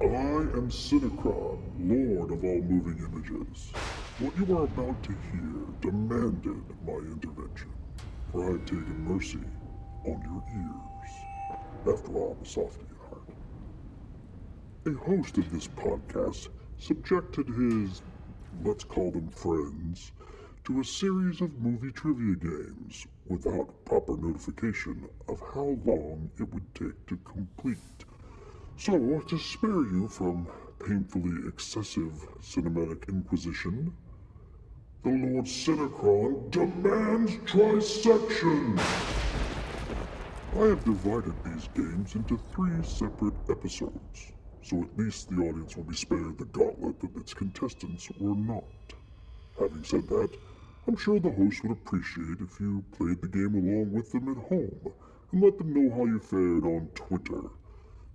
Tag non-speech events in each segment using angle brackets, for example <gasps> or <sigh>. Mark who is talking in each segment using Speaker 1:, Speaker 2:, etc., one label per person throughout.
Speaker 1: I am Cinecron, Lord of all moving images. What you are about to hear demanded my intervention, for I have taken mercy on your ears. After all, I'm a softy at heart. A host of this podcast subjected his, let's call them friends, to a series of movie trivia games without proper notification of how long it would take to complete. So, to spare you from painfully excessive cinematic inquisition, the Lord Cinecron demands trisection! I have divided these games into three separate episodes, so at least the audience will be spared the gauntlet that its contestants were not. Having said that, I'm sure the host would appreciate if you played the game along with them at home and let them know how you fared on Twitter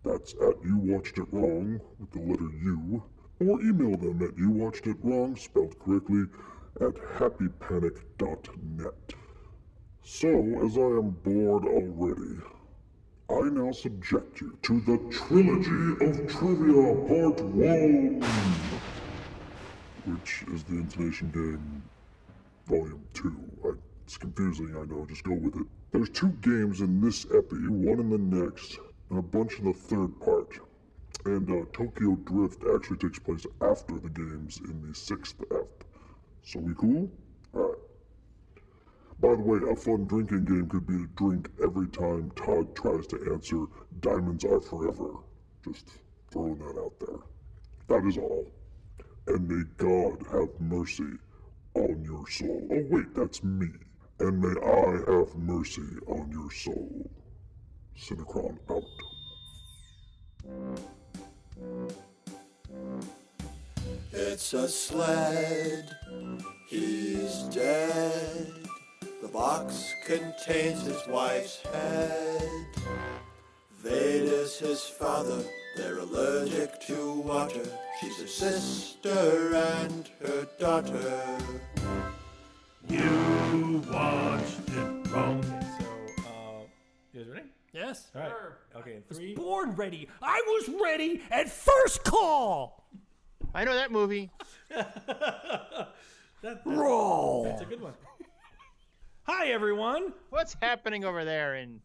Speaker 1: that's at you watched it wrong with the letter U, or email them at you watched it wrong spelled correctly at happypanic.net. So, as I am bored already, I now subject you to the Trilogy of Trivia Part 1, which is the Intonation Game Volume 2. I, it's confusing, I know, just go with it. There's two games in this epi, one in the next, and a bunch in the third part. And uh, Tokyo Drift actually takes place after the games in the sixth ep. So we cool? Alright. By the way, a fun drinking game could be to drink every time Todd tries to answer Diamonds Are Forever. Just throwing that out there. That is all. And may God have mercy on your soul. Oh, wait, that's me. And may I have mercy on your soul. Cinecron out.
Speaker 2: It's a sled. He's dead. The box contains his wife's head. Vader's his father. They're allergic to water. She's his sister and her daughter.
Speaker 3: You watched it wrong.
Speaker 4: So, uh, you guys ready?
Speaker 5: Yes.
Speaker 4: All right. Okay, in three.
Speaker 5: Born ready. I was ready at first call.
Speaker 6: I know that movie.
Speaker 4: That, that-
Speaker 5: Roll.
Speaker 4: that's a good one. Hi, everyone.
Speaker 6: What's happening over there in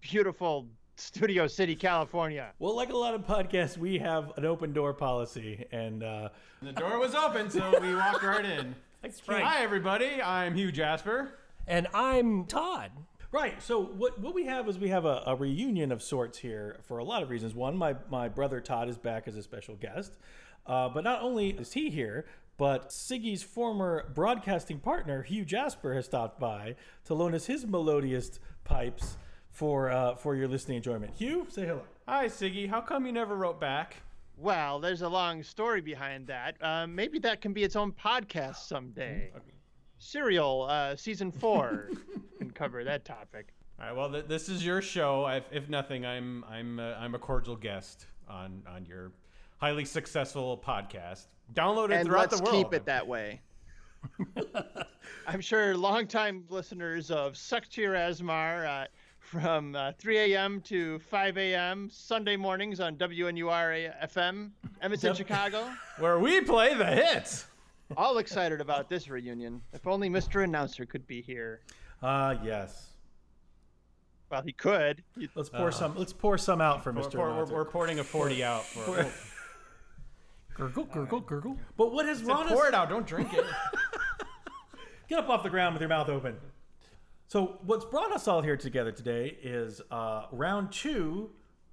Speaker 6: beautiful Studio City, California?
Speaker 4: Well, like a lot of podcasts, we have an open door policy, and uh,
Speaker 7: The door was open, so we walked
Speaker 4: <laughs>
Speaker 7: right in.
Speaker 5: That's
Speaker 7: Hi, everybody. I'm Hugh Jasper.
Speaker 5: And I'm Todd.
Speaker 4: Right. So what what we have is we have a, a reunion of sorts here for a lot of reasons. One, my my brother Todd is back as a special guest, uh, but not only is he here, but Siggy's former broadcasting partner Hugh Jasper has stopped by to loan us his melodious pipes for uh, for your listening enjoyment. Hugh, say hello.
Speaker 7: Hi, Siggy. How come you never wrote back?
Speaker 6: Well, there's a long story behind that. Uh, maybe that can be its own podcast someday. Serial uh, season <laughs> four can cover that topic.
Speaker 7: All right. Well, th- this is your show. i if nothing, I'm I'm uh, I'm a cordial guest on on your highly successful podcast. Downloaded
Speaker 6: And
Speaker 7: throughout
Speaker 6: let's
Speaker 7: the world.
Speaker 6: keep it that
Speaker 7: <laughs>
Speaker 6: way. I'm sure longtime listeners of Sucktir Asmar uh, from uh, 3 a.m. to 5 a.m. Sunday mornings on WNUR FM, Edmonton, Chicago.
Speaker 7: Where we play the hits.
Speaker 6: All excited about this reunion. If only Mr. Announcer could be here.
Speaker 4: Uh yes.
Speaker 6: Well, he could. You-
Speaker 4: Let's pour some. Let's pour some out for
Speaker 7: Uh, We're,
Speaker 4: Mr.
Speaker 7: pour- we're,
Speaker 4: Announcer.
Speaker 7: we're pouring a 40 out.
Speaker 4: <laughs>
Speaker 7: For, <laughs>
Speaker 5: Gurgle, gurgle, gurgle.
Speaker 4: but what has brought us?
Speaker 7: pour it out. Don't drink it.
Speaker 4: <laughs> Get up off the ground with your mouth open. So, what's brought us all here together today is uh, round two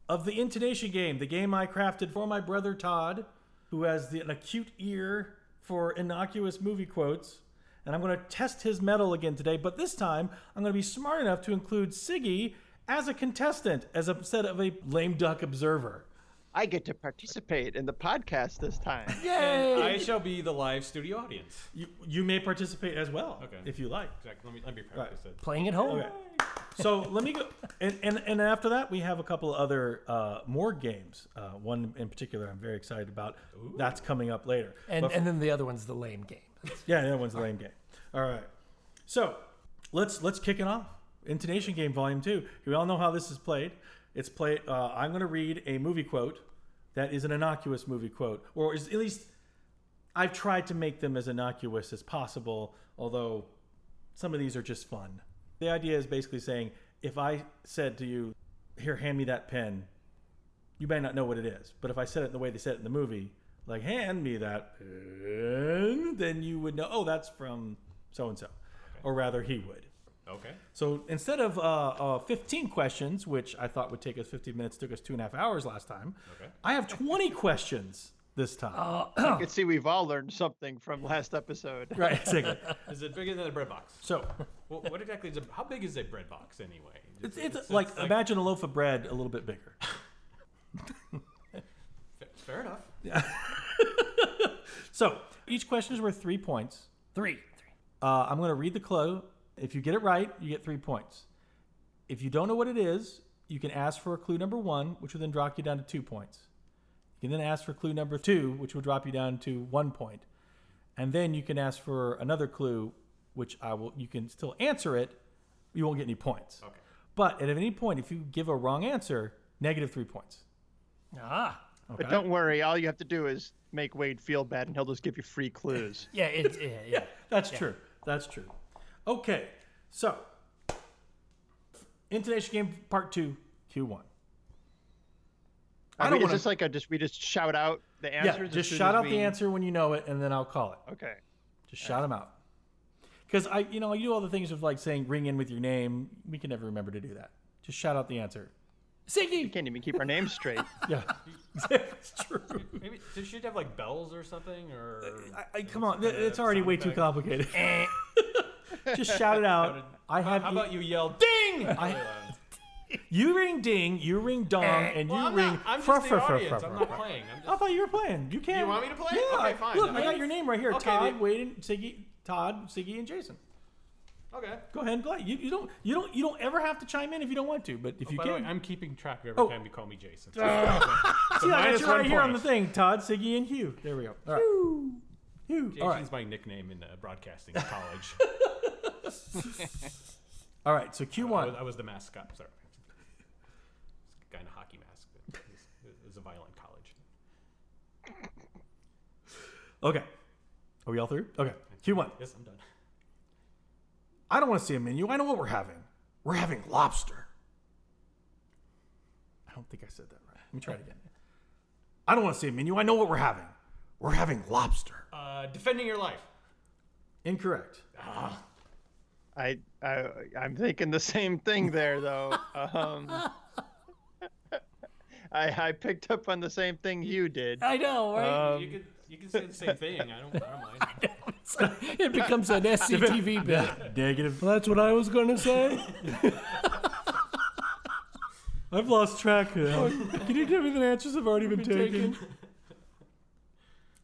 Speaker 4: of the intonation game, the game I crafted for my brother Todd, who has the, an acute ear for innocuous movie quotes. And I'm going to test his metal again today, but this time I'm going to be smart enough to include Siggy as a contestant, as a, instead of a lame duck observer.
Speaker 6: I get to participate in the podcast this time.
Speaker 4: <laughs>
Speaker 7: and I shall be the live studio audience.
Speaker 4: You, you may participate as well,
Speaker 7: Okay.
Speaker 4: if you like.
Speaker 7: Exactly. Let me let me practice it.
Speaker 5: Playing at home.
Speaker 4: Okay. So let me go, and, and and after that we have a couple other uh, more games. Uh, one in particular I'm very excited about. That's coming up later.
Speaker 5: And
Speaker 4: But-
Speaker 5: and then the other one's the lame game.
Speaker 4: yeah, that one's the lame game. All right. So let's let's kick it off. Intonation game volume two. We all know how this is played. It's played. Uh, I'm going to read a movie quote. That is an innocuous movie quote, or is at least I've tried to make them as innocuous as possible. Although some of these are just fun. The idea is basically saying, if I said to you, "Here, hand me that pen," you may not know what it is, but if I said it in the way they said it in the movie, like "hand me that pen," then you would know. Oh, that's from so and so, or rather, he would.
Speaker 7: Okay.
Speaker 4: So instead of uh, uh, 15 questions, which I thought would take us 15 minutes, took us two and a half hours last time.
Speaker 7: Okay.
Speaker 4: I have 20 questions this time.
Speaker 6: You can see we've all learned something from last episode.
Speaker 4: <laughs> right, exactly.
Speaker 7: Is it bigger than a bread box?
Speaker 4: So
Speaker 7: Well, what exactly is a, how big is a bread box anyway?
Speaker 4: it's, it's, like, imagine a loaf of bread a little bit bigger.
Speaker 7: fa- fair enough.
Speaker 4: So each question is worth three points.
Speaker 5: Three.
Speaker 4: Uh, I'm going to read the clue. If you get it right, you get three points. If you don't know what it is, you can ask for a clue number one, which will then drop you down to two points. You can then ask for clue number two, which will drop you down to one point. And then you can ask for another clue, which I will. You can still answer it. You won't get any points.
Speaker 7: Okay.
Speaker 4: But at any point, if you give a wrong answer, negative three points.
Speaker 5: Ah.
Speaker 6: But don't worry, all you have to do is make Wade feel bad, and he'll just give you free clues.
Speaker 5: Yeah, it, yeah, yeah.
Speaker 4: That's true. That's true. Okay, so intonation game part two, Q one. I
Speaker 6: I
Speaker 4: don't
Speaker 6: mean, is
Speaker 4: wanna-
Speaker 6: this like a just we just shout out the answers?
Speaker 4: Yeah,
Speaker 6: as
Speaker 4: just
Speaker 6: soon
Speaker 4: shout
Speaker 6: as
Speaker 4: out
Speaker 6: we...
Speaker 4: the answer when you know it, and then I'll call it.
Speaker 6: Okay.
Speaker 4: Just shout them out. Because I, you know, I do all the things of like saying ring in with your name. We can never remember to do that. Just shout out the
Speaker 7: <laughs>
Speaker 4: answer.
Speaker 6: We
Speaker 5: Siggy.
Speaker 6: can't even keep our
Speaker 4: <laughs>
Speaker 6: names straight.
Speaker 4: Yeah, it's true.
Speaker 7: Maybe so should have like bells or something or
Speaker 4: Uh, I, I, come on, th- it's already
Speaker 7: sound
Speaker 4: way too
Speaker 7: effect.
Speaker 4: complicated. <laughs> just shout it out. I have.
Speaker 7: how
Speaker 4: you-
Speaker 7: about you yell ding?
Speaker 4: <laughs> I- you ring ding, you ring dong, and you ring.
Speaker 7: Eh, I'm
Speaker 4: fra-
Speaker 7: just
Speaker 4: fra-
Speaker 7: the
Speaker 4: fra-
Speaker 7: audience.
Speaker 4: fra-
Speaker 7: I'm
Speaker 4: fra-
Speaker 7: not
Speaker 4: fra-
Speaker 7: playing. I'm
Speaker 4: I
Speaker 7: just,
Speaker 4: thought you were playing. You can.
Speaker 7: You want me to play?
Speaker 4: Yeah.
Speaker 7: Okay, fine.
Speaker 4: Look, I
Speaker 7: I
Speaker 4: got
Speaker 7: mean-
Speaker 4: your name right here.
Speaker 7: Okay,
Speaker 4: Todd,
Speaker 7: then-
Speaker 4: Wade, and Siggy, Todd, Siggy, and Jason.
Speaker 7: okay.
Speaker 4: Go ahead and play. You, you don't you don't you don't ever have to chime in if you don't want to. But if you
Speaker 7: Oh, By
Speaker 4: can,
Speaker 7: the way, I'm keeping track of every
Speaker 4: Oh.
Speaker 7: time you call me Jason.
Speaker 4: see, I got
Speaker 7: minus
Speaker 4: you
Speaker 7: one
Speaker 4: right here on the
Speaker 7: point.
Speaker 4: thing. Todd, Siggy, and Hugh. There we go. All right. Hugh. Hugh. All right.
Speaker 7: Jason's my nickname in uh,
Speaker 4: <laughs>
Speaker 7: broadcasting in college.
Speaker 4: All right. So Q
Speaker 7: I, was,
Speaker 4: one.
Speaker 7: I was the mascot. Sorry, This guy in a hockey mask. But it, was, it was a violent college.
Speaker 4: Okay. Are we all through? Okay. Q one.
Speaker 7: Yes, I'm done.
Speaker 4: I don't want to see a menu. I know what we're having. We're having lobster. I don't think I said that right. Let me try it again. I don't want to see a menu. I know what we're having. We're having lobster.
Speaker 7: Uh, defending your life.
Speaker 4: Incorrect.
Speaker 6: I, I I'm thinking the same thing there though.
Speaker 4: <laughs>
Speaker 6: Um, <laughs> I I picked up on the same thing you did.
Speaker 5: I know, right?
Speaker 7: you could you could say the same thing. I don't, I don't mind.
Speaker 4: Um,
Speaker 5: So <laughs> it
Speaker 4: <laughs>
Speaker 5: becomes an SCTV bit.
Speaker 4: Negative. That's what I was going to
Speaker 5: <laughs>
Speaker 4: say. I've lost track
Speaker 7: Oh,
Speaker 4: now. Can you give me the answers have already been, taken?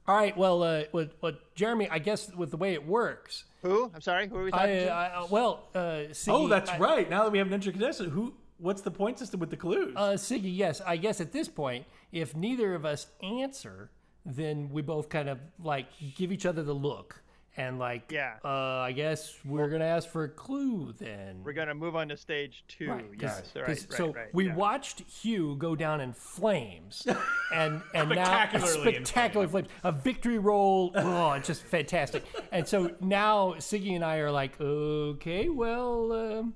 Speaker 5: All right. Well, uh, what, what, Jeremy? I guess with the way it works,
Speaker 6: Who? I'm sorry. Who are we talking
Speaker 5: I,
Speaker 6: to?
Speaker 5: I uh, well, uh, Siggy,
Speaker 4: Oh, that's
Speaker 5: I-
Speaker 4: right. Now that we have an intercontestant, who? What's the point system with the clues?
Speaker 5: Uh, Siggy, yes. I guess at this point, if neither of us answer, then we both kind of like give each other the look and like,
Speaker 6: Yeah.
Speaker 5: Uh, I guess we're gonna ask for a clue then.
Speaker 6: We're gonna move on to stage two.
Speaker 5: Right, 'cause-
Speaker 6: yes. Right.
Speaker 5: 'cause-
Speaker 6: Right.
Speaker 5: so
Speaker 6: right,
Speaker 5: we
Speaker 6: yeah.
Speaker 5: watched Hugh go down in
Speaker 6: <laughs>
Speaker 5: flames, and and now
Speaker 7: Spectacularly in
Speaker 5: spectacular flames, a victory roll. <laughs> Oh, it's just fantastic. And so now Siggy and I are like, okay, well, um,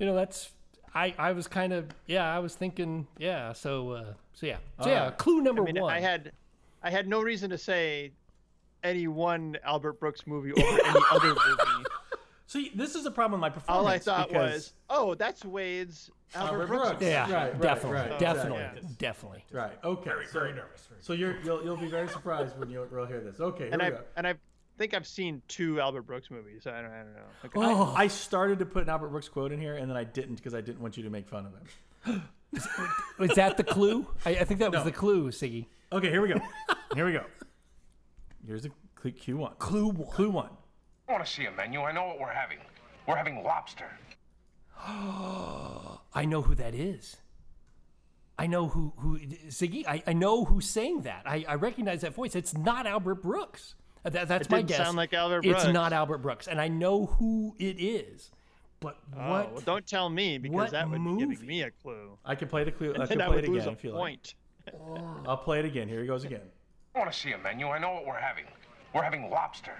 Speaker 5: you know, that's I I was kind of yeah, I was thinking yeah, so uh, so yeah, so yeah, clue number
Speaker 6: I mean,
Speaker 5: one.
Speaker 6: I had I had no reason to say any one Albert Brooks movie over
Speaker 5: <laughs>
Speaker 6: any other movie.
Speaker 4: See, this is a problem with my performance.
Speaker 6: All I thought
Speaker 4: because-
Speaker 6: was, oh, that's Wade's Albert,
Speaker 4: Albert
Speaker 6: Brooks.
Speaker 4: Brooks.
Speaker 5: yeah,
Speaker 4: Right, right,
Speaker 5: definitely,
Speaker 4: right, exactly.
Speaker 5: definitely, definitely.
Speaker 4: Right. Okay. so,
Speaker 7: Very nervous. Very
Speaker 4: so you're you'll, you'll be very surprised when you'll, you'll hear this. Okay. Here
Speaker 6: And
Speaker 4: we
Speaker 6: I
Speaker 4: go.
Speaker 6: and I think I've seen two Albert Brooks movies. I don't I don't know. Like,
Speaker 5: Oh.
Speaker 4: I, I started to put an Albert Brooks quote in here, and then I didn't because I didn't want you to make fun of him.
Speaker 5: Is that the clue? I, I think that was the clue, Siggy.
Speaker 4: Okay, here we
Speaker 5: <laughs>
Speaker 4: go. here we go. Here's a cl- Q one. Clue one. Clue one.
Speaker 8: I want to see a menu. I know what we're having. We're having lobster.
Speaker 5: I know who that is. I know who who Ziggy. I, I know who's saying that. I, I recognize that voice. It's not Albert Brooks. Uh, That, that's my
Speaker 6: didn't
Speaker 5: guess.
Speaker 6: sound like Albert
Speaker 5: It's
Speaker 6: Brooks.
Speaker 5: not Albert Brooks, and I know who it is. But
Speaker 6: oh,
Speaker 5: what?
Speaker 6: well, don't tell me because
Speaker 5: what
Speaker 6: that would be
Speaker 5: movie?
Speaker 6: giving me a clue.
Speaker 4: I can play the clue. I can
Speaker 6: and I
Speaker 4: play
Speaker 6: would
Speaker 4: it
Speaker 6: lose
Speaker 4: again
Speaker 6: a
Speaker 4: if you like.
Speaker 6: point.
Speaker 4: I'll play it again. Here he goes again.
Speaker 8: I want to see a menu. I know what we're having. We're having lobster.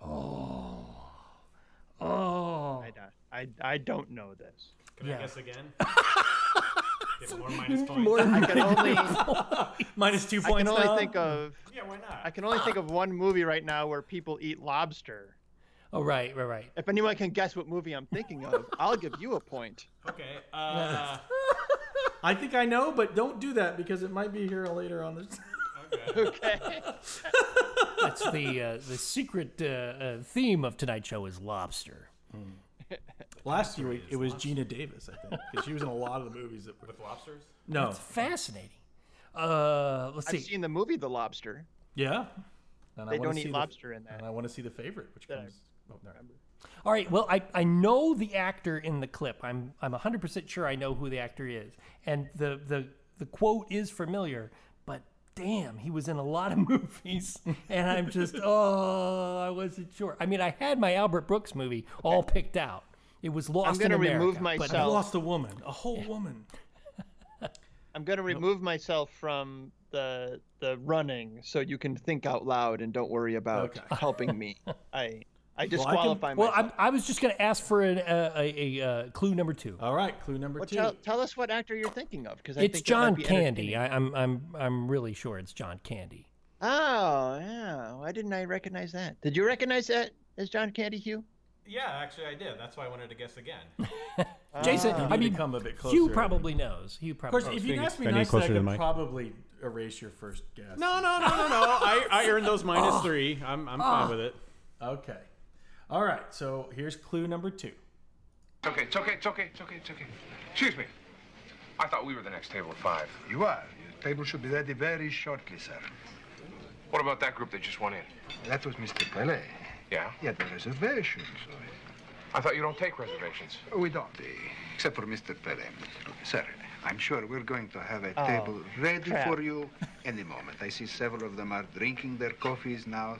Speaker 5: Oh,
Speaker 6: I, don't- I, I don't know
Speaker 5: <laughs>
Speaker 6: this.
Speaker 7: Can
Speaker 5: Yeah.
Speaker 7: I guess again? <laughs> Get more minus points.
Speaker 5: more
Speaker 6: I can only, I
Speaker 4: Minus two
Speaker 6: can
Speaker 4: points now.
Speaker 6: only think of
Speaker 7: Yeah, why not?
Speaker 6: I can only think of one movie right now where people eat lobster.
Speaker 5: oh right, right, right.
Speaker 6: If anyone can guess what movie I'm thinking of, I'll give you a point.
Speaker 7: Okay. Uh,
Speaker 4: I think I know, but don't do that because it might be here later on this.
Speaker 6: Okay.
Speaker 5: That's the uh, the secret uh, uh, theme of tonight's show is lobster.
Speaker 4: Last week it was Gina Davis, I think, because she was in a lot of the movies that were.
Speaker 7: with lobsters?
Speaker 4: No.
Speaker 5: Fascinating. Uh, let's
Speaker 6: I've
Speaker 5: see.
Speaker 6: seen the movie The Lobster.
Speaker 4: Yeah. And I
Speaker 6: They
Speaker 4: wanna
Speaker 6: don't
Speaker 4: see
Speaker 6: eat
Speaker 4: the- Uh,
Speaker 6: lobster
Speaker 4: And
Speaker 6: in that.
Speaker 4: I want to see the favorite, which
Speaker 6: That I
Speaker 4: comes. Oh, there.
Speaker 5: All right. Well, I, I know the actor in the clip. I'm I'm 100% sure I know who the actor is. And the the the quote is familiar, but damn, he was in a lot of <laughs> movies and I'm
Speaker 6: <laughs>
Speaker 5: just oh, I wasn't sure. I mean, I had my Albert Brooks movie all picked out. It was Lost in
Speaker 6: gonna
Speaker 5: America.
Speaker 6: remove
Speaker 5: but-
Speaker 4: I
Speaker 6: myself. Oh.
Speaker 4: lost a woman, a whole woman.
Speaker 6: I'm gonna remove myself from the the running so you can think out loud and don't worry about
Speaker 4: Okay.
Speaker 6: helping me. I I
Speaker 4: I can-
Speaker 6: disqualify
Speaker 5: well,
Speaker 6: myself.
Speaker 5: I, I was just going to ask for an, uh, a, a, uh clue number 2.
Speaker 4: All right, clue number
Speaker 6: Well,
Speaker 4: two.
Speaker 6: tell, tell us what actor you're thinking of, because Oh, I
Speaker 5: it's
Speaker 6: think that might
Speaker 5: John
Speaker 6: be
Speaker 5: Candy.
Speaker 6: entertaining.
Speaker 5: I, I'm I'm I'm really sure it's John Candy.
Speaker 6: Oh yeah, why didn't I recognize that? Did you recognize that as John Candy, Hugh?
Speaker 7: Yeah, actually, I did. That's why I wanted to guess again.
Speaker 6: Ah.
Speaker 5: Jason,
Speaker 4: You
Speaker 5: I
Speaker 4: need to
Speaker 5: mean,
Speaker 4: come a bit closer.
Speaker 5: Hugh probably knows. Hugh
Speaker 4: Of
Speaker 5: probably.
Speaker 4: course,
Speaker 5: knows.
Speaker 4: if you
Speaker 7: Speaking-
Speaker 4: ask me
Speaker 7: I need
Speaker 4: nicely, I
Speaker 7: closer to the
Speaker 4: could
Speaker 7: mic.
Speaker 4: probably erase your first guess.
Speaker 7: <laughs> No, no, no, no, no. I, I earned those minus three. I'm, I'm fine with it.
Speaker 4: Okay. All right. So here's clue number two.
Speaker 8: It's okay. It's okay. It's okay. It's okay. It's okay. Excuse me. I thought we were the next table at five.
Speaker 9: You are. Your table should be ready very shortly, sir.
Speaker 8: What about that group that just went in?
Speaker 9: That was Mr. Pele.
Speaker 8: Yeah.
Speaker 9: He had the reservation, so
Speaker 8: I thought you don't take reservations.
Speaker 9: we don't. eh, Except for Mr. Pele. Look, sir, I'm sure we're going to have a table ready
Speaker 6: crap.
Speaker 9: for you any moment. I see several of them are drinking their coffees now.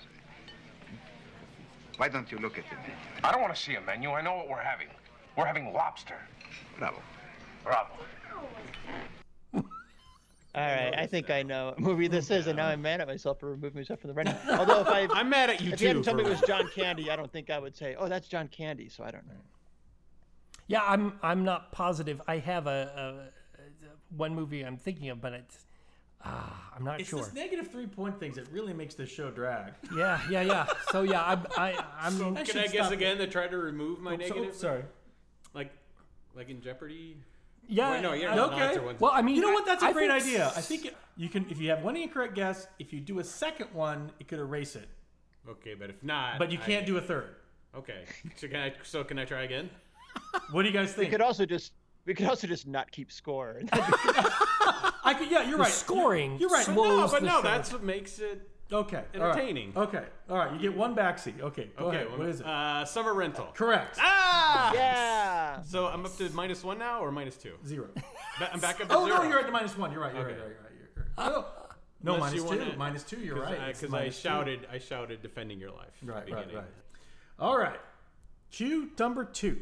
Speaker 9: Why don't you look at the menu?
Speaker 8: I don't want to see a menu. I know what we're having. We're having lobster.
Speaker 9: Bravo.
Speaker 8: Bravo.
Speaker 6: All right, I think I know what movie this is, and now I'm mad at myself for removing myself from the running. Although if I
Speaker 7: I'm mad at you
Speaker 6: if
Speaker 7: too.
Speaker 6: you hadn't told me it
Speaker 7: for-
Speaker 6: was John Candy, I don't think I would say, "Oh, that's John Candy." So I don't know.
Speaker 5: Yeah, I'm I'm not positive. I have a, a, a one movie I'm thinking of, but it's ah, I'm not
Speaker 4: It's
Speaker 5: sure.
Speaker 4: this negative three point things that really makes this show drag.
Speaker 5: Yeah, yeah, yeah. So yeah, I'm I, I'm
Speaker 4: should
Speaker 7: Can I guess
Speaker 4: stop it.
Speaker 7: again to try to remove my
Speaker 4: So-
Speaker 7: negative?
Speaker 4: sorry.
Speaker 7: Like, like in Jeopardy?
Speaker 5: yeah.
Speaker 7: Wait, no, you're
Speaker 5: I-
Speaker 7: not
Speaker 4: okay.
Speaker 7: answer ones.
Speaker 5: Well, I mean,
Speaker 4: You know what? That's a
Speaker 5: a
Speaker 4: great idea. I think you can, if you have one incorrect guess, if you do a second one, it could erase it.
Speaker 7: Okay, but if not,
Speaker 4: But you
Speaker 7: I-
Speaker 4: can't do a third.
Speaker 7: Okay. So can I? So can I try again?
Speaker 4: What do you guys
Speaker 6: We
Speaker 4: think?
Speaker 6: could also just we could also just not keep
Speaker 5: <laughs>
Speaker 6: score. <laughs>
Speaker 4: I could. Yeah, you're right.
Speaker 5: scoring.
Speaker 4: You're right. But
Speaker 5: slows
Speaker 7: No, but
Speaker 5: the
Speaker 7: no.
Speaker 5: show.
Speaker 7: That's what makes it.
Speaker 4: Okay. all right.
Speaker 7: Entertaining.
Speaker 4: Okay. All right. You get one backseat. Okay. Go
Speaker 7: Okay.
Speaker 4: ahead.
Speaker 7: well,
Speaker 4: what is it?
Speaker 7: Uh, summer rental.
Speaker 4: Correct.
Speaker 7: Ah!
Speaker 6: yeah.
Speaker 7: So I'm up to minus one now, or minus two? <laughs>
Speaker 4: Zero.
Speaker 7: Ba- I'm back up to
Speaker 4: Oh
Speaker 7: zero.
Speaker 4: no, you're at the minus one. You're right. You're
Speaker 7: Okay.
Speaker 4: right. You're right. You're right. You're right. No,
Speaker 7: Unless
Speaker 4: minus
Speaker 7: you wanna-
Speaker 4: two. Minus two. You're right. It's
Speaker 7: Because I,
Speaker 4: minus two.
Speaker 7: shouted, I shouted, defending your life. at the
Speaker 4: Right. Right.
Speaker 7: beginning.
Speaker 4: Right. All right. Cue number two.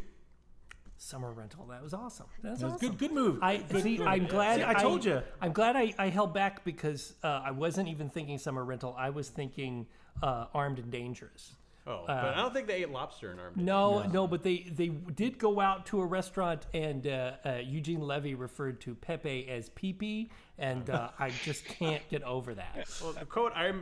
Speaker 5: summer rental. That was awesome. That's
Speaker 4: That was
Speaker 5: awesome.
Speaker 4: good. Good move.
Speaker 5: I
Speaker 4: Good
Speaker 5: see.
Speaker 4: move.
Speaker 5: I'm glad.
Speaker 4: See, I told you.
Speaker 5: I'm glad I, I held back because uh, I wasn't even thinking summer rental. I was thinking uh, armed and dangerous.
Speaker 7: Oh,
Speaker 4: Uh,
Speaker 7: but I don't think they ate lobster in Armageddon.
Speaker 5: No, no, but they they did go out to a restaurant, and uh, uh, Eugene Levy referred to Pepe as Pepe, and uh, I just can't get over that.
Speaker 7: Well, the <laughs> quote I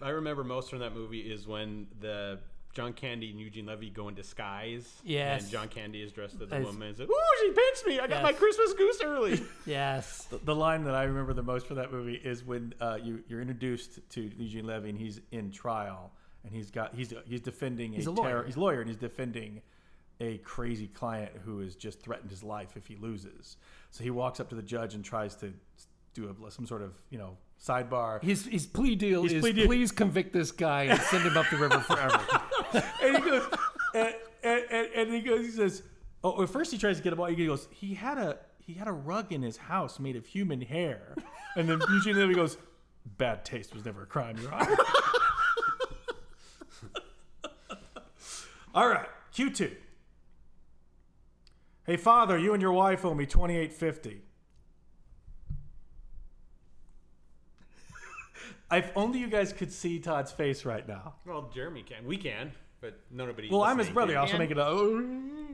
Speaker 7: I remember most from that movie is when the John Candy and Eugene Levy go in disguise.
Speaker 5: Yes.
Speaker 7: And John Candy is dressed as a
Speaker 5: As-
Speaker 7: woman and says, "Ooh, she pinched me! I got my
Speaker 5: Yes.
Speaker 7: Christmas goose
Speaker 5: <laughs>
Speaker 7: early."
Speaker 5: Yes,
Speaker 4: The line that I remember the most for that movie is when uh, you you're introduced to Eugene Levy and he's in trial and he's got he's he's defending
Speaker 5: He's a
Speaker 4: terror-
Speaker 5: lawyer.
Speaker 4: he's a lawyer and he's defending a crazy client who has just threatened his life if he loses. So he walks up to the judge and tries to do a, some sort of you know sidebar.
Speaker 5: his his plea deal
Speaker 4: His
Speaker 5: is
Speaker 4: plea deal-
Speaker 5: please convict this guy and send him up the river forever.
Speaker 4: and he goes, and, and, and, and he goes, he says, oh, well, first he tries to get him all. He goes, he had a he had a rug in his house made of human hair, and then Eugene Levy goes, bad taste was never a crime, Your Honor. all right, Q two. Hey, father, you and your wife owe me twenty eight fifty. If only you guys could see Todd's face right now.
Speaker 7: Well, Jeremy can. We can, but nobody.
Speaker 4: Well, I'm his
Speaker 7: listening
Speaker 4: brother. I
Speaker 7: can.
Speaker 4: also make it a. oh.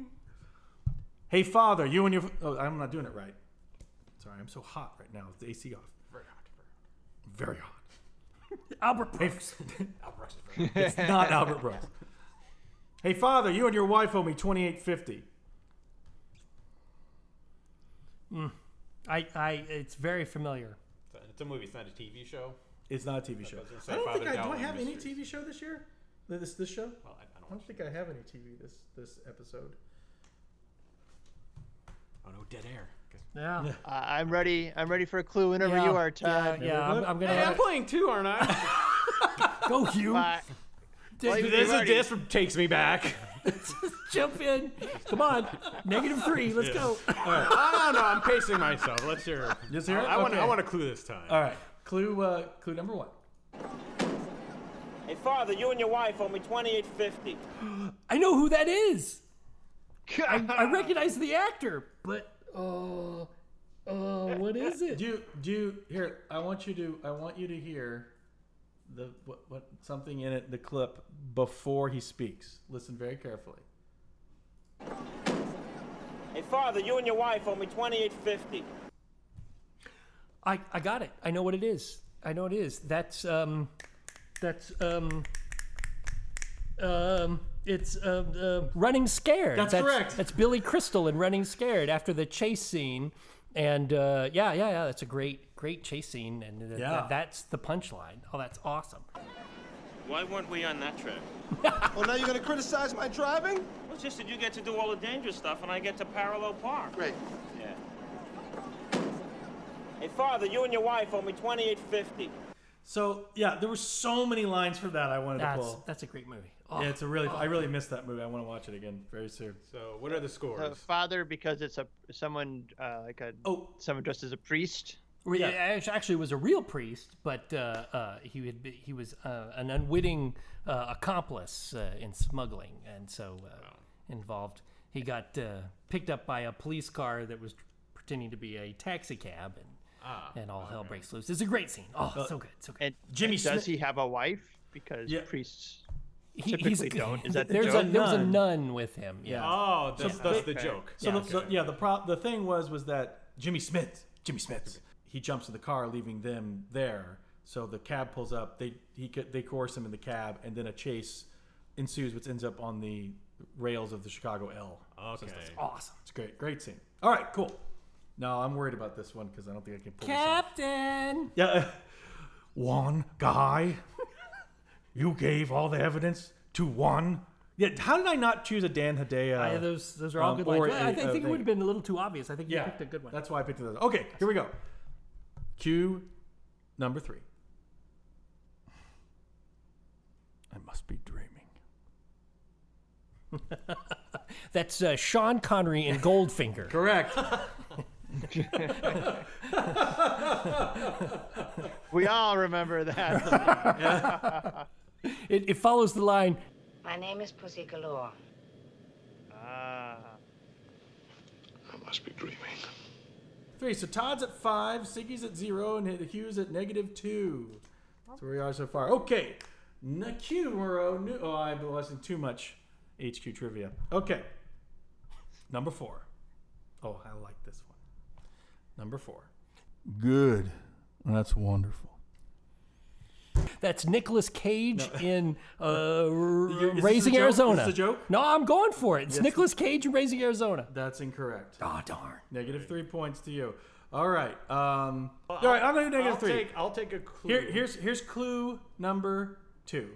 Speaker 4: Hey, father, you and your. Oh, I'm not doing it right. Sorry, I'm so hot right now with the AC off.
Speaker 7: Very hot, very
Speaker 4: Very
Speaker 7: hot.
Speaker 4: hot.
Speaker 5: Albert Brooks.
Speaker 7: Al
Speaker 4: <laughs>
Speaker 7: Brooks is very hot.
Speaker 4: It's not Albert Brooks. Hey, father, you and your wife owe me twenty eight fifty.
Speaker 5: I, I, it's very familiar.
Speaker 7: It's a- It's a movie. It's not a TV show.
Speaker 4: It's not a TV show.
Speaker 7: I was gonna say
Speaker 4: I don't
Speaker 7: Father
Speaker 4: think I do. I
Speaker 7: Dowling
Speaker 4: have any
Speaker 7: Mysteries.
Speaker 4: TV show this year. This this show.
Speaker 7: Well, I, I don't
Speaker 4: I don't think I have any TV this this episode.
Speaker 7: Oh no, dead air. Guess-
Speaker 5: Yeah.
Speaker 6: Uh, I'm ready. I'm ready for a clue whenever
Speaker 5: Yeah,
Speaker 6: you are, Todd.
Speaker 5: Yeah, yeah, I'm, I'm gonna
Speaker 7: Hey,
Speaker 5: let
Speaker 7: I'm
Speaker 5: it
Speaker 7: playing too, aren't
Speaker 4: <laughs>
Speaker 7: I?
Speaker 5: go, Hugh.
Speaker 6: Uh, well, you-
Speaker 7: There's
Speaker 6: you
Speaker 7: a
Speaker 6: already-
Speaker 7: disc that takes me back.
Speaker 5: Jump in. Come on. Negative three. Let's go.
Speaker 7: oh <laughs> no, no, I'm pacing myself. Let's hear.
Speaker 4: Let's hear it?
Speaker 7: I, want. I
Speaker 4: Okay.
Speaker 7: want a clue this time.
Speaker 4: All right, clue uh, clue number one.
Speaker 10: Hey, Father, you and your wife owe me twenty-eight fifty.
Speaker 5: I know who that is.
Speaker 6: <laughs>
Speaker 5: I, I recognize the actor, but uh, uh, what is it?
Speaker 4: Do you, do you, here? I want you to I want you to hear the what, what something in it the clip before he speaks. Listen very carefully.
Speaker 10: Hey, Father, you and your wife owe me twenty-eight fifty.
Speaker 5: I, I got it. I know what it is. I know what it is. That's um, that's um, um, it's um, uh, Running Scared.
Speaker 4: That's correct.
Speaker 5: That's Billy Crystal in Running Scared after the chase scene, and uh, yeah, yeah, yeah. That's a great, great chase scene, and th-
Speaker 4: Yeah.
Speaker 5: that's the punchline. Oh, that's awesome.
Speaker 10: Why weren't we on that trip?
Speaker 11: Well, now you're going to criticize my driving?
Speaker 10: Well, it's just that you get to do all the dangerous stuff, and I get to parallel park.
Speaker 11: Great.
Speaker 10: Yeah. Hey, Father, you and your wife owe me twenty-eight fifty.
Speaker 4: So yeah, there were so many lines for that I wanted to
Speaker 5: That's
Speaker 4: pull.
Speaker 5: that's a great movie. Oh,
Speaker 4: yeah, it's a really I really missed that movie. I want to watch it again very soon.
Speaker 7: So, what are the scores?
Speaker 6: Uh, father, because it's a someone uh, like a
Speaker 4: Oh.
Speaker 6: someone dressed as a priest.
Speaker 5: Well, yeah, act- actually was a real priest, but uh, uh, he had be- he was uh, an unwitting uh, accomplice uh, in smuggling, and so uh, involved. He got uh, picked up by a police car that was pretending to be a taxi cab, and and all hell breaks loose. It's a great scene. Oh, so good, so good.
Speaker 6: And
Speaker 4: Jimmy
Speaker 6: does
Speaker 4: Smith-
Speaker 6: he have a wife? Because
Speaker 4: Yeah.
Speaker 6: priests.
Speaker 5: He-
Speaker 6: typically
Speaker 5: <laughs>
Speaker 6: don't. Is that the
Speaker 5: there's a
Speaker 6: joke?
Speaker 5: there was a
Speaker 4: Nun.
Speaker 5: nun with him? Yeah.
Speaker 7: oh, that's, that's the joke.
Speaker 4: So the, the, yeah, the pro- the thing was was that Jimmy Smith, Jimmy Smith, he jumps in the car, leaving them there. So the cab pulls up. They he co- they coerce him in the cab, and then a chase ensues, which ends up on the rails of the Chicago L.
Speaker 7: Okay.
Speaker 5: awesome.
Speaker 4: It's great, great scene. All right, cool. No, I'm worried about this one because I don't think I can pull
Speaker 5: Captain.
Speaker 4: this off. Yeah, <laughs> one guy. you gave all the evidence to one. Yeah, how did I not choose a Dan Hedaya?
Speaker 5: Yeah, those those are all
Speaker 4: Um,
Speaker 5: good
Speaker 4: or
Speaker 5: lines. I,
Speaker 4: a-
Speaker 5: I think
Speaker 4: a
Speaker 5: it
Speaker 4: thing.
Speaker 5: would have been a little too obvious. I think you
Speaker 4: Yeah,
Speaker 5: picked a good one.
Speaker 4: That's why I picked those. Okay, here we go. Cue number three. I must be dreaming.
Speaker 5: That's uh, Sean Connery in Goldfinger.
Speaker 4: Correct.
Speaker 6: We all remember that.
Speaker 5: <laughs> It, it follows the line.
Speaker 12: My name is Pussy Galore.
Speaker 6: Ah.
Speaker 1: I must be dreaming.
Speaker 4: <laughs> three. So Todd's at five, Siggy's at zero, and Hughes at negative two. That's where we are so far. Okay. Na- Cue Moreau. New- oh, I wasn't too much HQ trivia. Okay. Number four. Oh, I like this one. Number four. Good. That's wonderful.
Speaker 5: That's Nicolas Cage
Speaker 4: <laughs>
Speaker 5: in uh,
Speaker 4: You- is this
Speaker 5: Raising
Speaker 4: a joke? Is
Speaker 5: Arizona.
Speaker 4: this a joke?
Speaker 5: No, I'm going for it. It's Nicolas Cage in Raising Arizona.
Speaker 4: That's incorrect.
Speaker 5: Oh darn!
Speaker 4: Negative three points to you. All right. Um, all right. I'm gonna do negative
Speaker 7: I'll
Speaker 4: three.
Speaker 7: Take, I'll take a clue.
Speaker 4: Here, here's here's clue number two.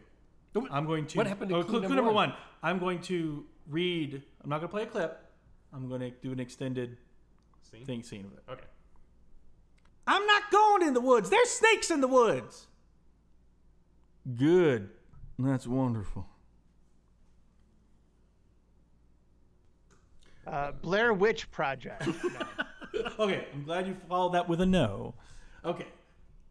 Speaker 4: I'm going to.
Speaker 5: what happened to
Speaker 4: oh,
Speaker 5: clue
Speaker 4: clue,
Speaker 5: number
Speaker 4: number
Speaker 5: one?
Speaker 4: one? I'm going to read. I'm not gonna play a clip. I'm gonna do an extended
Speaker 7: Scene?
Speaker 4: thing scene of it.
Speaker 7: Okay.
Speaker 4: I'm not going in the woods. There's snakes in the woods. Good. That's wonderful.
Speaker 6: Uh, Blair Witch
Speaker 7: <laughs>
Speaker 6: Project.
Speaker 4: Okay. I'm glad you followed that with a no. Okay. Mm.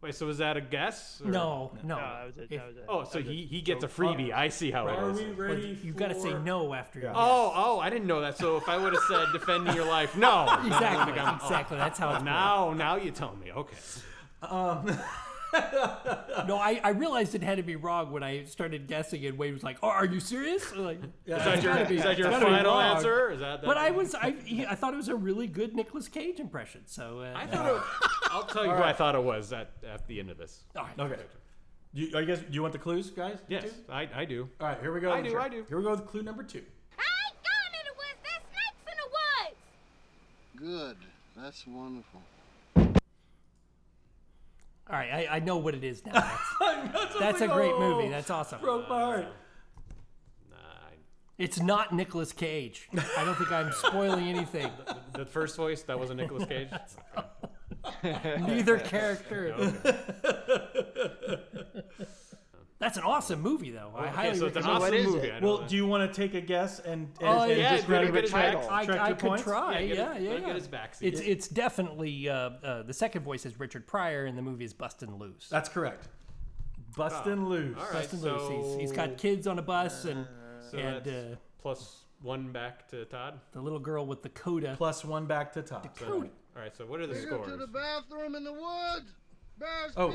Speaker 7: Wait, so was that a guess? or-
Speaker 5: No, no.
Speaker 6: No, that was it. That was it.
Speaker 7: Oh, so he, he gets a freebie. I see how
Speaker 4: Are
Speaker 7: it
Speaker 4: we
Speaker 7: is.
Speaker 4: ready?
Speaker 5: you got to say
Speaker 4: for-
Speaker 5: no after. your
Speaker 7: Oh, oh, I didn't know that. So if I would have said defending your life, no.
Speaker 4: <laughs>
Speaker 5: exactly, exactly. That's how it's <laughs>
Speaker 7: Now, now you tell me. Okay.
Speaker 5: no, I, I realized it had to be wrong when I started guessing, and Wade was like, oh, "Are you serious?" I'm
Speaker 4: <laughs>
Speaker 5: Like,
Speaker 7: Is
Speaker 5: "It's
Speaker 7: that your-
Speaker 5: gotta be-
Speaker 7: is that
Speaker 5: it's
Speaker 7: your
Speaker 5: gotta be
Speaker 7: final
Speaker 5: wrong."
Speaker 7: answer? Is that- that-
Speaker 5: But I was I he- I thought it was a really good Nicolas Cage impression. So uh, I
Speaker 7: thought <laughs> I'll tell you
Speaker 5: All
Speaker 7: who I
Speaker 5: right.
Speaker 7: thought it was at, at the end of this.
Speaker 5: All right.
Speaker 4: Okay. You, are you guys, you want the clues, guys?
Speaker 7: Yes, I, I do.
Speaker 4: All right, here we go.
Speaker 7: I do,
Speaker 4: Sure.
Speaker 7: I do.
Speaker 4: Here we go with clue number two.
Speaker 13: I ain't going to the woods. There's snakes in the woods.
Speaker 14: Good. That's wonderful.
Speaker 5: All right, I, I know what it
Speaker 4: <laughs>
Speaker 5: is now. That's, that's a
Speaker 4: like,
Speaker 5: great
Speaker 4: "Oh,
Speaker 5: movie. That's awesome.
Speaker 4: broke my heart.
Speaker 5: It's not Nicolas Cage. I don't think I'm spoiling anything.
Speaker 7: The first voice, that was
Speaker 5: <laughs>
Speaker 7: a Nicolas Cage?
Speaker 4: <laughs>
Speaker 5: Neither character. <laughs> That's an awesome movie, though. I
Speaker 4: Okay,
Speaker 5: highly
Speaker 4: so it's an
Speaker 5: recommend
Speaker 4: awesome
Speaker 5: it.
Speaker 4: movie. Well, do you want to take a guess and, and,
Speaker 5: Oh,
Speaker 4: and
Speaker 5: yeah,
Speaker 4: just
Speaker 5: good-
Speaker 4: try to
Speaker 5: good
Speaker 4: retract,
Speaker 5: title. I,
Speaker 4: retract
Speaker 5: I
Speaker 4: your
Speaker 5: could
Speaker 4: points?
Speaker 5: try. Yeah, yeah, yeah. It's
Speaker 4: It's-
Speaker 5: it's definitely uh, uh, the second voice is Richard Pryor, and the movie is Bustin' Loose.
Speaker 4: That's correct. Bustin'
Speaker 7: Ah,
Speaker 4: Loose.
Speaker 7: all right,
Speaker 5: Bustin' Loose. He's, he's
Speaker 7: so-
Speaker 5: got kids on a bus, and
Speaker 7: So
Speaker 5: and
Speaker 7: that's
Speaker 5: uh,
Speaker 7: plus one back to Todd.
Speaker 5: the little girl with the coda.
Speaker 4: Plus one back to top.
Speaker 7: So- all right, so what are the scores?
Speaker 14: bathroom in the woods. Bears
Speaker 4: Oh,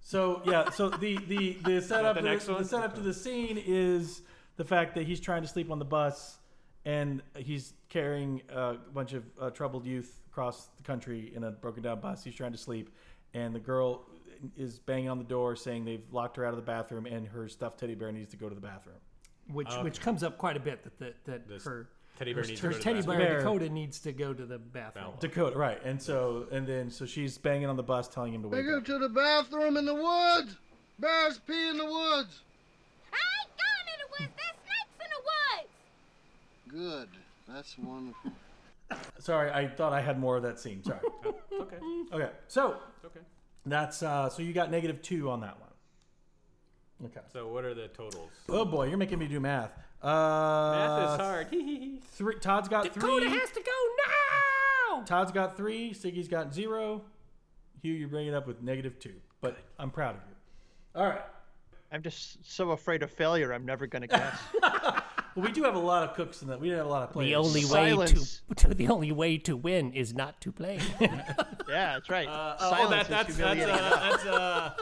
Speaker 4: so yeah, so the the the setup
Speaker 7: the
Speaker 4: to the,
Speaker 7: next one?
Speaker 4: the setup to the scene is the fact that he's trying to sleep on the bus, and he's carrying a bunch of uh, troubled youth across the country in a broken down bus. He's trying to sleep, and the girl is banging on the door saying they've locked her out of the bathroom and her stuffed teddy bear needs to go to the bathroom.
Speaker 5: which which comes up quite a bit that that, that her
Speaker 4: oh. teddy bear
Speaker 5: her,
Speaker 4: needs to
Speaker 5: her
Speaker 4: go to the
Speaker 5: teddy
Speaker 4: bathroom.
Speaker 5: bear
Speaker 4: Bear.
Speaker 5: Dakota needs to go to the bathroom.
Speaker 4: Dakota, right? And so and then so she's banging on the bus telling him to
Speaker 14: They
Speaker 4: wake up.
Speaker 14: go to the bathroom in the woods. Bears pee in the woods.
Speaker 13: I ain't going to the woods. There's snakes in the woods.
Speaker 14: Good. That's wonderful.
Speaker 4: Sorry, I thought I had more of that scene.
Speaker 7: <laughs>
Speaker 4: Sorry.
Speaker 7: okay.
Speaker 4: Okay, so
Speaker 7: okay.
Speaker 4: that's uh, so you got negative two on that one. Okay.
Speaker 7: So what are the totals? Uh,
Speaker 4: Oh boy, you're making me do math. Uh,
Speaker 7: Math is hard.
Speaker 4: Three, Todd's got
Speaker 5: Dakota
Speaker 4: three.
Speaker 5: has to go now.
Speaker 4: Todd's got three. Siggy's got zero. Hugh, you bring it up with negative two, but I'm proud of you. All right.
Speaker 6: I'm just so afraid of failure. I'm never gonna
Speaker 7: <laughs>
Speaker 6: guess.
Speaker 4: Well, we do have a lot of cooks in that. We do have a lot of players. <laughs>
Speaker 5: The only
Speaker 6: Silence.
Speaker 5: way to, to the only way to win is not to play.
Speaker 6: yeah, that's right.
Speaker 7: oh,
Speaker 6: Silence
Speaker 7: that-
Speaker 6: is
Speaker 7: that's- that's,
Speaker 6: humiliating
Speaker 7: uh,
Speaker 6: enough.
Speaker 7: that's, uh,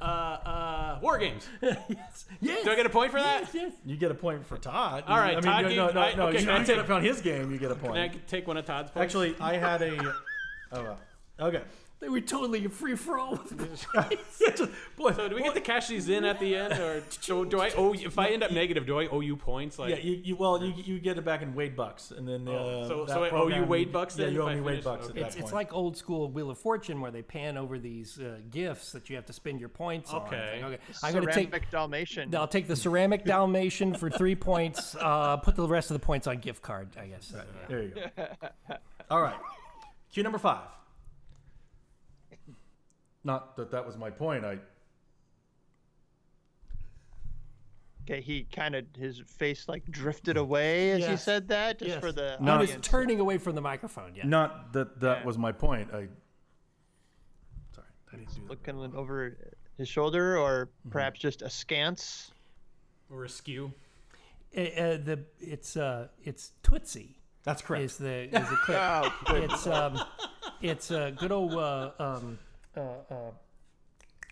Speaker 7: uh, uh, war games.
Speaker 5: yes. Yes.
Speaker 7: Do I get a point for that?
Speaker 5: Yes.
Speaker 4: You get a point for Todd.
Speaker 7: All right,
Speaker 4: I mean,
Speaker 7: Todd
Speaker 4: no,
Speaker 7: gave-
Speaker 4: no, no,
Speaker 7: I-
Speaker 4: no.
Speaker 7: okay,
Speaker 4: you
Speaker 7: can I
Speaker 4: you
Speaker 7: take-
Speaker 4: get a point on his game. You get a point.
Speaker 7: Can I take one of Todd's points?
Speaker 4: Actually, I had a. Oh,
Speaker 7: <laughs>
Speaker 4: well. okay.
Speaker 5: <laughs>
Speaker 4: <laughs>
Speaker 5: They were totally a free for all with
Speaker 7: so do we get to cash these in at the
Speaker 4: <laughs>
Speaker 7: end, or so do I owe? You, if I end up negative, do I owe you points? Like,
Speaker 4: yeah, you, you well, you, you get it back in Wade bucks, and then
Speaker 7: Oh,
Speaker 4: uh,
Speaker 7: so-
Speaker 4: that
Speaker 7: so I owe you
Speaker 4: program-
Speaker 7: Wade bucks
Speaker 4: Yeah,
Speaker 7: then
Speaker 4: you
Speaker 7: if
Speaker 4: owe
Speaker 7: I
Speaker 4: me Wade
Speaker 7: finish?
Speaker 4: bucks
Speaker 7: Okay.
Speaker 4: at
Speaker 5: It's,
Speaker 4: that
Speaker 5: it's
Speaker 4: point.
Speaker 5: like old school Wheel of Fortune where they pan over these uh, gifts that you have to spend your points on.
Speaker 6: Okay.
Speaker 5: Like, okay, I'm going to take.
Speaker 6: Ceramic Dalmatian.
Speaker 5: I'll take the ceramic Dalmatian for three points. <laughs> Uh, put the rest of the points on gift card, I guess.
Speaker 4: There you go.
Speaker 7: <laughs>
Speaker 4: All right, cue number five. Not that that was my point. I
Speaker 6: Okay, he kind of his face like drifted away as he
Speaker 5: Yes.
Speaker 6: said that, just
Speaker 5: Yes.
Speaker 6: for the
Speaker 4: Not-
Speaker 5: I was
Speaker 6: audience.
Speaker 5: turning away from the microphone. Yeah.
Speaker 4: not that that was my point. I
Speaker 6: looking over his shoulder, or
Speaker 5: Mm-hmm.
Speaker 6: perhaps just askance.
Speaker 7: or askew.
Speaker 5: Uh, uh, the it's uh it's Tootsie.
Speaker 4: That's correct.
Speaker 5: Is the is the clip.
Speaker 6: <laughs> Oh, good.
Speaker 5: it's um it's uh, good old uh, um uh, uh,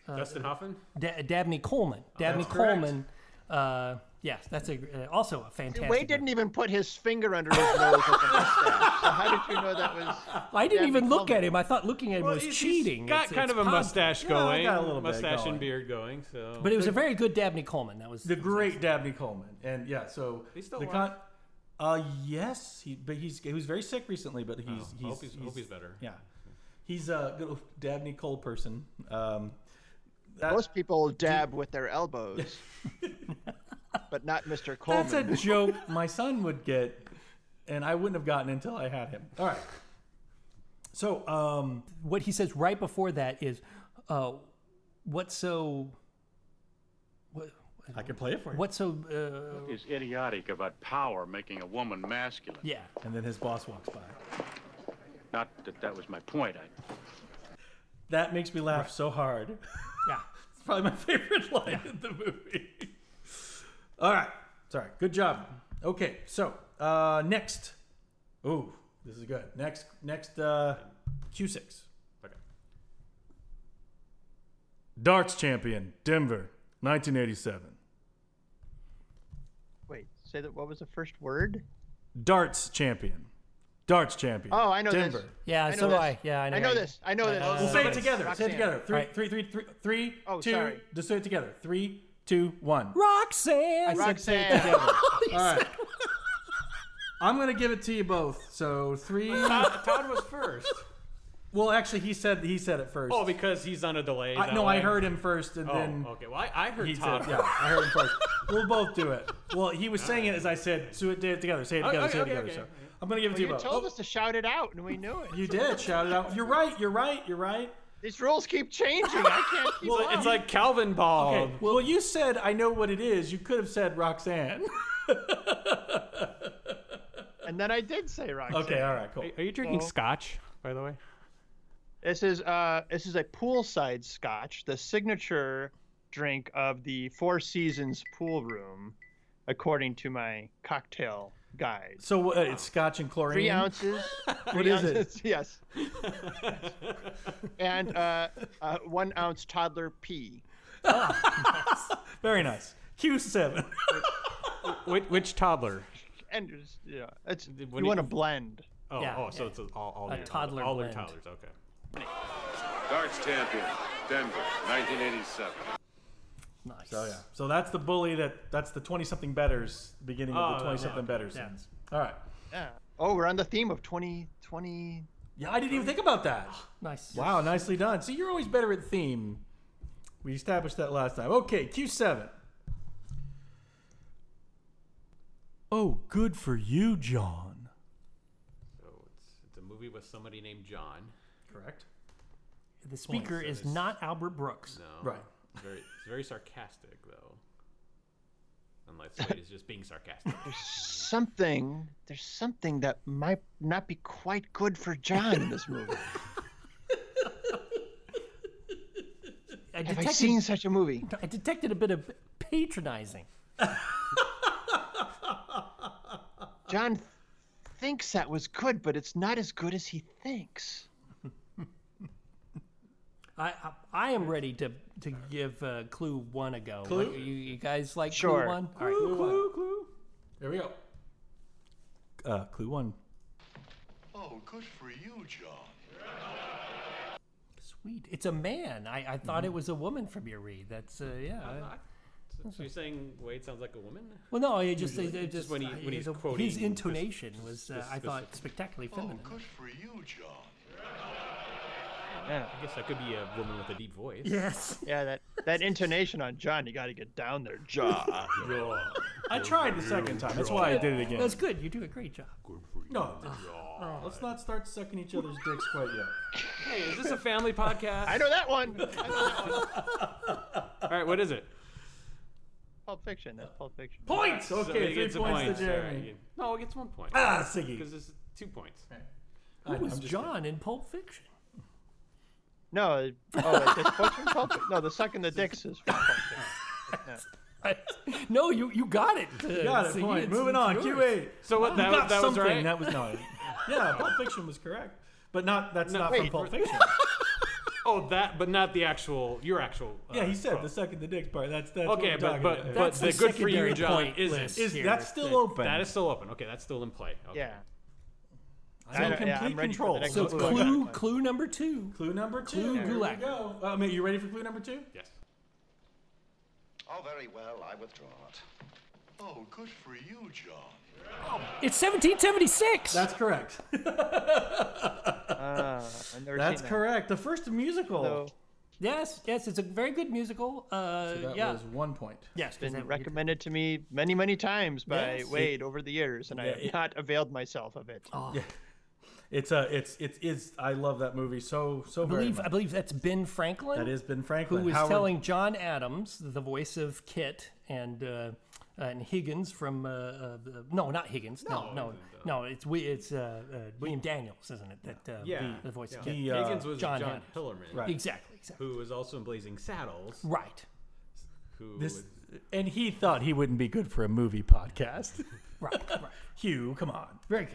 Speaker 5: uh,
Speaker 7: Dustin Hoffman.
Speaker 5: Da- Dabney Coleman. Dabney
Speaker 7: Oh, that's correct.
Speaker 5: Coleman. Uh, yes, that's a, uh, also a fantastic.
Speaker 6: Wade didn't even put his finger under his nose with the mustache. So how did you know that was?
Speaker 5: I didn't
Speaker 6: Dabney
Speaker 5: even look
Speaker 6: Coleman?
Speaker 5: at him. I thought looking at him was cheating.
Speaker 7: Got
Speaker 5: It's-
Speaker 7: kind
Speaker 5: it's
Speaker 7: of a
Speaker 5: pub-
Speaker 7: mustache going,
Speaker 4: got a little bit
Speaker 7: mustache
Speaker 4: going.
Speaker 7: and beard going. So,
Speaker 5: But it was a very good Dabney Coleman. That was
Speaker 4: the great Dabney Coleman, and yeah, so
Speaker 7: He's still
Speaker 4: the
Speaker 7: alive?
Speaker 4: Uh, yes, he but he's he was very sick recently, but he's he's,
Speaker 7: Oh, hope he's- hope he's better.
Speaker 4: Yeah, he's a good old Dabney Cole person. Um, <laughs> that-
Speaker 6: Most people dab with
Speaker 4: <laughs>
Speaker 6: their elbows, but not Mr. Coleman.
Speaker 4: That's a
Speaker 6: <laughs>
Speaker 4: joke my son would get, and I wouldn't have gotten until I had him. All right. So, um,
Speaker 5: what he says right before that is, uh, "What's so? What,
Speaker 4: I can play it for you.
Speaker 5: what's so? Uh,
Speaker 15: is idiotic about power making a woman masculine.
Speaker 5: yeah."
Speaker 4: And then his boss walks by.
Speaker 15: Not that that was my point. I,
Speaker 4: That makes me laugh so hard.
Speaker 5: Yeah.
Speaker 4: it's probably my <laughs> favorite line in the movie. <laughs> All right. Sorry. Good job. Okay. So, uh, next. Ooh, this is good. Next, next, uh, Q6.
Speaker 7: Okay.
Speaker 4: Darts champion, Denver, 1987.
Speaker 6: Wait, say that. What was the first word?
Speaker 4: Darts champion. Darts champion.
Speaker 6: Oh, I know this.
Speaker 4: Denver.
Speaker 5: Yeah,
Speaker 6: I know
Speaker 5: so do
Speaker 6: this.
Speaker 5: I. Yeah, I know.
Speaker 6: I know this. I know this.
Speaker 4: we'll say it together. Say it
Speaker 6: Roxanne.
Speaker 4: together. Three,
Speaker 6: Right.
Speaker 4: three, three, three, three,
Speaker 6: Oh,
Speaker 4: two-
Speaker 6: sorry.
Speaker 4: Just say it together. Three, two, one.
Speaker 5: Roxanne.
Speaker 4: I said say it together.
Speaker 6: <laughs>
Speaker 4: All right. I'm gonna give it to you both. So three.
Speaker 7: Todd, Todd was first.
Speaker 4: Well, actually, he said he said it first.
Speaker 7: <laughs> Oh, because he's on a delay. is
Speaker 4: I,
Speaker 7: that
Speaker 4: no, I
Speaker 7: why?
Speaker 4: heard him first, and
Speaker 7: Oh,
Speaker 4: then
Speaker 7: okay. Well, I, I heard
Speaker 4: he
Speaker 7: Todd.
Speaker 4: said, yeah, I heard him first. We'll both do it. Well, he was saying it as I said, so it did it together. Say it
Speaker 6: Okay,
Speaker 4: together. say it
Speaker 6: okay,
Speaker 4: together.
Speaker 6: okay,
Speaker 4: So
Speaker 6: okay.
Speaker 4: I'm gonna give it
Speaker 6: Well,
Speaker 4: to you
Speaker 6: you
Speaker 4: both. Oh,
Speaker 6: told us to shout it out, and we knew
Speaker 4: <laughs>
Speaker 6: it.
Speaker 4: You did shout it out. You're right. You're right. You're right.
Speaker 6: These rules keep changing. I can't keep
Speaker 4: Well,
Speaker 6: up.
Speaker 4: it's like
Speaker 7: Calvin Ball.
Speaker 4: Okay. Well, you said I know what it is. You could have said Roxanne.
Speaker 6: and then I did say Roxanne.
Speaker 4: Okay. All right. Cool.
Speaker 7: Are you drinking
Speaker 6: So-
Speaker 7: scotch, by the way?
Speaker 6: This is uh this is a poolside scotch, the signature drink of the Four Seasons pool room, according to my cocktail guide.
Speaker 4: So uh, it's scotch and chlorine.
Speaker 6: Three <laughs> ounces.
Speaker 4: What is it?
Speaker 6: it? <laughs> Yes. and uh, uh, one ounce toddler pee.
Speaker 4: Very nice. Q7.
Speaker 7: which, which toddler?
Speaker 6: And it's- yeah, it's, you
Speaker 7: When you-
Speaker 6: want to blend.
Speaker 7: Oh, oh, so it's all, all
Speaker 6: A
Speaker 7: your-
Speaker 6: toddler
Speaker 7: all your
Speaker 6: blend.
Speaker 7: toddlers. Okay.
Speaker 15: Darts champion, Denver, 1987.
Speaker 5: Nice.
Speaker 4: So yeah. So that's the bully that that's the twenty something betters beginning
Speaker 6: Oh,
Speaker 4: of
Speaker 6: yeah,
Speaker 4: the twenty something
Speaker 6: okay,
Speaker 4: betters.
Speaker 6: yeah.
Speaker 4: scenes. All right.
Speaker 6: Yeah. Oh, we're on the theme of 2020.
Speaker 4: Yeah, I didn't even think about that.
Speaker 5: Nice.
Speaker 4: Wow, Oh, nicely done. See, you're always better at theme. We established that last time. Okay, Q7. Oh, good for you, John.
Speaker 7: So it's, it's a movie with somebody named John.
Speaker 4: Correct.
Speaker 5: The speaker
Speaker 7: So
Speaker 5: is
Speaker 7: this-
Speaker 5: not Albert Brooks.
Speaker 7: No.
Speaker 4: Right.
Speaker 6: Uh-huh.
Speaker 7: It's very, it's very sarcastic, though. Unless Wade is just being sarcastic.
Speaker 6: Something. There's something that might not be quite good for John in <laughs> this movie.
Speaker 5: I
Speaker 6: Have I seen such a movie?
Speaker 5: I detected a bit of patronizing.
Speaker 6: John thinks that was good, but it's not as good as he thinks.
Speaker 5: I, I I am ready to to give uh, Clue one a go.
Speaker 4: Clue?
Speaker 5: Like, you, you guys like
Speaker 4: Sure.
Speaker 5: Clue one? All
Speaker 4: Clue,
Speaker 5: Clue one.
Speaker 4: clue. Here we go. Uh, clue one.
Speaker 16: Oh, good for you, John.
Speaker 5: Sweet. It's a man. I, I
Speaker 4: Mm-hmm.
Speaker 5: thought it was a woman from your read. That's uh, yeah. I-
Speaker 7: so you're saying Wade sounds like a woman?
Speaker 5: Well, no, it just,
Speaker 7: Usually.
Speaker 5: it- it just
Speaker 7: when, he,
Speaker 5: I-
Speaker 7: when he's
Speaker 5: his,
Speaker 7: quoting.
Speaker 5: his intonation was uh,
Speaker 7: this
Speaker 5: I thought
Speaker 7: specific-
Speaker 5: spectacularly
Speaker 4: Oh,
Speaker 5: feminine. <laughs>
Speaker 16: Good for you, John.
Speaker 6: Yeah.
Speaker 7: I guess that could be a woman with a deep voice.
Speaker 6: Yeah, that, that intonation on John, you got to get down there. John.
Speaker 4: I tried the second time. That's why I did it again.
Speaker 5: That's good. You do a great job.
Speaker 4: No, no, let's not start sucking each other's dicks quite yet.
Speaker 7: Hey, is this a family
Speaker 6: <laughs>
Speaker 7: podcast?
Speaker 6: I know that one. I know that one.
Speaker 7: All right, what is it?
Speaker 6: Pulp Fiction. That's Pulp Fiction.
Speaker 4: Points!
Speaker 7: So
Speaker 4: Okay,
Speaker 7: he
Speaker 4: three
Speaker 7: gets a
Speaker 4: points
Speaker 7: point,
Speaker 4: to
Speaker 7: all right,
Speaker 4: Jeremy.
Speaker 7: you- No, it gets one point.
Speaker 4: Ah, Siggy.
Speaker 7: Because it's two points.
Speaker 5: Who
Speaker 4: I know,
Speaker 5: was
Speaker 4: I'm just
Speaker 5: John in Pulp Fiction? <laughs>
Speaker 4: <laughs>
Speaker 6: No, oh, it's Pulp Fiction, Pulp Fiction? No, the sucking the dicks is from Pulp Fiction. No.
Speaker 5: no, you you got it.
Speaker 4: <laughs>
Speaker 5: uh,
Speaker 4: You got it.
Speaker 5: Siggy.
Speaker 4: Point.
Speaker 5: It's-
Speaker 4: Moving
Speaker 5: it's
Speaker 4: on.
Speaker 5: yours.
Speaker 4: Q eight.
Speaker 7: So what,
Speaker 4: We
Speaker 7: that-
Speaker 4: got
Speaker 7: that was
Speaker 4: something.
Speaker 7: right?
Speaker 4: That was no. <laughs> Yeah, Pulp Fiction was correct, but not. That's not from
Speaker 7: wait,
Speaker 4: Pulp
Speaker 7: for-
Speaker 4: Fiction.
Speaker 7: <laughs> Oh, that, but not the actual, your actual. uh,
Speaker 4: yeah, he said
Speaker 7: quote.
Speaker 4: the second the dick part. That's that's.
Speaker 7: Okay,
Speaker 4: what we're
Speaker 7: but but,
Speaker 4: talking
Speaker 7: but
Speaker 4: about.
Speaker 7: the, good for you, John, is
Speaker 4: is that's still open?
Speaker 7: That is still open. Okay, that's still in play. Okay.
Speaker 6: Yeah.
Speaker 4: So
Speaker 6: I- yeah,
Speaker 4: complete
Speaker 6: I'm ready for the
Speaker 4: control.
Speaker 6: next
Speaker 4: So
Speaker 6: one.
Speaker 5: clue clue number two.
Speaker 4: clue number two.
Speaker 5: Clue
Speaker 4: Here we
Speaker 5: Gulak.
Speaker 4: go. Uh, I mean, you ready for clue number two?
Speaker 7: Yes.
Speaker 16: Oh, very well. I withdraw it. Oh, good for you, John.
Speaker 5: It's 1776.
Speaker 4: That's correct. <laughs>
Speaker 6: Ah, I've never
Speaker 4: That's
Speaker 6: seen that.
Speaker 4: correct. The first musical.
Speaker 6: So,
Speaker 5: Yes, yes, it's a very good musical. Uh,
Speaker 4: So that
Speaker 5: yeah.
Speaker 4: was one point.
Speaker 5: yes, 'cause
Speaker 6: been
Speaker 5: that-
Speaker 6: recommended to me many, many times by
Speaker 4: Yes.
Speaker 6: Wade over the years, and I
Speaker 4: Yeah, Oh,
Speaker 6: have
Speaker 4: it-
Speaker 6: not availed myself of it.
Speaker 4: Yeah. It's a it's it's is I love that movie so so
Speaker 5: I
Speaker 4: very
Speaker 5: believe
Speaker 4: much.
Speaker 5: I believe that's Ben Franklin.
Speaker 4: That is Ben Franklin
Speaker 5: who was
Speaker 4: Howard-
Speaker 5: telling John Adams, the voice of Kit and uh, and Higgins from uh, uh, the- no, not Higgins. No, no, no. it's we. it's uh, uh, William Daniels, isn't it? That uh,
Speaker 7: Yeah.
Speaker 5: the, the voice of
Speaker 7: yeah.
Speaker 5: Kit.
Speaker 7: Higgins was John,
Speaker 5: Adams.
Speaker 7: Hillerman,
Speaker 4: Right.
Speaker 5: Exactly, exactly.
Speaker 7: who was also in Blazing Saddles.
Speaker 5: Right,
Speaker 7: Who
Speaker 4: This
Speaker 7: was-
Speaker 4: and he thought he wouldn't be good for a movie podcast.
Speaker 5: <laughs> right, right.
Speaker 4: Hugh, come on.
Speaker 5: Very good.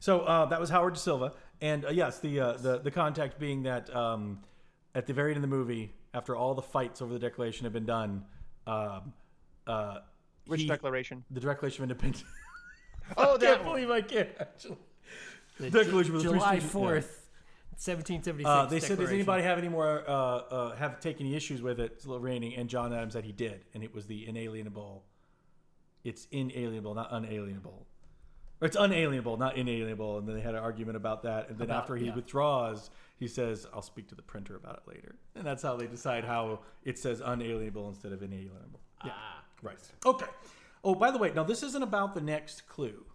Speaker 4: So uh, that was Howard De Silva, and uh, yes, the uh, the the contact being that um, at the very end of the movie, after all the fights over the Declaration have been done, um, uh,
Speaker 6: Which Declaration?
Speaker 4: The Declaration of Independence. <laughs>
Speaker 6: Oh,
Speaker 4: I
Speaker 6: that
Speaker 4: can't
Speaker 6: one.
Speaker 4: believe I can't actually.
Speaker 5: The
Speaker 4: Declaration
Speaker 5: Ju-
Speaker 4: was
Speaker 5: July
Speaker 4: 366.
Speaker 5: fourth, seventeen seventy six.
Speaker 4: Uh, they said, "Does anybody have any more? Uh, uh, have taken any issues with it?" It's a little raining, and John Adams said he did, and it was the inalienable. It's inalienable, not unalienable. Or it's unalienable, not inalienable. And then they had an argument about that. And then
Speaker 5: About-
Speaker 4: after he
Speaker 5: yeah.
Speaker 4: withdraws, he says, "I'll speak to the printer about it later." And that's how they decide how it says unalienable instead of inalienable. Yeah,
Speaker 7: ah.
Speaker 4: right. Okay. Oh, by the way, now this isn't about the next clue.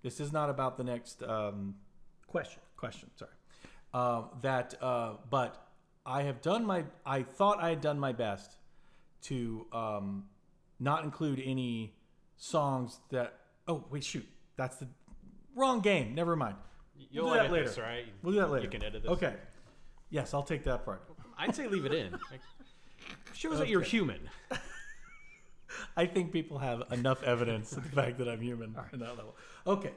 Speaker 4: This is not about the next um, question. Question, sorry. Um, that, uh, but I have done my. I thought I had done my best to um, not include any songs that. Oh wait, shoot, that's the wrong game. Never mind.
Speaker 7: You'll
Speaker 4: we'll do that
Speaker 7: edit
Speaker 4: later,
Speaker 7: this, right?
Speaker 4: We'll do that
Speaker 7: You
Speaker 4: later.
Speaker 7: can edit this.
Speaker 4: Okay. Yes, I'll take that part.
Speaker 7: <laughs> I'd say leave it in. <laughs> Like, shows that you're
Speaker 4: Okay.
Speaker 7: human.
Speaker 4: I think people have enough evidence of the fact that I'm human <laughs> in that level. Okay.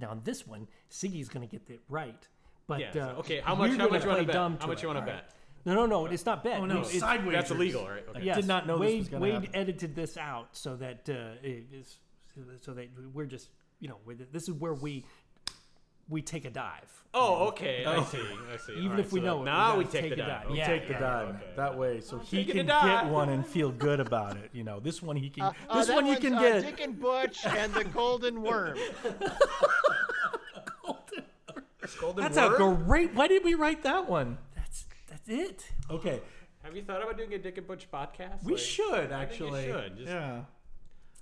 Speaker 5: Now on this one, Siggy's going to get it right. But
Speaker 7: Yeah, so,
Speaker 5: uh,
Speaker 7: okay, how much-
Speaker 5: we're
Speaker 7: how
Speaker 5: gonna
Speaker 7: much you wanna
Speaker 5: play
Speaker 7: bet?
Speaker 5: dumb
Speaker 7: How
Speaker 5: to
Speaker 7: much you
Speaker 5: it,
Speaker 7: wanna
Speaker 5: all right?
Speaker 7: bet?
Speaker 5: No, no, no. It's not bet.
Speaker 4: Oh, no,
Speaker 5: It's-
Speaker 4: side That's wagers. illegal, right? Okay. I did not know this
Speaker 5: Wade,
Speaker 4: was gonna
Speaker 5: Wade
Speaker 4: happen.
Speaker 5: edited this out so that uh, it is, so that we're just you know we're, this is where we we take a dive.
Speaker 7: Oh, <laughs> okay. I
Speaker 5: Oh.
Speaker 7: see. I see.
Speaker 5: Even
Speaker 7: All right,
Speaker 5: if we
Speaker 7: so
Speaker 5: know it,
Speaker 7: now
Speaker 5: we
Speaker 7: we
Speaker 5: gotta
Speaker 7: take the
Speaker 5: take a
Speaker 7: dive.
Speaker 5: dive. Yeah,
Speaker 4: take the
Speaker 5: yeah,
Speaker 4: dime that way, so he
Speaker 7: taking
Speaker 4: can
Speaker 7: the dime.
Speaker 4: get one and feel good about it. You know, this one he can.
Speaker 6: Uh, uh,
Speaker 4: this
Speaker 6: that
Speaker 4: one you
Speaker 6: one's,
Speaker 4: can
Speaker 6: uh,
Speaker 4: get.
Speaker 6: Dick and Butch and the Golden Worm.
Speaker 4: That's a great. Why did we write that one?
Speaker 5: That's that's it.
Speaker 4: Okay,
Speaker 7: Have you thought about doing a Dick and Butch podcast?
Speaker 4: we
Speaker 7: Like, I think
Speaker 4: should
Speaker 7: you
Speaker 4: actually.
Speaker 7: should. Just-
Speaker 4: yeah.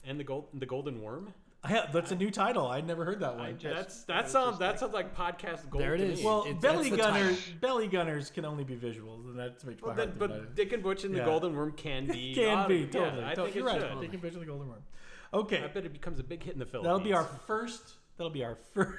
Speaker 7: And the gold, the golden worm.
Speaker 4: I have, that's a new title. I'd never heard that one.
Speaker 7: That's that sounds that sounds like podcast gold. to me.
Speaker 4: Well, belly gunners, belly gunners can only be visuals, and that's makes my
Speaker 7: Well,
Speaker 4: heart beat
Speaker 7: then- but
Speaker 4: faster.
Speaker 7: Dick and Butch and the
Speaker 4: Yeah.
Speaker 7: Golden Worm can
Speaker 4: <laughs>
Speaker 7: be
Speaker 4: Can
Speaker 7: audio-
Speaker 4: be,
Speaker 7: yeah,
Speaker 4: totally.
Speaker 7: I
Speaker 4: Totally.
Speaker 7: think
Speaker 4: You're
Speaker 7: it
Speaker 4: right.
Speaker 7: should.
Speaker 4: Dick and Butch and the Golden Worm. Okay.
Speaker 7: I bet it becomes a big hit in the Philippines.
Speaker 4: That'll be our first. That'll
Speaker 7: <laughs>
Speaker 4: be our first.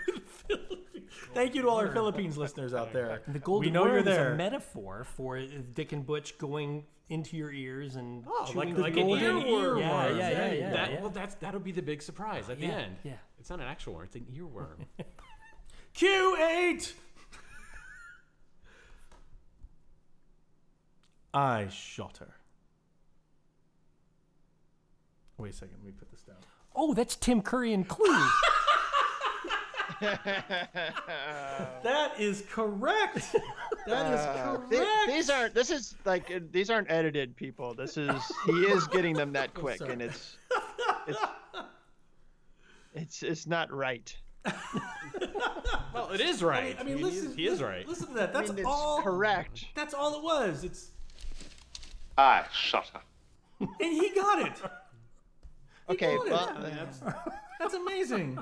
Speaker 4: Thank you to all our Philippines listeners out there.
Speaker 5: The golden
Speaker 4: we know
Speaker 5: worm
Speaker 4: you're
Speaker 5: is
Speaker 4: there.
Speaker 5: a metaphor for uh, Dick and Butch going into your ears and
Speaker 7: Oh,
Speaker 5: chewing
Speaker 7: like,
Speaker 5: the
Speaker 7: like an
Speaker 5: golden
Speaker 7: earworm.
Speaker 5: Yeah, yeah, yeah,
Speaker 7: That-
Speaker 5: yeah,
Speaker 7: that-
Speaker 5: yeah.
Speaker 7: Well, that's that'll be the big surprise at
Speaker 5: Yeah,
Speaker 7: the end.
Speaker 5: yeah.
Speaker 7: it's not an actual worm; it's an
Speaker 4: <laughs>
Speaker 7: earworm.
Speaker 4: Q
Speaker 5: <laughs>
Speaker 4: eight. I shot her. Wait a second. Let me put this down.
Speaker 5: Oh, that's Tim Curry and Clue.
Speaker 4: That is correct. <laughs> That is
Speaker 6: Uh,
Speaker 4: correct.
Speaker 6: thi- these aren't. This is like uh, these aren't edited people. This is he is getting
Speaker 4: <laughs>
Speaker 6: them that quick,
Speaker 4: sorry.
Speaker 6: and it's it's it's it's not right.
Speaker 7: <laughs> well, it is right.
Speaker 4: I mean,
Speaker 7: he
Speaker 4: listen.
Speaker 7: is, he is
Speaker 4: listen-
Speaker 7: right.
Speaker 4: Listen to that.
Speaker 6: I
Speaker 4: That's
Speaker 6: mean, it's
Speaker 4: all
Speaker 6: correct.
Speaker 4: That's all it was. It's
Speaker 16: I shot her.
Speaker 4: and he got it. He
Speaker 6: Okay,
Speaker 4: got it.
Speaker 6: well, that's-
Speaker 4: that's
Speaker 7: <laughs>
Speaker 4: amazing.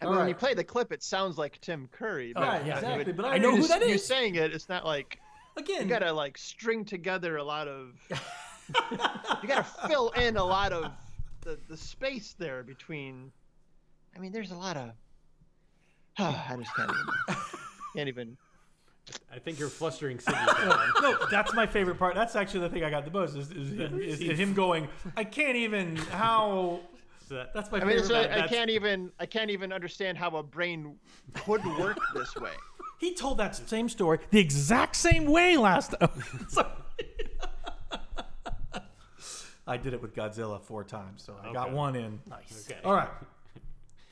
Speaker 6: I mean, when you
Speaker 4: Alright.
Speaker 6: play the clip, it sounds like Tim Curry. But
Speaker 4: Right,
Speaker 6: when you
Speaker 4: Oh, exactly,
Speaker 6: would-
Speaker 4: but I
Speaker 6: when
Speaker 4: know
Speaker 6: you're
Speaker 4: who
Speaker 6: s-
Speaker 4: that
Speaker 6: You're
Speaker 4: is.
Speaker 6: saying it. It's not like
Speaker 4: Again,
Speaker 6: you gotta like string together a
Speaker 4: <laughs>
Speaker 6: lot of. you gotta fill in a lot of the the space there between. I mean, there's a lot of. <sighs> I just can't even. Can't even.
Speaker 7: I think you're flustering Sydney. Brown.
Speaker 4: <laughs> no, that's my favorite part. That's actually the thing I got the most is, is, him, is him going, I can't even, how.
Speaker 7: So that-
Speaker 4: That's my
Speaker 6: I mean,
Speaker 4: favorite
Speaker 6: so
Speaker 4: part.
Speaker 6: I
Speaker 4: That's-
Speaker 6: can't even. I can't even understand how a brain could work this way.
Speaker 4: He told that same story the exact same way last <laughs> time. Sorry. I did it with Godzilla four times, so I got
Speaker 7: Okay.
Speaker 4: one in.
Speaker 5: Nice.
Speaker 7: Okay.
Speaker 4: All right.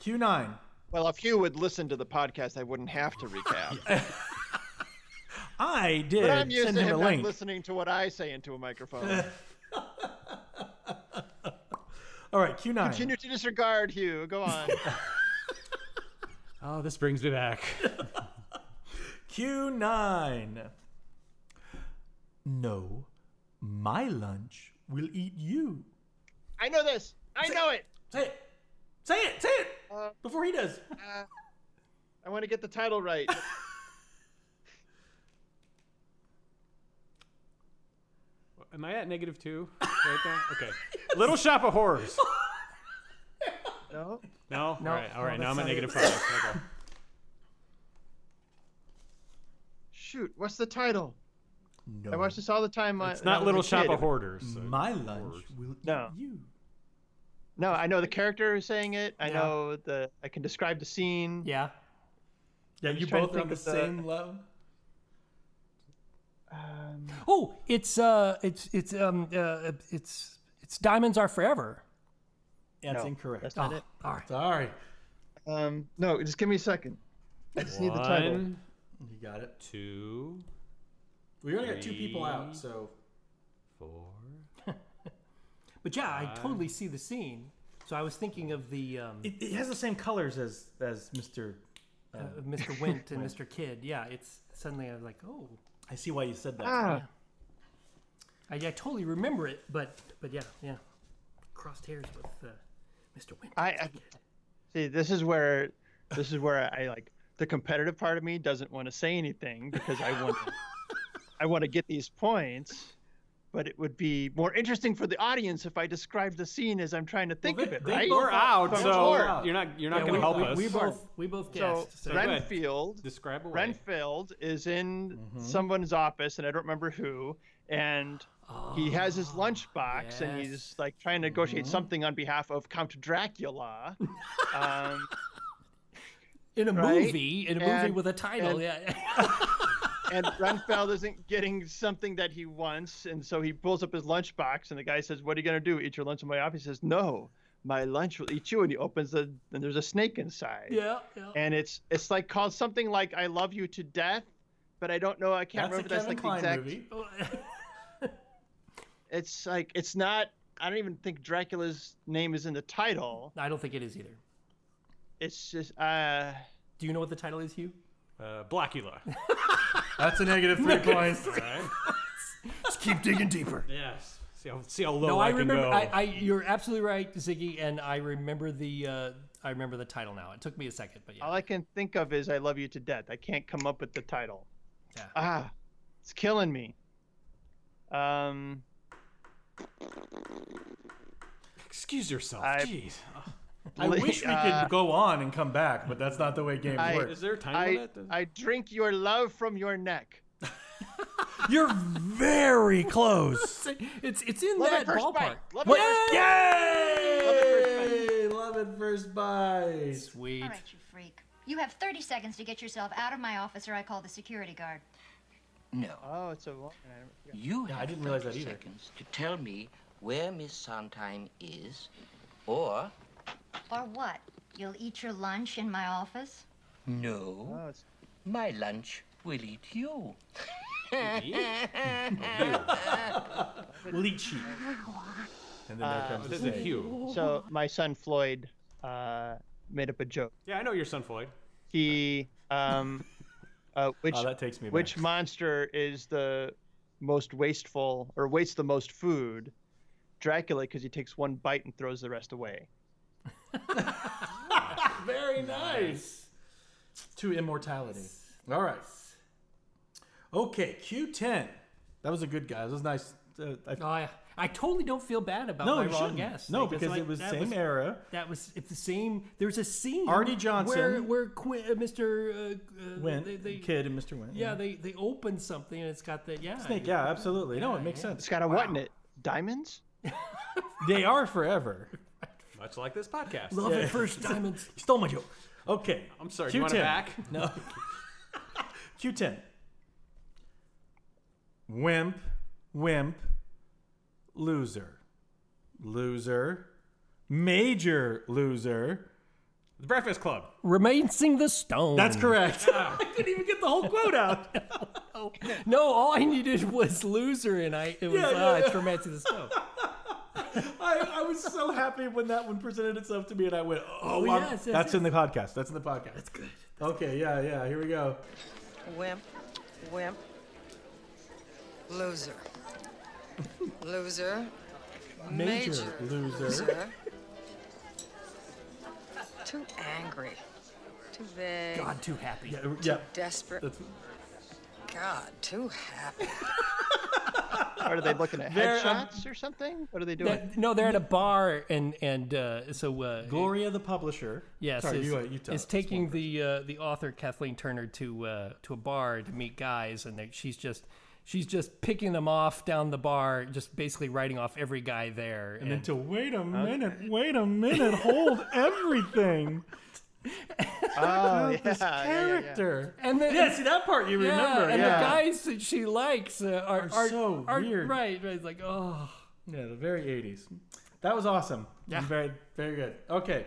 Speaker 4: Q9.
Speaker 6: Well, if you would listen to the podcast, I wouldn't have to recap.
Speaker 4: I did
Speaker 6: But I'm used
Speaker 4: send
Speaker 6: to
Speaker 4: him
Speaker 6: him
Speaker 4: a
Speaker 6: not
Speaker 4: link.
Speaker 6: listening to what I say into a microphone.
Speaker 4: All right, Q9.
Speaker 6: Continue to disregard Hugh. Go on.
Speaker 7: <laughs> Oh, this brings
Speaker 4: <laughs>
Speaker 7: me back.
Speaker 4: Q9. No, my lunch will eat you.
Speaker 6: I know this. I know it.
Speaker 4: Say it. Say it. Say it. Before he does.
Speaker 6: Uh, I want to get the title right.
Speaker 7: Am I at negative two right now? Okay. Little Shop of Horrors.
Speaker 6: No.
Speaker 7: No.
Speaker 5: No,
Speaker 7: all right. All
Speaker 5: no,
Speaker 7: right. now
Speaker 5: that's
Speaker 7: I'm at
Speaker 5: not
Speaker 7: negative
Speaker 5: it.
Speaker 4: <laughs>
Speaker 7: five. Okay.
Speaker 6: Shoot, what's the title?
Speaker 4: No.
Speaker 6: I watch this all the time. uh,
Speaker 7: It's
Speaker 6: when I
Speaker 7: not
Speaker 6: was
Speaker 7: Little
Speaker 6: a
Speaker 7: Shop
Speaker 6: kid.
Speaker 7: of Hoarders. so-
Speaker 4: My lunch will eat
Speaker 6: No.
Speaker 4: you.
Speaker 6: No, I know the character who's saying it. I
Speaker 5: Yeah.
Speaker 6: know the. I can describe the scene.
Speaker 5: yeah.
Speaker 4: Yeah, you
Speaker 6: trying to
Speaker 4: both are on
Speaker 6: think
Speaker 4: the
Speaker 6: of the-
Speaker 4: same level.
Speaker 5: oh, it's uh, it's it's um, uh, it's it's diamonds are forever.
Speaker 4: That's
Speaker 6: No,
Speaker 4: incorrect.
Speaker 6: That's not
Speaker 5: Oh,
Speaker 6: it.
Speaker 5: All right.
Speaker 4: Sorry.
Speaker 6: Um, no, just give me a second. I just need the title.
Speaker 7: One,
Speaker 4: You got it.
Speaker 7: Two.
Speaker 4: We already got two people out,
Speaker 7: three,
Speaker 4: so.
Speaker 7: Four.
Speaker 5: But yeah, I
Speaker 4: Five.
Speaker 5: totally see the scene. So I was thinking of the um,
Speaker 4: It, it has the same colors as as Mr.
Speaker 5: uh, Mr. Wint and Mr. Kidd. Yeah, it's suddenly I was like, oh,
Speaker 4: I see why you said that.
Speaker 5: Ah. I, I totally remember it, but but yeah, yeah, crossed hairs with uh, Mr. Wint.
Speaker 6: I, I see. This is where, this is where I like the competitive part of me doesn't want to say anything because I want, I want to get these points. But it would be more interesting for the audience if I described the scene as I'm trying to think of it.
Speaker 7: they
Speaker 6: right?
Speaker 7: both We're out,
Speaker 6: I'm
Speaker 7: so
Speaker 6: bored.
Speaker 7: you're not- you're not Yeah, gonna we- help we- us. we
Speaker 5: both- we both guessed,
Speaker 6: So,
Speaker 5: so- Go ahead.
Speaker 6: Renfield.
Speaker 7: Describe away.
Speaker 6: Renfield is in someone's office, and I don't remember who, and he has his lunchbox, and he's like trying to negotiate something on behalf of Count Dracula. um,
Speaker 5: in a
Speaker 6: right?
Speaker 5: movie, in a movie
Speaker 6: And-
Speaker 5: with a title,
Speaker 6: and-
Speaker 5: yeah.
Speaker 6: and Renfeld isn't getting something that he wants, and so he pulls up his lunchbox, and the guy says, "What are you gonna do? Eat your lunch in my office?" He says, "No, my lunch will eat you." And he opens the, and there's a snake inside.
Speaker 5: Yeah, <laughs> yeah.
Speaker 6: And it's it's like called something like "I love you to death," but I don't know. I can't remember. if that's like the exact. It's like it's not. I don't even think Dracula's name is in the title.
Speaker 5: <laughs> I don't think it is either.
Speaker 6: It's just. uh
Speaker 5: Do you know what the title is, Hugh?
Speaker 7: Uh, Blackula.
Speaker 4: That's a negative three points.
Speaker 5: Just keep digging deeper.
Speaker 7: <laughs> Yes. See how, see how low
Speaker 5: no, Oh,
Speaker 7: I,
Speaker 5: I, remember.
Speaker 7: can go.
Speaker 5: I, I, you're absolutely right, Ziggy, and I remember the. Uh, I remember the title now. It took me a second, but yeah.
Speaker 6: All I can think of is "I love you to death." I can't come up with the title.
Speaker 5: Yeah.
Speaker 6: Ah, it's killing me. Um,
Speaker 7: Excuse yourself.
Speaker 6: I-
Speaker 7: Jeez.
Speaker 4: I wish we
Speaker 6: Uh,
Speaker 4: could go on and come back, but that's not the way games
Speaker 6: I,
Speaker 4: work.
Speaker 6: I, I drink your love from your neck.
Speaker 4: You're very close.
Speaker 5: it's it's in
Speaker 6: Love
Speaker 5: that
Speaker 6: at first
Speaker 5: ballpark.
Speaker 6: bite. Love
Speaker 5: What-
Speaker 6: at first
Speaker 4: Yay! Love it first bite.
Speaker 5: Sweet.
Speaker 13: All right, you freak. You have 30 seconds to get yourself out of my office or I call the security guard.
Speaker 17: No,
Speaker 6: Oh, it's a long.
Speaker 17: you have
Speaker 4: I didn't realize that
Speaker 17: 30
Speaker 4: either.
Speaker 17: seconds to tell me where Miss Sondheim is, or
Speaker 13: Or what? You'll eat your lunch in my office?
Speaker 17: no, my lunch will eat you.
Speaker 4: Lychee. And
Speaker 17: then there comes
Speaker 7: Uh, this is a Hugh.
Speaker 6: So my son Floyd uh, made up a joke.
Speaker 7: Yeah, I know your son Floyd.
Speaker 6: He, um, <laughs> uh, which
Speaker 7: Oh, that takes me back.
Speaker 6: which monster is the most wasteful or wastes the most food? Dracula, because he takes one bite and throws the rest away.
Speaker 4: Very nice. To immortality. All right. Okay, Q10. That was a good guy. That was nice. Uh, I,
Speaker 5: Oh, yeah. I totally don't feel bad about
Speaker 4: No,
Speaker 5: my
Speaker 4: you
Speaker 5: wrong
Speaker 4: shouldn't.
Speaker 5: guess.
Speaker 4: No, because
Speaker 5: like,
Speaker 4: it was
Speaker 5: that
Speaker 4: same era.
Speaker 5: That was it's the same. There's a scene.
Speaker 4: Artie Johnson.
Speaker 5: where where Qu- uh, Mr. Uh, uh,
Speaker 4: Went,
Speaker 5: they, they,
Speaker 4: Kid and Mr. Went.
Speaker 5: Yeah, they they open something and it's got the yeah
Speaker 4: Snake, yeah, absolutely. No, it makes sense.
Speaker 6: It's got a what in it? Diamonds?
Speaker 4: They are forever.
Speaker 7: Much like this podcast.
Speaker 4: Love at first
Speaker 5: <laughs>
Speaker 4: diamonds. You stole my joke. Okay.
Speaker 7: I'm sorry, do you want it back?
Speaker 4: No. Q10. Wimp, wimp, loser, loser, major loser.
Speaker 7: The Breakfast Club.
Speaker 5: Remaining the stone.
Speaker 4: That's
Speaker 7: <laughs>
Speaker 4: correct. I didn't even get the whole quote out.
Speaker 5: <laughs> No, all I needed was loser, and I it was
Speaker 4: Yeah,
Speaker 5: yeah,
Speaker 4: yeah,
Speaker 5: it's
Speaker 4: yeah.
Speaker 5: romancing
Speaker 4: <laughs>
Speaker 5: the stone.
Speaker 4: I, I was so happy when that one presented itself to me, and I went, "Oh,
Speaker 5: Oh,
Speaker 4: I'm-
Speaker 5: yes, yes,
Speaker 4: that's
Speaker 5: yes.
Speaker 4: in the podcast. That's in the podcast. That's
Speaker 5: good."
Speaker 4: Okay, yeah, yeah. Here we go.
Speaker 18: Wimp, wimp, loser, loser,
Speaker 4: Major
Speaker 18: major,
Speaker 4: loser.
Speaker 18: too angry, too vague,
Speaker 5: God, too happy.
Speaker 4: Yeah,
Speaker 18: too
Speaker 4: yeah.
Speaker 18: desperate.
Speaker 4: That's-
Speaker 18: God, too happy.
Speaker 6: Are <laughs> they looking at
Speaker 5: They're, um,
Speaker 6: headshots or something? What are they doing?
Speaker 5: That- no, they're at a bar, and and uh, so uh,
Speaker 4: Gloria, the publisher.
Speaker 5: Yes,
Speaker 4: Sorry,
Speaker 5: is,
Speaker 4: you, uh, you tell
Speaker 5: is
Speaker 4: us.
Speaker 5: taking the uh, the author Kathleen Turner to uh, to a bar to meet guys, and they, she's just she's just picking them off down the bar, just basically writing off every guy there.
Speaker 4: And then to wait a minute, wait a minute, hold everything.
Speaker 6: Oh,
Speaker 5: of this
Speaker 6: yeah, yeah, yeah, yeah.
Speaker 5: character. And then,
Speaker 4: Yeah, see, that part you
Speaker 5: Yeah,
Speaker 4: remember,
Speaker 5: And
Speaker 4: yeah.
Speaker 5: the guys that she likes uh, are,
Speaker 4: Are so weird.
Speaker 5: Right, right. It's like, oh.
Speaker 4: Yeah, the very 80s. That was awesome.
Speaker 5: Yeah.
Speaker 4: Very, very good. Okay.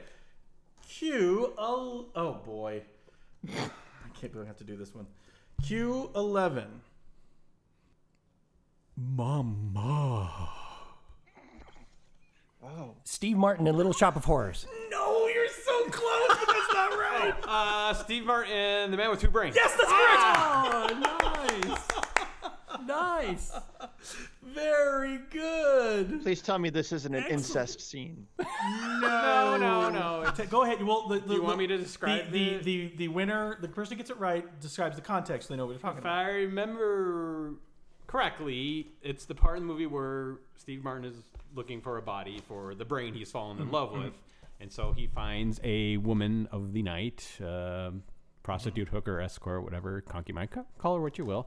Speaker 4: Q. el- Oh, boy. I can't believe I have to do this one. Q11. Mama.
Speaker 5: Oh. Steve Martin in Little Shop of Horrors.
Speaker 4: No, you're so close, but that's
Speaker 7: <laughs>
Speaker 4: not right.
Speaker 7: Oh, Uh, Steve Martin, the man with two brains. Ah,
Speaker 4: Yes, that's
Speaker 5: nice. nice.
Speaker 4: Very good.
Speaker 6: Please tell me this isn't an incest scene.
Speaker 7: No, no, no.
Speaker 4: Ta- Go ahead. Well, the, the,
Speaker 7: you want
Speaker 4: the-
Speaker 7: me to describe
Speaker 4: the
Speaker 7: it?
Speaker 4: the, the the winner? The person who gets it right describes the context. So they know what we're talking
Speaker 7: If
Speaker 4: about.
Speaker 7: I remember correctly, it's the part in the movie where Steve Martin is looking for a body for the brain he's fallen in love with. And so he finds a woman of the night, um prostitute, hooker, escort, whatever, concubine, ca- call her what you will.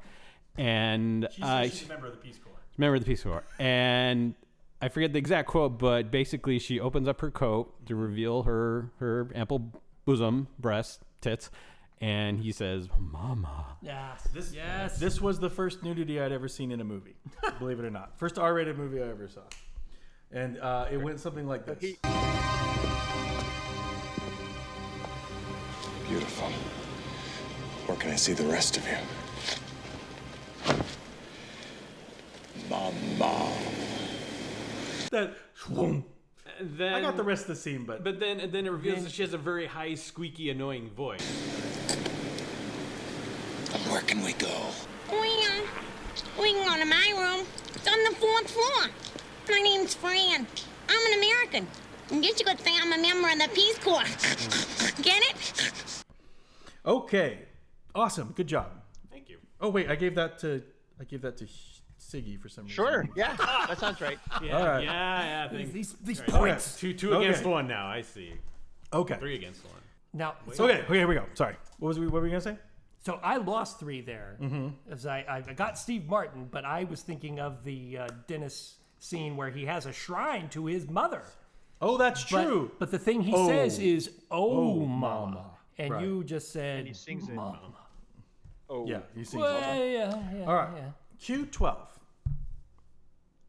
Speaker 7: And
Speaker 4: She's,
Speaker 7: uh,
Speaker 4: she's
Speaker 7: she-
Speaker 4: a member of the Peace Corps.
Speaker 7: Remember the Peace Corps. And I forget the exact quote, but basically she opens up her coat to reveal her her ample bosom, breasts, tits, and he says, "Mama."
Speaker 5: Yes.
Speaker 4: This,
Speaker 5: yes.
Speaker 4: This was the first nudity I'd ever seen in a
Speaker 7: <laughs>
Speaker 4: movie, believe it or not. First R-rated movie I ever saw, and uh, it went something like this.
Speaker 19: Beautiful. Where can I see the rest of you? Mama.
Speaker 4: That swoom.
Speaker 7: Then,
Speaker 4: I got the rest of the scene, but
Speaker 7: But then, and then it reveals
Speaker 4: Then-
Speaker 7: that she has a very high, squeaky, annoying voice.
Speaker 19: And where can we go?
Speaker 20: We can, we can go to my room. It's on the fourth floor. My name's Fran. I'm an American. And guess you could say I'm a member of the Peace Corps.
Speaker 4: Mm.
Speaker 20: Get it?
Speaker 4: okay, awesome, good job.
Speaker 7: Thank you.
Speaker 4: Oh wait, I gave that to I gave that to Siggy for some reason.
Speaker 6: Sure. Yeah, that sounds <laughs> right.
Speaker 7: Yeah,
Speaker 4: All right.
Speaker 7: yeah, yeah. I think-
Speaker 5: These- these
Speaker 7: All right, all right.
Speaker 4: points.
Speaker 7: Two, two
Speaker 4: Okay.
Speaker 7: against one now. I see.
Speaker 4: Okay.
Speaker 7: Three against one.
Speaker 5: Now,
Speaker 4: Okay, okay, here we go. Sorry. What was we, what were we gonna say?
Speaker 5: So I lost three there.
Speaker 4: Mhm.
Speaker 5: As I, I got Steve Martin, but I was thinking of the uh, Dennis scene where he has a shrine to his mother.
Speaker 4: Oh, that's
Speaker 5: But-
Speaker 4: true.
Speaker 5: But, the thing he
Speaker 4: Oh.
Speaker 5: says is, "Oh,
Speaker 4: Oh,
Speaker 5: mama.
Speaker 4: mama.
Speaker 5: and
Speaker 4: Right.
Speaker 5: you just said, and he sings
Speaker 6: it.
Speaker 5: mama.
Speaker 6: Oh.
Speaker 4: Yeah, he sings all
Speaker 5: well,
Speaker 4: the time.
Speaker 5: yeah, yeah,
Speaker 4: All right.
Speaker 5: yeah.
Speaker 4: Q twelve.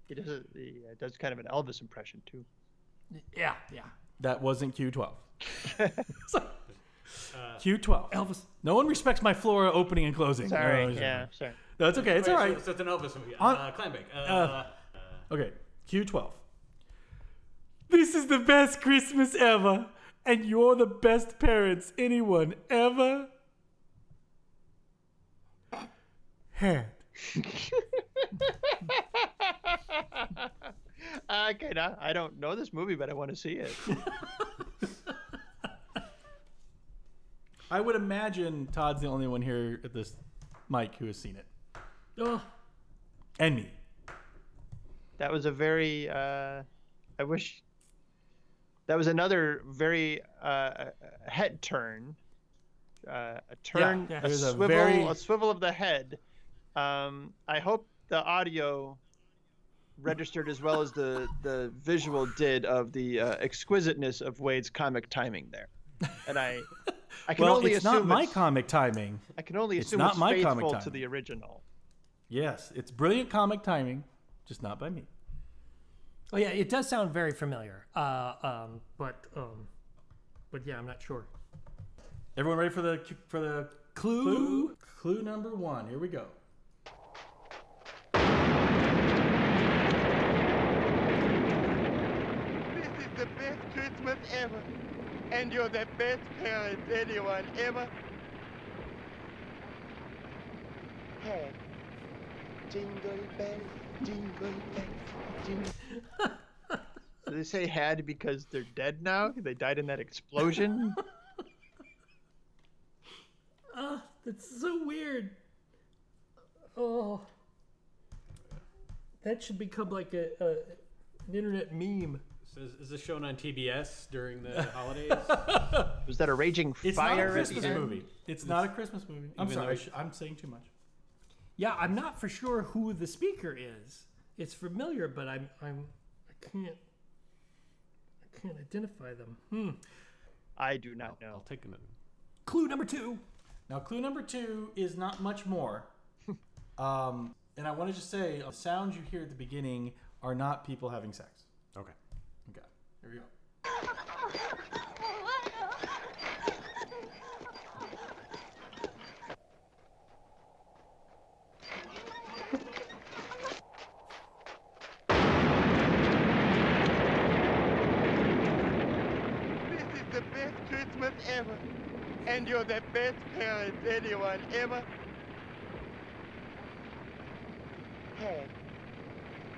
Speaker 6: He does, a, he uh, does kind of an Elvis impression, too.
Speaker 5: Yeah, yeah.
Speaker 4: That wasn't Q
Speaker 6: <laughs>
Speaker 4: twelve. Q twelve. Elvis. No one respects my Flora opening and closing.
Speaker 6: Sorry,
Speaker 4: No, it's-
Speaker 6: yeah, sorry.
Speaker 4: No, it's okay. It's
Speaker 7: Wait,
Speaker 4: all
Speaker 7: so-
Speaker 4: right.
Speaker 7: So, it's an Elvis movie.
Speaker 4: On-
Speaker 7: uh, Kleinbeck. Uh,
Speaker 4: uh, Okay, Q12. This is the best Christmas ever, and you're the best parents anyone ever had.
Speaker 6: Uh, okay, now I don't know this movie, but I want to
Speaker 4: <laughs>
Speaker 6: see it.
Speaker 4: I would imagine Todd's the only one here at this mic who has seen it.
Speaker 5: Oh,
Speaker 4: And me.
Speaker 6: That was a very. Uh, I wish. That was another very uh, head turn. Uh, a turn,
Speaker 4: yeah,
Speaker 6: a
Speaker 4: there's a
Speaker 6: swivel, a,
Speaker 4: very-
Speaker 6: swivel of the head. Um, I hope the audio registered as well as the the visual did of the uh, exquisiteness of Wade's comic timing there, and I. I can
Speaker 4: well,
Speaker 6: only
Speaker 4: it's
Speaker 6: assume
Speaker 4: not my
Speaker 6: it's,
Speaker 4: comic timing.
Speaker 6: I can only
Speaker 4: it's
Speaker 6: assume
Speaker 4: not
Speaker 6: it's
Speaker 4: my
Speaker 6: faithful
Speaker 4: comic
Speaker 6: to
Speaker 4: timing.
Speaker 6: the original.
Speaker 4: Yes, it's brilliant comic timing, just not by me.
Speaker 5: oh yeah. It does sound very familiar. Uh, um, but um, but yeah, I'm not sure.
Speaker 4: Everyone ready for the for the clue? Clue, number one. Here we go.
Speaker 16: This is the best Christmas ever, and you're the best parent anyone ever
Speaker 11: Hey, jingle bell, jingle bell, jingle.
Speaker 6: Do they say had because they're dead now? They died in
Speaker 4: <laughs>
Speaker 6: that explosion?
Speaker 5: Oh, that's so weird. Oh, that should become like a, a an internet meme.
Speaker 7: so is, is this shown on TBS
Speaker 4: <laughs>
Speaker 7: during the holidays?
Speaker 6: Was that a raging
Speaker 4: It's not
Speaker 6: fire
Speaker 4: a
Speaker 6: at
Speaker 4: Christmas
Speaker 6: the end?
Speaker 4: movie. It's not a Christmas movie. I'm
Speaker 7: Even though
Speaker 4: sorry. I
Speaker 7: it-
Speaker 4: sh- I'm saying too much.
Speaker 5: Um, Yeah, I'm not for sure who the speaker is. It's familiar, but I'm I'm I can't I can't identify them. Hmm.
Speaker 6: I do not know. I'll
Speaker 7: take another.
Speaker 4: Clue number two. Now, clue number two is not much <laughs> more. um, and I want to just say the sounds you hear at the beginning are not people having sex.
Speaker 7: Okay.
Speaker 4: Okay. Here we go.
Speaker 6: This is the best Christmas ever. And you're the best parents anyone ever.
Speaker 11: Hey,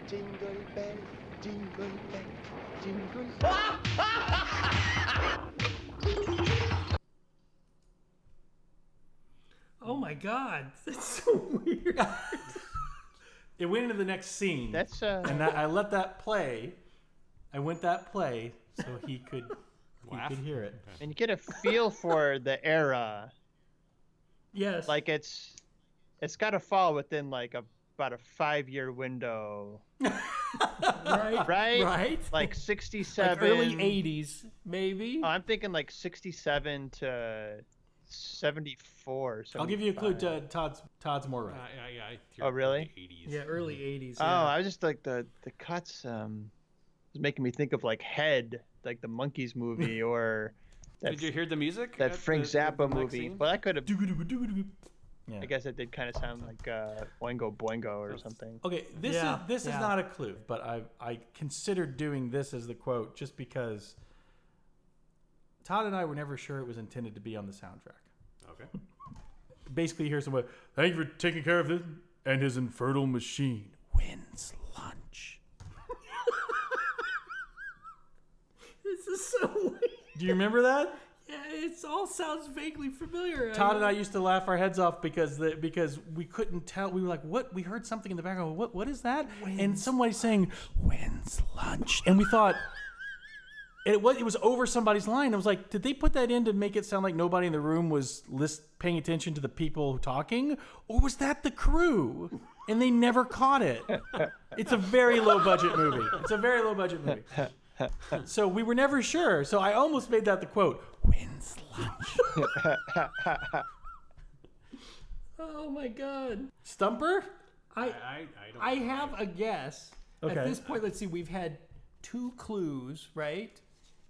Speaker 11: jingle bell, jingle bell, jingle bell.
Speaker 5: Oh my God, <laughs> that's so
Speaker 4: <laughs>
Speaker 5: weird.
Speaker 4: It went into the next scene. That's uh... and I, I let that play. I went that play so he could he could hear it.
Speaker 6: And you get a feel for the era.
Speaker 5: Yes.
Speaker 6: Like it's it's gotta fall within like a about a five year window.
Speaker 5: right?
Speaker 6: Right?
Speaker 5: Right?
Speaker 6: Like sixty seven
Speaker 5: early '80s, maybe.
Speaker 6: Oh, I'm thinking like sixty seven to seventy four.
Speaker 4: I'll give you a clue. To, Todd's Todd's more
Speaker 7: Uh,
Speaker 4: right.
Speaker 6: Oh really?
Speaker 5: Yeah, early '80s.
Speaker 6: Oh,
Speaker 5: yeah.
Speaker 6: I was just like the the cuts. Um, was making me think of like Head, like the monkeys movie, or that,
Speaker 7: Did you hear the music?
Speaker 6: that
Speaker 7: at
Speaker 6: Frank
Speaker 7: the-
Speaker 6: Zappa
Speaker 7: the next
Speaker 6: movie.
Speaker 7: scene?
Speaker 6: Well, that could have.
Speaker 4: Yeah.
Speaker 6: I guess it did kind of sound like uh, Oingo Boingo or something.
Speaker 4: Okay, this
Speaker 6: Yeah,
Speaker 4: is this
Speaker 6: yeah.
Speaker 4: is not a clue, but I I considered doing this as the quote just because Todd and I were never sure it was intended to be on the soundtrack.
Speaker 7: Okay.
Speaker 4: Basically, here's what thank you for taking care of this and his infertile
Speaker 6: <laughs>
Speaker 4: machine wins lunch.
Speaker 5: This is so <laughs> weird.
Speaker 4: Do you remember that?
Speaker 5: Yeah, it all sounds vaguely familiar.
Speaker 4: Todd and I used to laugh our heads off because the, because we couldn't tell. We were like, "What?" We heard something in the background. What? What is that? and somebody saying, "When's lunch?" And we thought, and it was it was over somebody's line. I was like, "Did they put that in to make it sound like nobody in the room was list paying attention to the people talking, or was that the crew?" And they never caught <laughs> it. It's a very low budget movie. It's a very low budget movie. So we were never sure. So I almost made that the quote. When's lunch?
Speaker 5: Oh my God.
Speaker 4: Stumper?
Speaker 5: I
Speaker 7: I, don't
Speaker 5: I have a guess.
Speaker 4: Okay.
Speaker 5: At this point, let's see. We've had two clues, right?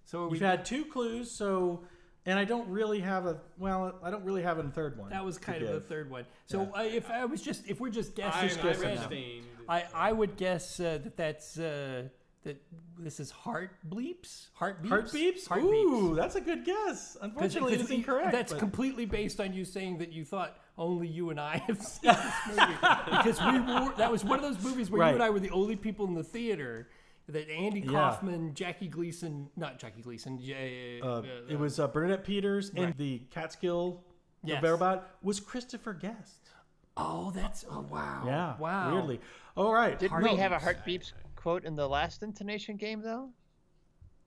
Speaker 5: So are
Speaker 4: We've
Speaker 5: we-
Speaker 4: had two clues, so and I don't really have a well, I don't really have a third one.
Speaker 5: That was
Speaker 4: to
Speaker 5: kind of the
Speaker 4: give.
Speaker 5: third one. So
Speaker 4: Yeah.
Speaker 5: I, if I was just, if we're just guessing,
Speaker 7: I'm-
Speaker 5: just
Speaker 7: I'm
Speaker 5: guessing now,
Speaker 7: abstained.
Speaker 5: I, I would guess uh, that that's uh, that this is heart bleeps, heart beeps,
Speaker 4: Heart beeps?
Speaker 5: heart
Speaker 4: Ooh, that's a good guess. Unfortunately, it's
Speaker 5: you-
Speaker 4: incorrect.
Speaker 5: That's
Speaker 4: but-
Speaker 5: completely based on you saying that you thought only you and I <laughs> have seen this movie because we were. That was one of those movies where
Speaker 4: Right.
Speaker 5: you and I were the only people in the theater. That Andy
Speaker 4: Yeah.
Speaker 5: Kaufman, Jackie Gleason, not Jackie Gleason, yeah, yeah, yeah,
Speaker 4: uh,
Speaker 5: yeah,
Speaker 4: it was uh, Bernadette Peters and the Catskill the
Speaker 5: Yes.
Speaker 4: Bearbot was Christopher Guest.
Speaker 5: Oh, that's oh wow.
Speaker 4: Yeah.
Speaker 5: Wow.
Speaker 4: Weirdly. All right.
Speaker 6: Did
Speaker 4: no.
Speaker 6: we have a heartbeeps quote in the last intonation game though?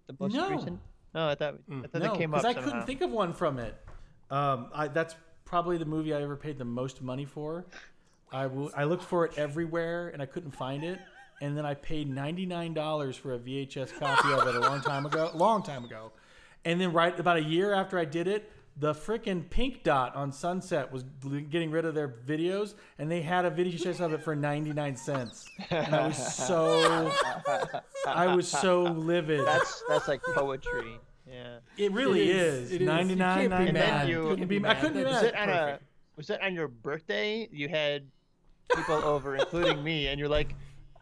Speaker 6: The most
Speaker 4: No.
Speaker 6: recent. No, I thought I thought
Speaker 4: No,
Speaker 6: it came up.
Speaker 4: because I
Speaker 6: somehow.
Speaker 4: couldn't think of one from it. Um, I, that's probably the movie I ever paid the most money for. I wo- I looked for it everywhere and I couldn't find it. And then I paid ninety nine dollars for a VHS copy of it a long time ago. Long time ago. And then right about a year after I did it, the frickin' Pink Dot on Sunset was bl- getting rid of their videos, and they had a VHS of it for ninety nine cents. And I was so I was so livid.
Speaker 6: That's that's like poetry. Yeah.
Speaker 4: It really It is. is. It is. You 99, can't be 99. mad. You couldn't be mad. I couldn't be
Speaker 6: was
Speaker 4: mad.
Speaker 6: It on a,
Speaker 4: Perfect.
Speaker 6: was that on your birthday? You had people over, including me, and you're like,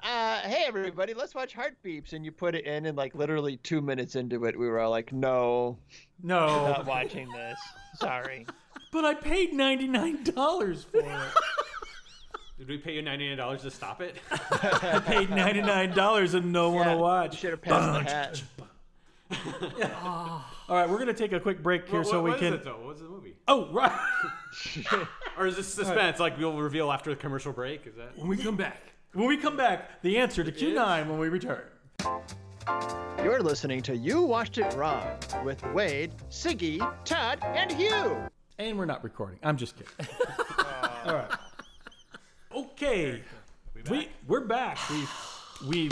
Speaker 6: uh, "Hey, everybody, let's watch Heartbeeps," and you put it in, and like literally two minutes into it, we were all like, "No,
Speaker 4: No. <laughs>
Speaker 6: we're not watching this. Sorry."
Speaker 4: But I paid ninety nine dollars for it.
Speaker 7: Did we pay you ninety nine dollars to
Speaker 4: <laughs>
Speaker 7: stop it?
Speaker 4: I <laughs> paid ninety nine dollars and no one will watch.
Speaker 6: should have
Speaker 7: passed
Speaker 4: All right, we're gonna take a quick break here
Speaker 7: What-
Speaker 4: so
Speaker 7: what-
Speaker 4: we
Speaker 7: what is
Speaker 4: can.
Speaker 7: it, though? What was the movie?
Speaker 4: Oh right.
Speaker 7: <laughs> or is this suspense? Like we'll reveal after the commercial break? Is that?
Speaker 4: When we come back. When we come back, the answer to Q nine when we return.
Speaker 6: You're listening to You Watched It Wrong with Wade, Siggy, Todd, and Hugh.
Speaker 4: And we're not recording. I'm just
Speaker 5: <laughs>
Speaker 4: kidding. All right. Okay. We we're back. We've we've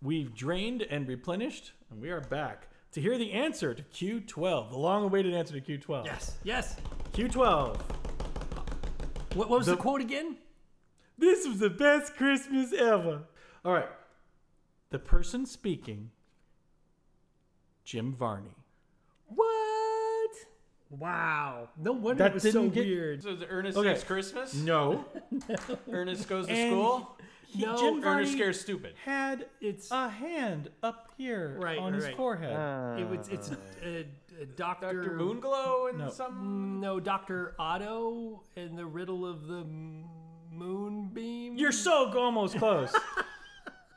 Speaker 4: we've drained and replenished, and we are back. to hear the answer to Q12, the long awaited answer to Q12. Yes, yes. Q12. What,
Speaker 5: was the quote again?
Speaker 4: This was the best Christmas ever. All right. The person speaking, Jim Varney.
Speaker 5: What? Wow. No wonder
Speaker 4: That
Speaker 5: it was so
Speaker 4: didn't get-
Speaker 5: weird.
Speaker 7: So is Ernest
Speaker 4: Okay.
Speaker 7: Saves Christmas?
Speaker 4: No.
Speaker 7: <laughs> Ernest goes to
Speaker 4: And
Speaker 7: school? Oh,
Speaker 4: he- Jim Varney
Speaker 7: Ernest Scares Stupid.
Speaker 4: Had it's a hand up here
Speaker 5: right,
Speaker 4: on
Speaker 5: right,
Speaker 4: his
Speaker 5: right.
Speaker 4: forehead.
Speaker 5: it was it's a, a doctor,
Speaker 7: Moonglow and
Speaker 4: No.
Speaker 5: some no Doctor Otto and the riddle of the m- moonbeam.
Speaker 4: You're so g- almost
Speaker 5: <laughs>
Speaker 4: close.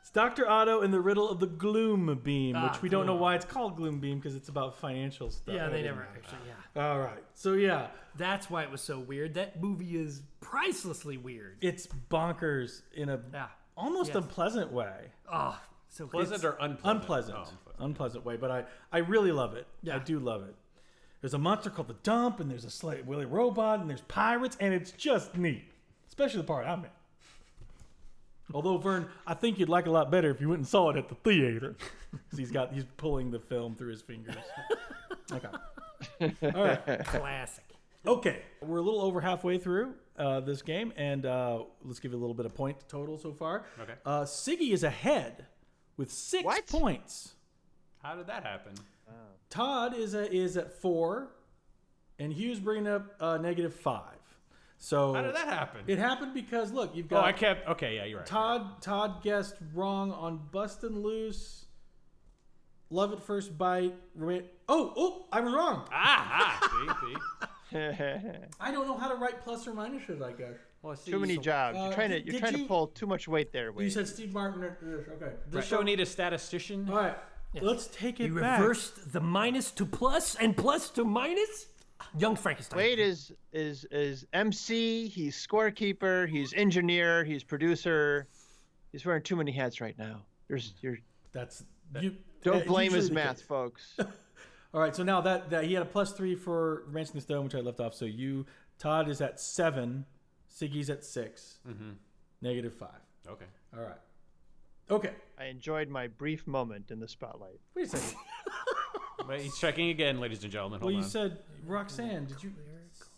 Speaker 4: it's Dr. Otto and the riddle of the gloom beam,
Speaker 5: Ah,
Speaker 4: which we don't know
Speaker 5: gloom.
Speaker 4: why it's called gloom beam because it's about financial stuff.
Speaker 5: yeah, they
Speaker 4: Oh,
Speaker 5: never actually. Yeah,
Speaker 4: All right. So yeah,
Speaker 5: that's why it was so weird. That movie is pricelessly weird.
Speaker 4: it's bonkers in a almost
Speaker 5: Yes.
Speaker 4: unpleasant way.
Speaker 5: Oh, so
Speaker 7: Pleasant
Speaker 5: it's-
Speaker 7: or unpleasant?
Speaker 4: Unpleasant,
Speaker 7: Oh.
Speaker 4: unpleasant way, but I I really love it. I
Speaker 5: Yeah.
Speaker 4: do love it. There's a monster called the Dump, and there's a slight Willy Robot, and there's pirates, and it's just neat, especially the part I'm in. Although Vern, I think you'd like it a lot better if you went and saw it at the theater. <laughs> 'Cause he's got he's pulling the film through his fingers. Okay. All right.
Speaker 5: Classic.
Speaker 4: Okay, we're a little over halfway through uh, this game, and uh, let's give you a little bit of point total so far.
Speaker 7: Okay.
Speaker 4: Uh, Siggy is ahead with six points.
Speaker 7: How did that happen?
Speaker 4: Oh. Todd is a, is at four, and Hughes bringing up uh, negative five. So
Speaker 7: How did that happen?
Speaker 4: It happened because look, you've
Speaker 7: Oh,
Speaker 4: got
Speaker 7: I kept. Okay, yeah, you're right.
Speaker 4: Todd Todd guessed wrong on Bustin' Loose. Love at first bite. Rema- oh, oh, I was wrong.
Speaker 7: Ah, ah see, see.
Speaker 4: I don't know how to write plus or minuses. I guess.
Speaker 6: too many jobs. You're
Speaker 4: Uh,
Speaker 6: trying to
Speaker 4: did-
Speaker 6: you're
Speaker 4: did
Speaker 6: trying
Speaker 4: you-
Speaker 6: to pull too much weight there. Wade.
Speaker 4: You said Steve Martin. or- or- Okay.
Speaker 7: Does the show need a statistician?
Speaker 4: All right. Let's take it
Speaker 5: You
Speaker 4: back.
Speaker 5: reversed the minus to plus and plus to minus. Young Frankenstein.
Speaker 6: Wade is is is MC. He's scorekeeper. He's engineer. He's producer. He's wearing too many hats right now. There's you're.
Speaker 4: That's you.
Speaker 6: Don't
Speaker 4: uh,
Speaker 6: blame
Speaker 4: usually
Speaker 6: his
Speaker 4: the
Speaker 6: math,
Speaker 4: case. <laughs>
Speaker 6: folks.
Speaker 4: All right. So now that, that he had a plus three for Ransom the Stone, which I left off. So you, Todd is at seven. Siggy's at 6
Speaker 7: Mm-hmm.
Speaker 4: negative five.
Speaker 7: Okay.
Speaker 4: All right. Okay.
Speaker 6: I enjoyed my brief moment in the spotlight.
Speaker 4: Wait a
Speaker 7: <laughs>
Speaker 4: second.
Speaker 7: Wait, he's checking again, ladies and gentlemen.
Speaker 4: well,
Speaker 7: Hold
Speaker 4: you
Speaker 7: on.
Speaker 4: said Roxanne. Did you,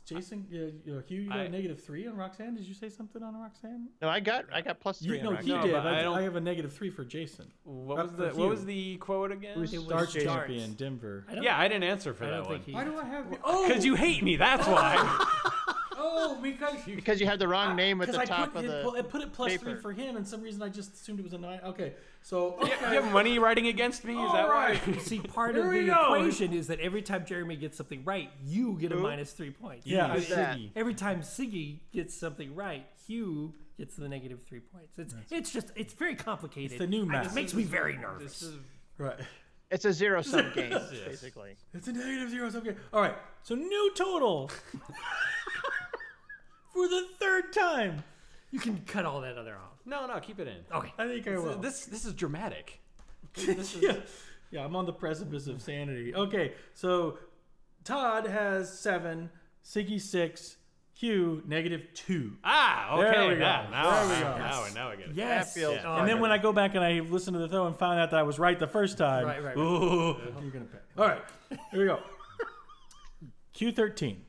Speaker 4: Jason, uh, uh, Hugh, you got
Speaker 7: I-
Speaker 4: a negative three on Roxanne? Did you say something on Roxanne?
Speaker 6: No, I got I got plus
Speaker 4: You-
Speaker 6: three.
Speaker 4: no,
Speaker 6: on
Speaker 4: he
Speaker 6: Roxanne.
Speaker 4: did.
Speaker 7: but I
Speaker 4: I,
Speaker 7: don't-
Speaker 4: I have a negative three for Jason.
Speaker 7: What
Speaker 4: Uh,
Speaker 7: was
Speaker 4: for
Speaker 7: the What
Speaker 4: Hugh.
Speaker 7: was the quote again?
Speaker 4: It was Darts champion Denver. oh,
Speaker 7: Yeah, I didn't answer for that one.
Speaker 4: Why do I have?
Speaker 7: Because you hate me.
Speaker 4: <laughs>
Speaker 7: That's why.
Speaker 4: Oh, because you.
Speaker 6: Because you had the wrong name at
Speaker 4: Ah, Because
Speaker 6: the
Speaker 4: I
Speaker 6: top
Speaker 4: put,
Speaker 6: of
Speaker 4: it,
Speaker 6: the.
Speaker 4: pu- I put it plus three
Speaker 6: paper.
Speaker 4: for him, and some reason I just assumed it was a nine. Okay, so okay.
Speaker 7: you have money writing against me. Is
Speaker 4: All
Speaker 7: that why?
Speaker 4: right.
Speaker 5: See, part
Speaker 4: Here
Speaker 5: of
Speaker 4: we
Speaker 5: the
Speaker 4: go.
Speaker 5: equation is that every time Jeremy gets something right, you get a
Speaker 4: Who?
Speaker 5: minus three
Speaker 4: <laughs>
Speaker 5: points.
Speaker 4: Yeah,
Speaker 5: You-
Speaker 4: Who's that? Siggy.
Speaker 5: every time Siggy gets something right, Hugh gets the negative three points. It's it's just it's very complicated.
Speaker 4: It's the new
Speaker 5: and
Speaker 4: math.
Speaker 5: It makes me very nervous.
Speaker 7: This is
Speaker 4: Right.
Speaker 6: It's a
Speaker 4: <laughs>
Speaker 6: zero sum game,
Speaker 4: Yes.
Speaker 6: basically.
Speaker 4: It's a negative zero. So okay. All right. So new
Speaker 5: <laughs>
Speaker 4: total for the third time.
Speaker 5: You can cut all that other off. Uh,
Speaker 7: no, no, keep it in.
Speaker 5: Okay.
Speaker 4: I think I
Speaker 7: This-
Speaker 4: will. <laughs>
Speaker 7: This This is dramatic.
Speaker 4: yeah. yeah, I'm on the precipice of sanity. Okay, so Todd has seven, Siggy six, Hugh negative two.
Speaker 7: Ah, okay.
Speaker 4: There we go.
Speaker 7: yeah, Now,
Speaker 4: There we
Speaker 7: now,
Speaker 4: go.
Speaker 7: now, now I get it.
Speaker 5: Yes.
Speaker 6: feels
Speaker 5: Yeah.
Speaker 4: And then when I go back and I listen to the throw and find out that I was right the first time,
Speaker 5: Right, right, right.
Speaker 4: ooh, you're gonna pay. All right, here we go. Q thirteen.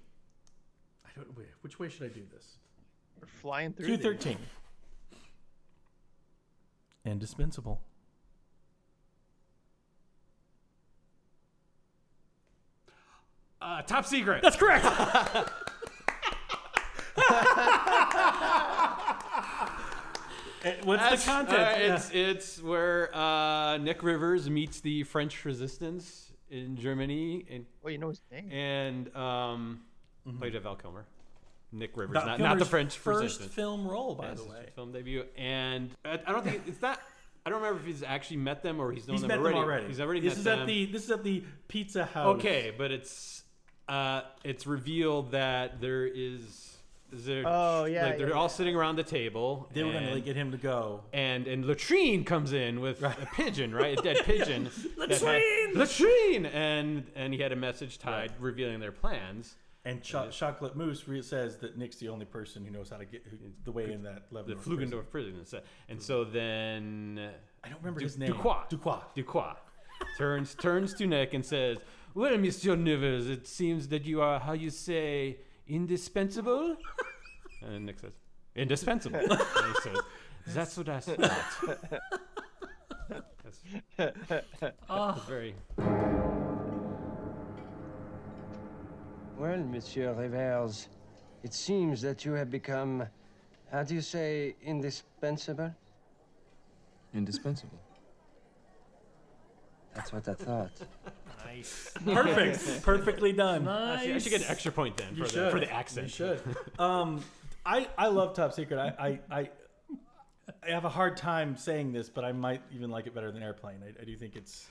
Speaker 4: I don't. Wait, which way should I do this?
Speaker 6: We're flying through.
Speaker 4: Q
Speaker 6: these.
Speaker 4: thirteen. Indispensable.
Speaker 7: Uh, top secret.
Speaker 4: That's correct. Eh, What's
Speaker 7: That's-
Speaker 4: the content?
Speaker 7: uh,
Speaker 4: Yeah.
Speaker 7: it's it's where uh, Nick Rivers meets the French Resistance in Germany, and
Speaker 6: Well, you know his name.
Speaker 7: and um, played by Val Kilmer. Nick Rivers,
Speaker 4: Mm-hmm. Val
Speaker 7: not, not the
Speaker 4: Kilmer's
Speaker 7: French
Speaker 4: first
Speaker 7: Resistance.
Speaker 4: film role, by
Speaker 7: Yes,
Speaker 4: the
Speaker 7: it's
Speaker 4: way.
Speaker 7: his film debut, and I, I don't think it's that. I don't remember if he's actually met them or he's known
Speaker 4: He's
Speaker 7: them
Speaker 4: met
Speaker 7: already.
Speaker 4: them already.
Speaker 7: He's already
Speaker 4: This
Speaker 7: met
Speaker 4: is
Speaker 7: them.
Speaker 4: at the this is at the Pizza House.
Speaker 7: Okay, but it's uh, it's revealed that there is. is there,
Speaker 6: Oh, yeah,
Speaker 7: like, they're
Speaker 6: yeah,
Speaker 7: all sitting around the table.
Speaker 4: They were gonna
Speaker 7: and-
Speaker 4: like, get him to go.
Speaker 7: and and latrine comes in with a pigeon, right?
Speaker 4: <laughs>
Speaker 7: A dead pigeon. that
Speaker 5: Latrine!
Speaker 7: Had, latrine, and and he had a message tied revealing their plans.
Speaker 4: And Cho- Chocolate Moose re- says that Nick's the only person who knows how to get who, the way in that level.
Speaker 7: The Flugendorf prison, and so, and so then
Speaker 4: I don't remember
Speaker 7: Du-
Speaker 4: his name.
Speaker 7: Ducroix.
Speaker 4: Ducroix.
Speaker 7: Ducroix. turns turns to Nick and says, "Well, Monsieur Nivers, it seems that you are how you say
Speaker 4: <laughs>
Speaker 7: indispensable." And Nick says, "Indispensable." and he says, "That's what
Speaker 4: <laughs>
Speaker 7: I thought." That's,
Speaker 6: Ah.
Speaker 7: very.
Speaker 21: Well, Monsieur Rivers, it seems that you have become, how do you say, indispensable?
Speaker 22: Indispensable.
Speaker 21: That's what I thought.
Speaker 5: Nice.
Speaker 4: <laughs>
Speaker 7: <laughs>
Speaker 4: Perfect. Perfectly done.
Speaker 7: I should- I should get an extra point then
Speaker 4: You
Speaker 7: for the- for
Speaker 4: should.
Speaker 7: the accent.
Speaker 4: You
Speaker 7: <laughs>
Speaker 4: should. Um, I I love Top Secret. I I. I I have a hard time saying this, but I might even like it better than Airplane. I, I do think it's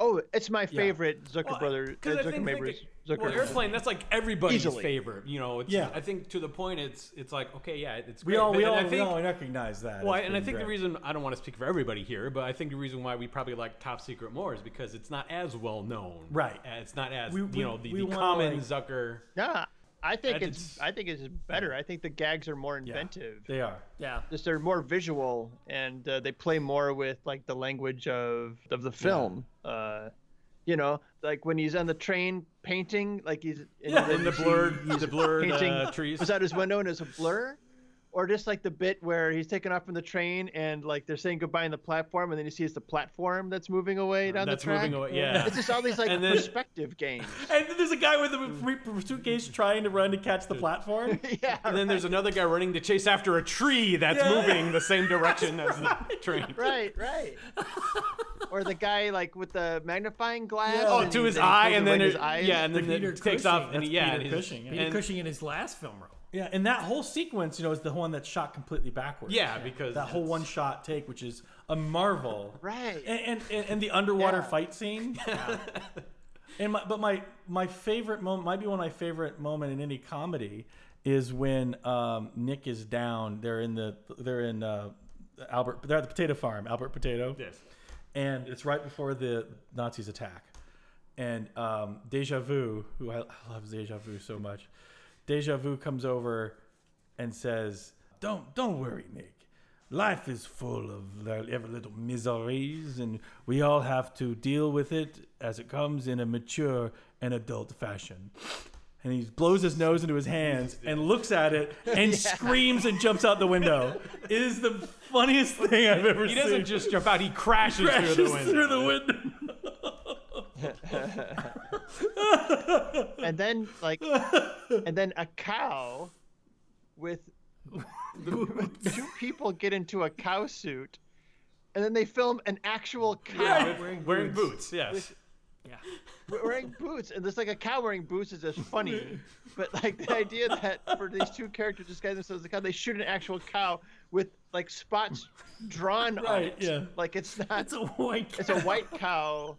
Speaker 6: Oh, it's my
Speaker 4: Yeah.
Speaker 6: favorite Zucker
Speaker 4: Well,
Speaker 6: brother. Uh,
Speaker 7: 'cause I
Speaker 6: Zucker
Speaker 7: think-
Speaker 6: Mabers-
Speaker 7: think it-
Speaker 6: Zucker
Speaker 7: well, airplane. That's like everybody's
Speaker 6: Easily.
Speaker 7: favorite. You know, it's,
Speaker 4: Yeah.
Speaker 7: I think to the point, it's it's like okay, yeah, it's
Speaker 4: We
Speaker 7: great.
Speaker 4: all-
Speaker 7: But-
Speaker 4: we
Speaker 7: and
Speaker 4: all-
Speaker 7: I
Speaker 4: we
Speaker 7: think-
Speaker 4: all recognize that
Speaker 7: Well,
Speaker 4: as
Speaker 7: and I
Speaker 4: being
Speaker 7: think the
Speaker 4: great.
Speaker 7: reason I don't want to speak for everybody here, but I think the reason why we probably like Top Secret more is because it's not as well known.
Speaker 4: Right.
Speaker 7: Uh, It's not as
Speaker 4: We- we-
Speaker 7: you know the,
Speaker 4: we
Speaker 7: the
Speaker 4: wanna,
Speaker 7: common
Speaker 4: like-
Speaker 7: Zucker.
Speaker 6: Yeah, I think
Speaker 7: That
Speaker 6: it's, I think it's better. I think the gags are more inventive.
Speaker 4: they are.
Speaker 5: Yeah.
Speaker 6: Just they're more visual and uh, they play more with like the language of of the film. Uh, you know, like when he's on the train painting, like he's
Speaker 7: Yeah, in
Speaker 6: you
Speaker 7: the
Speaker 6: see
Speaker 7: blurred-
Speaker 6: he's
Speaker 7: the blurred,
Speaker 6: painting
Speaker 7: uh, trees.
Speaker 6: Was out his window and it's a blur. Or just like the bit where he's taken off from the train and like they're saying goodbye on the platform, and then you see it's the platform that's moving away down
Speaker 7: Uh, That's
Speaker 6: the track.
Speaker 7: moving away, yeah.
Speaker 6: It's
Speaker 7: <laughs>
Speaker 6: just all these like
Speaker 7: And then-
Speaker 6: perspective
Speaker 7: <laughs>
Speaker 6: games.
Speaker 4: And then there's a guy with a re- suitcase trying to run to catch the platform.
Speaker 6: yeah.
Speaker 7: And then there's another guy running to chase after a tree that's
Speaker 4: Yeah.
Speaker 7: moving the same direction as the train.
Speaker 6: Right, right. or the guy like with the magnifying glass.
Speaker 7: Oh,
Speaker 6: and
Speaker 7: to
Speaker 6: he-
Speaker 7: his
Speaker 6: then he
Speaker 7: eye,
Speaker 6: pulls
Speaker 7: and
Speaker 6: away
Speaker 7: then
Speaker 6: his
Speaker 7: it-
Speaker 6: eyes.
Speaker 7: yeah, and then The it Peter takes off, Cushing. and he- yeah, and
Speaker 5: Peter
Speaker 7: his-
Speaker 5: Cushing. Peter
Speaker 7: and-
Speaker 5: Cushing in his last film role.
Speaker 4: Yeah, and that whole sequence, you know, is the one that's shot completely backwards.
Speaker 7: Yeah, because
Speaker 4: that whole one shot take, which is a marvel.
Speaker 6: Right.
Speaker 4: And and, and the underwater fight scene. <laughs> and my, but my my favorite moment might be one of my favorite moment in any comedy is when um, Nick is down. They're in the they're in uh, Albert. They're at the potato farm, Albert Potato.
Speaker 7: Yes.
Speaker 4: And it's right before the Nazis attack. And um, Deja Vu, who I, I love Deja Vu so much, Deja Vu comes over and says, "Don't don't worry, Nick. Life is full of li- every little miseries, and we all have to deal with it as it comes in a mature and adult fashion." And he blows his nose into his hands and looks at it and
Speaker 7: Yeah.
Speaker 4: screams and jumps out the window. It is the funniest thing I've ever
Speaker 7: He
Speaker 4: seen.
Speaker 7: doesn't just jump out; he crashes,
Speaker 4: Crashes
Speaker 7: through the window.
Speaker 4: through the window.
Speaker 6: and then
Speaker 4: <laughs>
Speaker 6: like, and then a cow with two people get into a cow suit, and then they film an actual cow
Speaker 7: Wearing, <laughs> wearing boots. Yes.
Speaker 6: We're wearing boots, and it's like a cow wearing boots is just
Speaker 4: <laughs>
Speaker 6: funny. But like the idea that for these two characters disguise themselves as a cow, they shoot an actual cow with like spots drawn on
Speaker 4: Right,
Speaker 6: it.
Speaker 4: yeah.
Speaker 6: Like it's not. It's
Speaker 5: a white.
Speaker 6: It's a white cow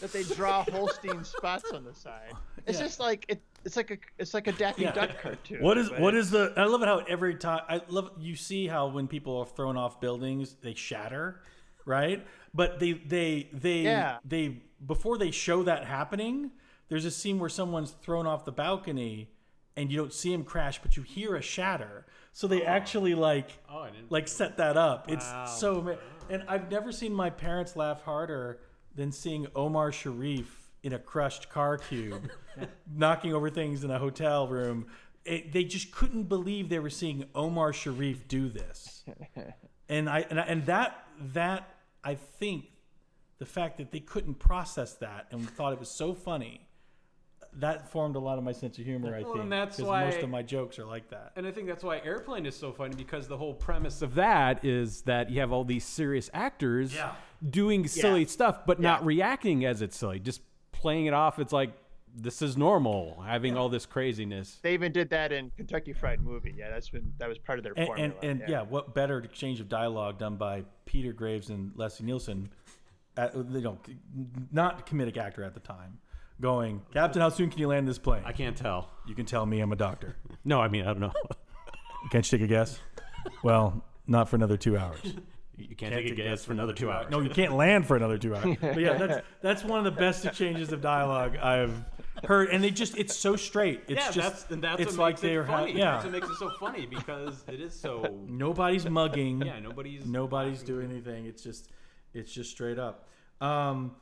Speaker 6: that they draw Holstein spots on the side. It's
Speaker 4: Yeah.
Speaker 6: just like it. It's like a. It's like a Daffy
Speaker 4: Yeah.
Speaker 6: Duck cartoon.
Speaker 4: What is
Speaker 6: but
Speaker 4: what
Speaker 6: it's-
Speaker 4: is the? I love it how every time I love you see how when people are thrown off buildings they shatter, right? But they they they
Speaker 6: Yeah.
Speaker 4: they before they show that happening, there's a scene where someone's thrown off the balcony, and you don't see him crash, but you hear a shatter. So they actually like
Speaker 7: Oh, I didn't.
Speaker 4: like set that up.
Speaker 7: Wow.
Speaker 4: It's so ama- and I've never seen my parents laugh harder than seeing Omar Sharif in a crushed car cube knocking over things in a hotel room. It, they just couldn't believe they were seeing Omar Sharif do this. And I and, I, and that that I think the fact that they couldn't process that and thought it was so funny that formed a lot of my sense of humor. I
Speaker 7: Well,
Speaker 4: think
Speaker 7: and that's
Speaker 4: 'cause
Speaker 7: why-
Speaker 4: most of my jokes are like that.
Speaker 7: And I think that's why Airplane is so funny because the whole premise of that is that you have all these serious actors
Speaker 4: Yeah.
Speaker 7: doing silly
Speaker 4: Yeah.
Speaker 7: stuff, but not reacting as it's silly, just playing it off. It's like this is normal having all this craziness.
Speaker 6: They even did that in Kentucky Fried Movie. Yeah, that's been that was part of their
Speaker 4: and, and,
Speaker 6: formula.
Speaker 4: and yeah. what better exchange of dialogue done by Peter Graves and Leslie Nielsen, at, you know, not comedic actor at the time, going, Captain, how soon can you land this plane? I
Speaker 7: can't tell.
Speaker 4: You can tell me I'm a doctor.
Speaker 7: no, I mean I don't <laughs> know.
Speaker 4: Can't you take a guess? well, not for another two hours.
Speaker 7: You can't, take a guess for another two hours.
Speaker 4: No, you can't land for another two hours. But yeah, that's that's one of the best exchanges of dialogue I've heard, and they just it's so straight. It's
Speaker 7: yeah,
Speaker 4: just
Speaker 7: that's and that's
Speaker 4: it's
Speaker 7: what
Speaker 4: like
Speaker 7: makes
Speaker 4: they're
Speaker 7: it funny.
Speaker 4: Ha- yeah.
Speaker 7: That's what makes it so funny because it is so
Speaker 4: <laughs> Nobody's mugging.
Speaker 7: Yeah, nobody's
Speaker 4: nobody's doing anything. It's just it's just straight up. Um,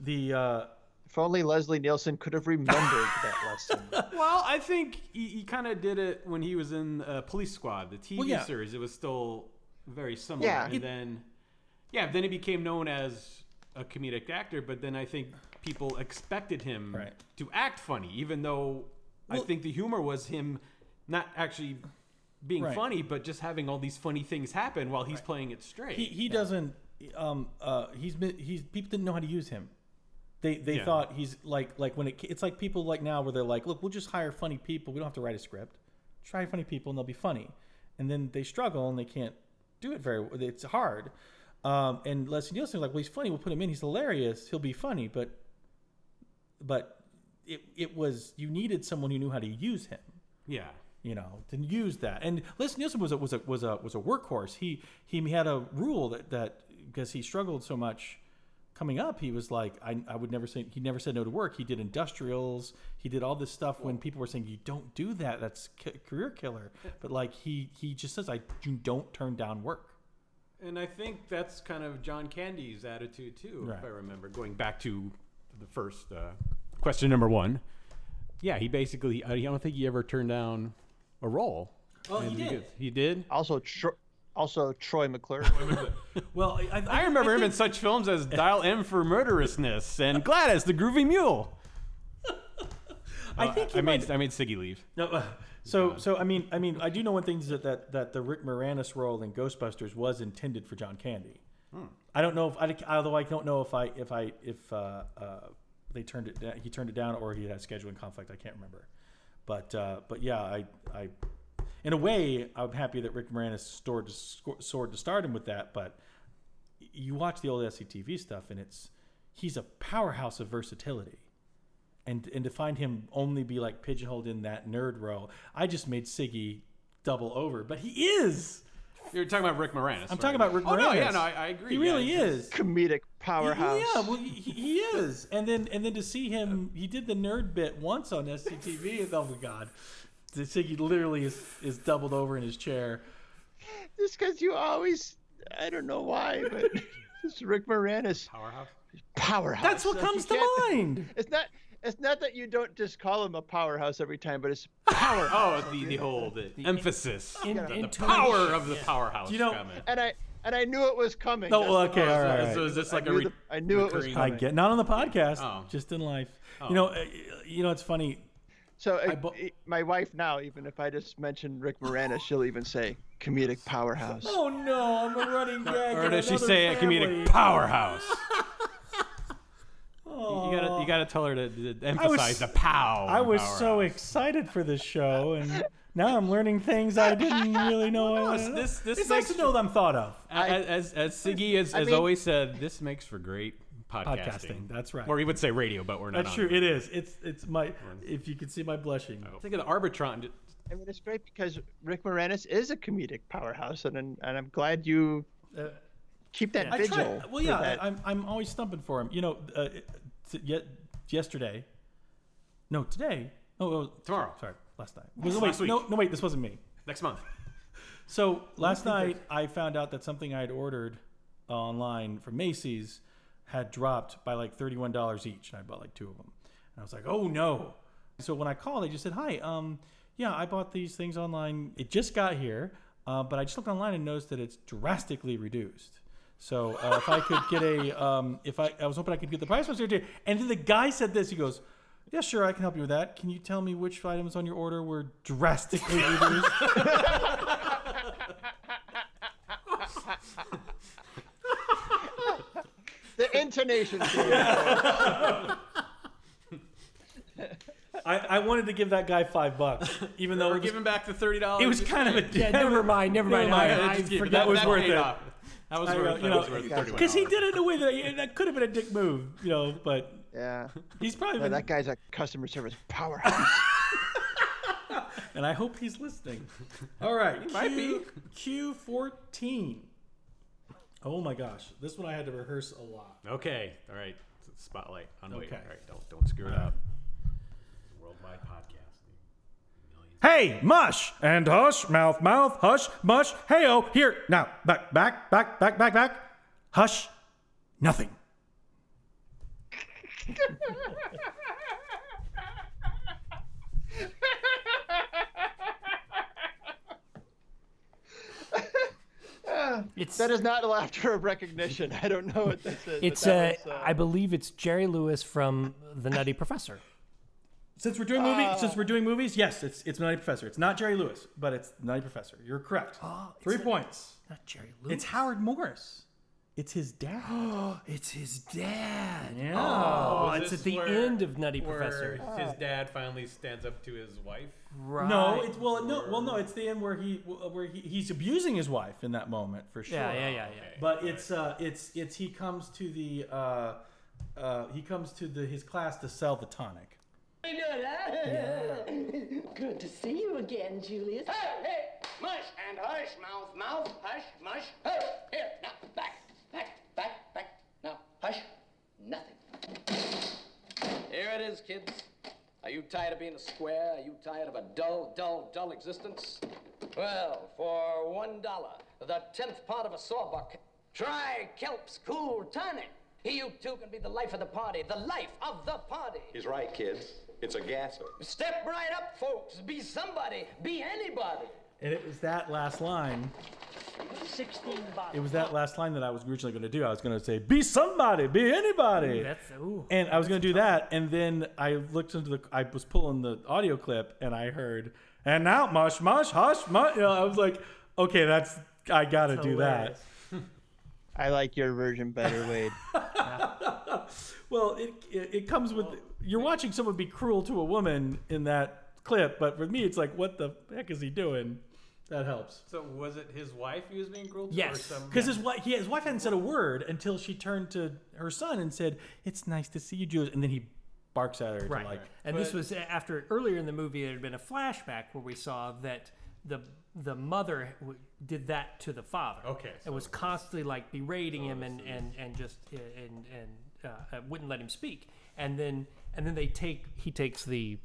Speaker 4: the uh,
Speaker 6: if only Leslie Nielsen could have
Speaker 4: <laughs>
Speaker 6: remembered that lesson.
Speaker 7: well, I think he, he kind of did it when he was in uh, Police Squad, the TV
Speaker 6: Well, yeah.
Speaker 7: series. It was still very similar.
Speaker 6: Yeah.
Speaker 7: And
Speaker 6: He-
Speaker 7: then, yeah, then he became known as a comedic actor, but then I think people expected him to act funny, even though I think the humor was him not actually being
Speaker 4: Right.
Speaker 7: funny, but just having all these funny things happen while he's playing it straight.
Speaker 4: He he doesn't. Um. Uh. He's been. He's people didn't know how to use him. They they
Speaker 7: Yeah.
Speaker 4: thought he's like like when it it's like people like now where they're like, look, we'll just hire funny people. We don't have to write a script. Try funny people and they'll be funny. And then they struggle and they can't do it very. It's hard. Um. And Leslie Nielsen was like, well, he's funny. We'll put him in. He's hilarious. He'll be funny. But but it it was you needed someone who knew how to use him
Speaker 7: Yeah.
Speaker 4: you know, to use that. And Les Nielsen was a, was a was a was a workhorse. He he had a rule that that because he struggled so much coming up, he was like, I, I would never say he never said no to work. He did industrials. He did all this stuff when people were saying you don't do that. That's ca- career killer. But like he he just says I you don't turn down work.
Speaker 7: And I think that's kind of John Candy's attitude too,
Speaker 4: Right.
Speaker 7: if I remember. Going back to the first uh, question number one, yeah, he basically uh, I don't think he ever turned down a role.
Speaker 4: Well, he
Speaker 7: And
Speaker 4: did.
Speaker 7: gets- Oh, He did.
Speaker 6: Also, Tro- also
Speaker 4: <laughs>
Speaker 6: Troy McClure.
Speaker 4: well, I,
Speaker 7: I remember him in such films as Dial M for Murderousness and Gladys the Groovy Mule.
Speaker 4: I
Speaker 7: Uh,
Speaker 4: think he
Speaker 7: I made
Speaker 4: might-
Speaker 7: I made Siggy leave.
Speaker 4: No, uh, so so I mean I mean I do know one thing is that that, that the Rick Moranis role in Ghostbusters was intended for John Candy.
Speaker 7: Hmm.
Speaker 4: I don't know if I although I don't know if I if I if uh, uh, they turned it down, he turned it down or he had scheduling conflict. I can't remember, but uh, but yeah, I I in a way I'm happy that Rick Moranis soared to, sco- soared to stardom with that. But you watch the old SCTV stuff and it's he's a powerhouse of versatility and and to find him only be like pigeonholed in that nerd role, I just made Siggy double over. But he is.
Speaker 7: You're talking about Rick Moranis.
Speaker 4: I'm talking about Rick Moranis.
Speaker 7: Oh no, yeah, no, I, I agree.
Speaker 4: He really
Speaker 7: yeah,
Speaker 4: is
Speaker 6: comedic powerhouse.
Speaker 4: Yeah, well, he, he he is. And then and then to see him, he did the nerd bit once on SCTV. and, oh my god, The Siggy literally is is doubled over in his chair.
Speaker 6: Just because you always, I don't know why, but <laughs> just Rick Moranis.
Speaker 7: Powerhouse.
Speaker 6: Powerhouse.
Speaker 4: That's what
Speaker 6: Like, you
Speaker 4: comes to
Speaker 6: can't-
Speaker 4: mind.
Speaker 6: It's not. It's not that you don't just call him a powerhouse every time, but it's power.
Speaker 7: Oh, the, the whole the emphasis,
Speaker 6: in-
Speaker 7: the, the
Speaker 6: intonation,
Speaker 7: power of the
Speaker 6: yeah.
Speaker 7: powerhouse
Speaker 6: You know-
Speaker 7: comment.
Speaker 6: and I and I knew it was coming.
Speaker 4: Oh, well,
Speaker 6: That's
Speaker 4: okay,
Speaker 6: why-
Speaker 4: all right.
Speaker 7: So is this like
Speaker 6: I
Speaker 7: a
Speaker 6: knew
Speaker 7: re-
Speaker 6: the- I knew it was
Speaker 7: recurring-
Speaker 4: I get not on the podcast,
Speaker 7: Oh.
Speaker 4: just in life.
Speaker 7: Oh.
Speaker 4: You know, uh, you know, it's funny.
Speaker 6: So uh, e- my wife now, even if I just mention Rick Moranis, she'll even say <laughs> comedic powerhouse.
Speaker 4: Oh no, I'm a running <laughs> gag.
Speaker 7: Or
Speaker 4: in
Speaker 7: does she
Speaker 4: another
Speaker 7: say a
Speaker 4: family.
Speaker 7: comedic powerhouse?
Speaker 4: <laughs> Oh.
Speaker 7: You gotta, you gotta tell her to, to
Speaker 4: I
Speaker 7: emphasize
Speaker 4: was-
Speaker 7: the pow.
Speaker 4: I
Speaker 7: in
Speaker 4: was
Speaker 7: powerhouse.
Speaker 4: so excited for this show, and now I'm learning things I didn't really know. I
Speaker 7: it's-
Speaker 4: wanted to
Speaker 7: this-
Speaker 4: know.
Speaker 7: this
Speaker 4: <laughs> it's nice
Speaker 7: makes-
Speaker 4: to know that I'm thought of.
Speaker 7: As, as, as Siggy has,
Speaker 4: I
Speaker 7: has
Speaker 4: mean-
Speaker 7: always said, this makes for great podcasting.
Speaker 4: Podcasting, that's right.
Speaker 7: Or he would say radio, but we're not.
Speaker 4: That's
Speaker 7: on
Speaker 4: true.
Speaker 7: radio.
Speaker 4: It is. It's it's my. If you could see my blushing.
Speaker 7: Think of the Arbitron.
Speaker 6: I mean, it's great because Rick Moranis is a comedic powerhouse, and and I'm glad you
Speaker 4: Uh,
Speaker 6: keep that
Speaker 4: I
Speaker 6: vigil.
Speaker 4: try, well,
Speaker 6: for
Speaker 4: yeah,
Speaker 6: that.
Speaker 4: I, I'm I'm always stumping for him. You know, uh, t- ye- yesterday, no, today, no, oh,
Speaker 7: Tomorrow.
Speaker 4: Sorry, last night.
Speaker 7: Last
Speaker 4: Wait, wait,
Speaker 7: week.
Speaker 4: no, no, wait, this wasn't me.
Speaker 7: Next month.
Speaker 4: So last
Speaker 7: think
Speaker 4: night I found out that something I had ordered uh, online from Macy's had dropped by like thirty-one dollars each, and I bought like two of them. And I was like, "Oh no!" So when I called, I just said, "Hi, um, yeah, I bought these things online. It just got here, uh, but I just looked online and noticed that it's drastically reduced." So uh, if I could get a, um, if I, I was hoping I could get the price was here too. And then the guy said this. He goes, "Yeah, sure, I can help you with that. Can you tell me which items on your order were drastically reduced?"
Speaker 6: the intonation. Dave.
Speaker 4: I, I wanted to give that guy five bucks, even though
Speaker 7: We're
Speaker 4: it was-
Speaker 7: giving back the thirty dollars.
Speaker 4: It was kind of a <laughs>
Speaker 5: Yeah, never mind, never mind. I- I forgot
Speaker 4: that was
Speaker 5: that
Speaker 4: worth
Speaker 5: paid
Speaker 4: it.
Speaker 5: off.
Speaker 7: That was
Speaker 4: I
Speaker 7: worth- that was worth
Speaker 4: <laughs>
Speaker 7: $31.
Speaker 4: Because he did it in a way that I- that could have been a dick move, you know. But
Speaker 6: yeah,
Speaker 4: he's probably
Speaker 6: No,
Speaker 4: been,
Speaker 6: that guy's a customer service <laughs> powerhouse.
Speaker 4: and I hope he's listening. All right,
Speaker 7: He might
Speaker 4: Q, Q fourteen. Oh my gosh, this one I had to rehearse a lot.
Speaker 7: Okay. All right. Spotlight on Wade.
Speaker 4: Okay.
Speaker 7: All right. Don't don't screw it up. Worldwide podcast.
Speaker 4: Hey, mush and hush, mouth, mouth, hush, mush. Hey, oh, here now, back, back, back, back, back, back. Hush, nothing.
Speaker 6: that is not laughter of recognition. I don't know what this is. but
Speaker 5: It's uh,
Speaker 6: that was, uh,
Speaker 5: I believe it's Jerry Lewis from
Speaker 4: <laughs>
Speaker 5: The Nutty Professor.
Speaker 7: Since we're doing movie,
Speaker 6: Ah.
Speaker 7: since we're doing movies, yes, it's it's Nutty Professor. It's not Jerry Lewis, but it's Nutty Professor. You're correct. Three points.
Speaker 5: Not Jerry
Speaker 7: Ah, It's Howard Morris. It's his dad. <gasps>
Speaker 5: it's his dad.
Speaker 7: Yeah.
Speaker 5: Oh,
Speaker 4: Was
Speaker 5: it's
Speaker 4: this
Speaker 5: at the
Speaker 4: where-
Speaker 5: end of Nutty
Speaker 4: where
Speaker 5: Professor.
Speaker 4: His dad finally stands up to his wife.
Speaker 7: No, it's well, no, well, no, it's the end where he where he, he's abusing his wife in that moment for sure.
Speaker 5: Yeah, yeah, yeah, yeah.
Speaker 7: But it's uh, it's it's he comes to the uh, uh, he comes to the his class to sell the tonic.
Speaker 23: Good to see you again, Julius.
Speaker 18: Hey, hey, mush and hush, mouth, mouth, hush, mush. Hey, here, now, back, back, back, back. Now, hush, nothing. Here it is, kids. Are you tired of being a square? Are you tired of a dull, dull, dull existence? Well, for one dollar, the tenth part of a sawbuck, try Kelp's Cool Tonic. You too can be the life of the party, the life of the party.
Speaker 24: He's right, kids. It's a gasser.
Speaker 18: Step right up, folks. Be somebody. Be anybody.
Speaker 7: And it was that last line.
Speaker 18: 16
Speaker 7: It was that last line that I was originally going to do. I was going to say, "Be somebody, be anybody."
Speaker 5: Ooh, that's- ooh,
Speaker 7: and I was going to do that, and then I looked into the. I was pulling the audio clip, and I heard, "And now, mush, mush, hush, mush." You know, I was like, "Okay, that's I got to
Speaker 6: That's
Speaker 7: do that."
Speaker 6: I like your version better, Wade.
Speaker 7: Well, it, it it comes with you're watching someone be cruel to a woman in that clip, but for me, it's like, what the heck is he doing? That helps.
Speaker 4: So was it his wife he was being cruel to? Or
Speaker 7: Yes,
Speaker 4: some...
Speaker 7: because his wife, he, his wife hadn't said a word until she turned to her son and said, "It's nice to see you, Jules." And then he barks at her, to,
Speaker 5: Right.
Speaker 7: like,
Speaker 5: and this was after earlier in the movie there had been a flashback where we saw that the the mother w- did that to the father.
Speaker 4: Okay,
Speaker 5: And was constantly like berating
Speaker 7: Oh,
Speaker 5: him and, and and just and and uh, uh, wouldn't let him speak. And then and then they take he takes the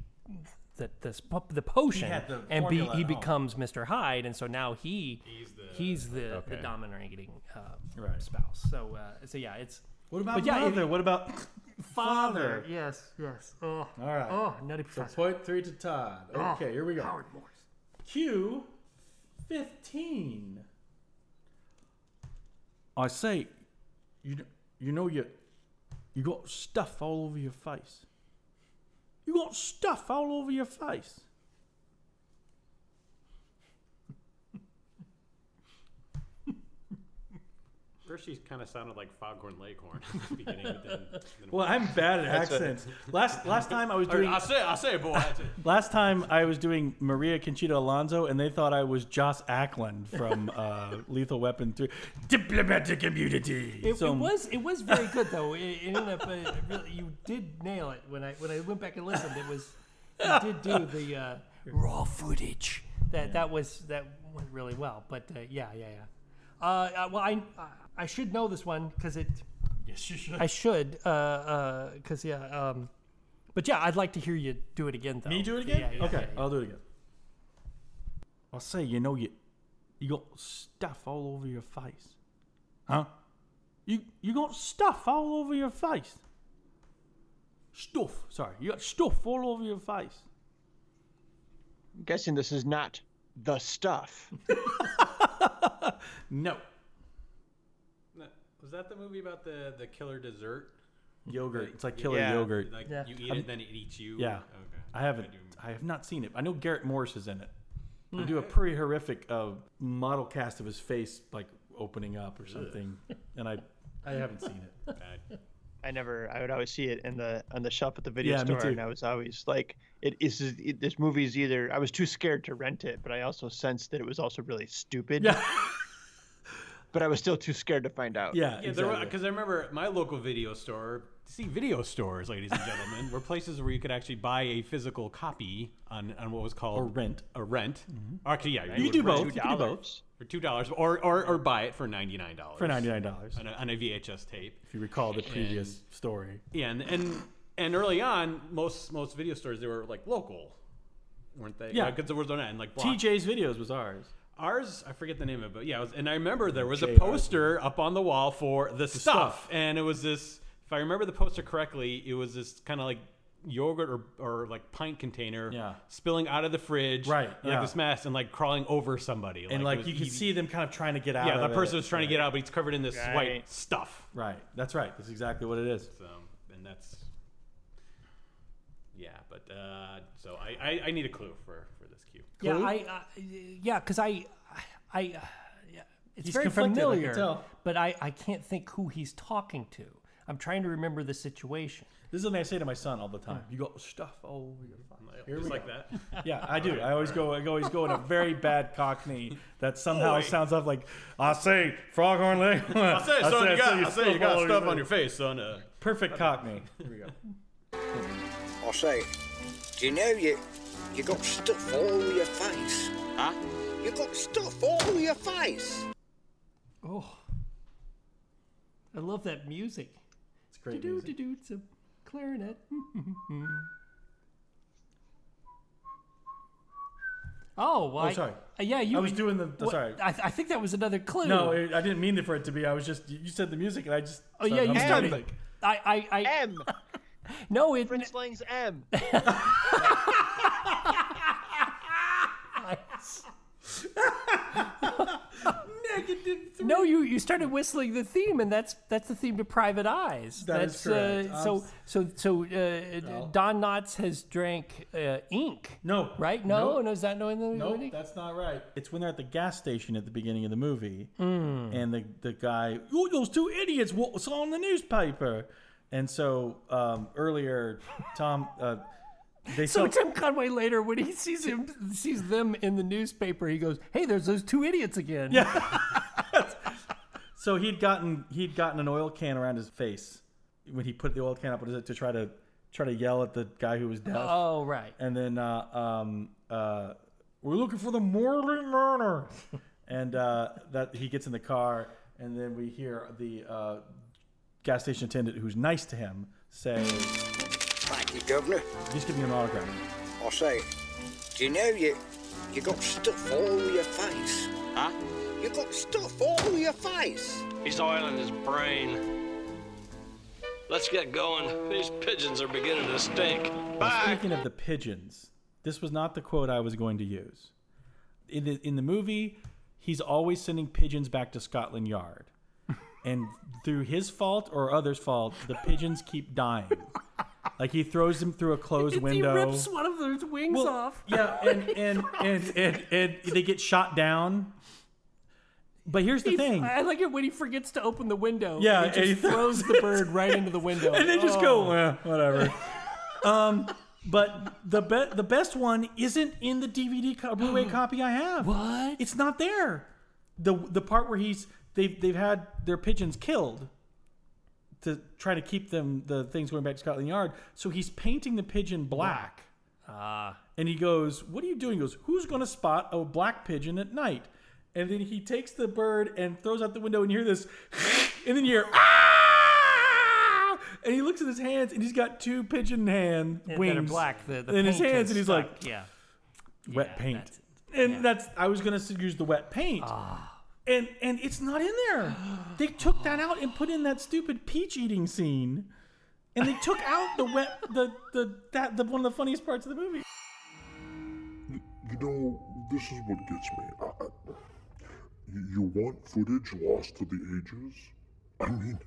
Speaker 5: the the, sp- the potion
Speaker 7: had the
Speaker 5: and be,
Speaker 7: formula
Speaker 5: he
Speaker 7: at home.
Speaker 5: becomes Mr. Hyde and so now he
Speaker 4: he's the
Speaker 5: he's the, the
Speaker 7: Okay.
Speaker 5: dominating uh,
Speaker 7: Right.
Speaker 5: spouse. So uh, so yeah, it's
Speaker 7: "What
Speaker 5: but
Speaker 7: about
Speaker 5: yeah, it-
Speaker 7: mother? what about
Speaker 5: Father.
Speaker 7: <laughs> father?"
Speaker 5: Yes, yes. Oh.
Speaker 7: All right.
Speaker 5: Oh, nutty
Speaker 7: So
Speaker 5: professor.
Speaker 7: point three to Todd.
Speaker 5: Oh,
Speaker 7: Okay, here we go.
Speaker 5: Howard
Speaker 7: Morris. Q, fifteen. I say, you kn- you know you you got stuff all over your face. You got stuff all over your face.
Speaker 4: First, she kind of sounded like Foghorn
Speaker 7: <laughs>
Speaker 4: Leghorn at the beginning. But <laughs> then, then
Speaker 7: Well, I'm bad at accents. Last last time <laughs> I was
Speaker 4: Or,
Speaker 7: doing
Speaker 4: I say, I say, boy. <laughs> I say.
Speaker 7: last time I was doing Maria Conchita Alonso, and they thought I was Joss Ackland from <laughs> uh, Lethal Weapon Three. Diplomatic immunity.
Speaker 5: It,
Speaker 7: So-
Speaker 5: it was it was very good though. It, it ended up uh, really, you did nail it when I when I went back and listened. It was you did do the uh, raw footage that that was that went really well. But uh, yeah yeah yeah. Uh, uh, well I I should know this one because it
Speaker 7: Yes, you should.
Speaker 5: I should uh uh because yeah um but yeah I'd like to hear you do it again though.
Speaker 7: Me do it again?
Speaker 5: Yeah, yeah,
Speaker 7: okay,
Speaker 5: yeah, yeah.
Speaker 7: I'll do it again. I'll say, you know, you you got stuff all over your face, huh? You you got stuff all over your face. Stuff. Sorry, you got stuff all over your face.
Speaker 6: I'm guessing this is not the stuff.
Speaker 7: no.
Speaker 4: No, Was that the movie about the, the killer dessert?
Speaker 7: Yogurt.
Speaker 4: Like,
Speaker 7: it's like killer
Speaker 4: yeah, Um,
Speaker 7: yogurt.
Speaker 4: Like you eat
Speaker 7: I'm-
Speaker 4: it, then it eats you.
Speaker 7: Yeah.
Speaker 4: Okay.
Speaker 7: I haven't. I have not seen it. I know Garrett Morris is in it. They do a pretty horrific uh, model cast of his face, like opening up or something, and I <laughs> I haven't seen <laughs> it.
Speaker 6: I never. I would always see it in the on the shelf at the video
Speaker 7: Yeah, me
Speaker 6: store,
Speaker 7: too.
Speaker 6: and I was always like, "It is it, this movie's either." I was too scared to rent it, but I also sensed that it was also really stupid. Yeah. but I was still too scared to find out.
Speaker 4: Yeah, because I remember at my local video store. See, video stores, ladies and gentlemen, were places where you could actually buy a physical copy on, on what was called
Speaker 7: Or rent. Mm-hmm.
Speaker 4: A rent. Or Actually, yeah,
Speaker 7: You
Speaker 4: would
Speaker 7: do
Speaker 4: rent
Speaker 7: both, you can do
Speaker 6: $2.
Speaker 4: for two dollars, or, or or buy it for ninety nine dollars.
Speaker 7: For $99.
Speaker 4: on a, on a VHS tape.
Speaker 7: If you recall the previous story,
Speaker 4: Yeah, and and and early on, most most video stores they were like local, weren't they? Uh,
Speaker 7: Yeah.
Speaker 4: because there was and like block-
Speaker 7: TJ's videos was ours.
Speaker 4: Ours, I forget the name of it, but yeah, it was, and I remember there was a
Speaker 7: JR's.
Speaker 4: poster up on the wall for the, stuff, and it was this If I remember the poster correctly, it was this kind of like yogurt or, or like pint container
Speaker 7: Yeah.
Speaker 4: spilling out of the fridge,
Speaker 7: Right,
Speaker 4: Like
Speaker 7: yeah.
Speaker 4: this mess and like crawling over somebody, it
Speaker 7: and like
Speaker 4: was
Speaker 7: you can
Speaker 4: easy-
Speaker 7: see them kind of trying to get out.
Speaker 4: Yeah,
Speaker 7: of
Speaker 4: that person
Speaker 7: it.
Speaker 4: was trying to get out, but he's covered in this white
Speaker 7: Right.
Speaker 4: stuff.
Speaker 7: Right. That's right. That's exactly what it is.
Speaker 4: So, and that's yeah. But uh, so I, I I need a clue for for this cue.
Speaker 5: Yeah, I, I yeah, because I, I, uh, yeah, it's
Speaker 4: He's
Speaker 5: very
Speaker 4: conflicted, I can
Speaker 5: familiar,
Speaker 4: tell.
Speaker 5: but I, I can't think who he's talking to. I'm trying to remember the situation.
Speaker 7: This is something I say to my son all the time. You go stuff. Oh, you're fine." Here
Speaker 4: Just
Speaker 7: we
Speaker 4: Hmm. like
Speaker 7: go."
Speaker 4: that?
Speaker 7: <laughs> Yeah, I do.
Speaker 4: Okay,
Speaker 7: I always
Speaker 4: all
Speaker 7: go. I always go in a
Speaker 4: <laughs>
Speaker 7: very bad Cockney that somehow
Speaker 4: Oi.
Speaker 7: sounds up like I say foghorn leg.
Speaker 4: <laughs>
Speaker 7: <laughs>
Speaker 4: I say, son, you got, I say, you got
Speaker 7: all
Speaker 4: stuff on
Speaker 7: over."
Speaker 4: your face, son. Uh,
Speaker 7: Perfect Cockney. Here we go.
Speaker 18: I say, do you know you you got stuff all over your face? Huh? You got stuff all over your face.
Speaker 5: Oh, I love that music. It's
Speaker 7: great music.
Speaker 5: It's a clarinet. <laughs> oh, well,
Speaker 7: Oh,
Speaker 5: I-
Speaker 7: sorry.
Speaker 5: uh, yeah, you.
Speaker 7: I was doing the-
Speaker 5: what-
Speaker 7: sorry.
Speaker 5: I, I think that was another clue.
Speaker 7: No, it, I didn't mean it for it to be. I was just. You said the music, and I just.
Speaker 5: Oh yeah, you
Speaker 7: I'm
Speaker 5: started.
Speaker 7: like-
Speaker 5: I, I, I
Speaker 7: <laughs>
Speaker 6: M.
Speaker 5: no, it.
Speaker 6: Prince Lang's M.
Speaker 5: No, you you started whistling the theme, and that's that's the theme to Private Eyes.
Speaker 7: That
Speaker 5: that's
Speaker 7: is correct.
Speaker 5: Uh, so so so uh, Don Knotts has drank uh, ink.
Speaker 7: No,
Speaker 5: right? No,
Speaker 7: Nope.
Speaker 5: no, is that no in the
Speaker 7: Nope,
Speaker 5: movie?
Speaker 7: that's not right. It's when they're at the gas station at the beginning of the movie,
Speaker 5: Mm.
Speaker 7: and the the guy, "You- those two idiots, what was on the newspaper? And so um, earlier, Tom, uh,
Speaker 5: <laughs>
Speaker 7: they
Speaker 5: So
Speaker 7: saw,
Speaker 5: Tim Conway later, when he sees him sees them in the newspaper, he goes, "Hey, there's those two idiots again." Yeah,
Speaker 7: so he'd gotten he'd gotten an oil can around his face when he put the oil can up to try to try to yell at the guy who was deaf.
Speaker 5: Oh, right.
Speaker 7: And then uh, um, uh, we're looking for the Morley murder, and uh, that he gets in the car, and then we hear the uh, gas station attendant, who's nice to him, say,
Speaker 18: Thank you, Governor.
Speaker 7: "Just give me an autograph."
Speaker 18: I say, do you know you you got stuff all over your face? Huh? You got stuff all over your face.
Speaker 25: He's oiling his brain. Let's get going. These pigeons are beginning to stink.
Speaker 7: Now, Speaking of the pigeons, this was not the quote I was going to use. In the, in the movie, he's always sending pigeons back to Scotland Yard. And through his fault or others' fault, the pigeons keep dying. Like he throws them through a closed
Speaker 5: he
Speaker 7: window.
Speaker 5: rips one of those wings off. <laughs>
Speaker 7: Yeah, and and, and and and they get shot down. But here's the
Speaker 5: He-
Speaker 7: thing.
Speaker 5: I like it when he forgets to open the window.
Speaker 7: Yeah,
Speaker 5: and
Speaker 7: and
Speaker 5: he
Speaker 7: he
Speaker 5: just throws the bird right into the window.
Speaker 7: <laughs> and they just
Speaker 5: Oh.
Speaker 7: go, "Eh, whatever. um, but the be- the best one isn't in the DVD
Speaker 5: <gasps>
Speaker 7: co- Blu-ray copy I have.
Speaker 5: What?
Speaker 7: It's not there. The the part where he's they've they've had their pigeons killed to try to keep them the things going back to Scotland Yard. So he's painting the pigeon black.
Speaker 5: Ah.
Speaker 7: And he goes, "What are you doing?" He goes, "Who's going to spot a black pigeon at night?" And then he takes the bird and throws out the window, and you hear this, <laughs> and then you hear ah! And he looks at his hands, and he's got two pigeon hand
Speaker 5: That are
Speaker 7: wings,
Speaker 5: black, the- the
Speaker 7: in his
Speaker 5: paint
Speaker 7: hands,
Speaker 5: is
Speaker 7: and he's
Speaker 5: stuck,
Speaker 7: like,
Speaker 5: yeah.
Speaker 7: wet paint." and that's I was gonna use the wet paint,
Speaker 5: Ah.
Speaker 7: and and it's not in there. They took that out and put in that stupid peach eating scene, and they took out the wet the the that the one of the funniest parts of the movie.
Speaker 1: You know, this is what gets me. I, I, you- you want footage lost to the ages? I mean,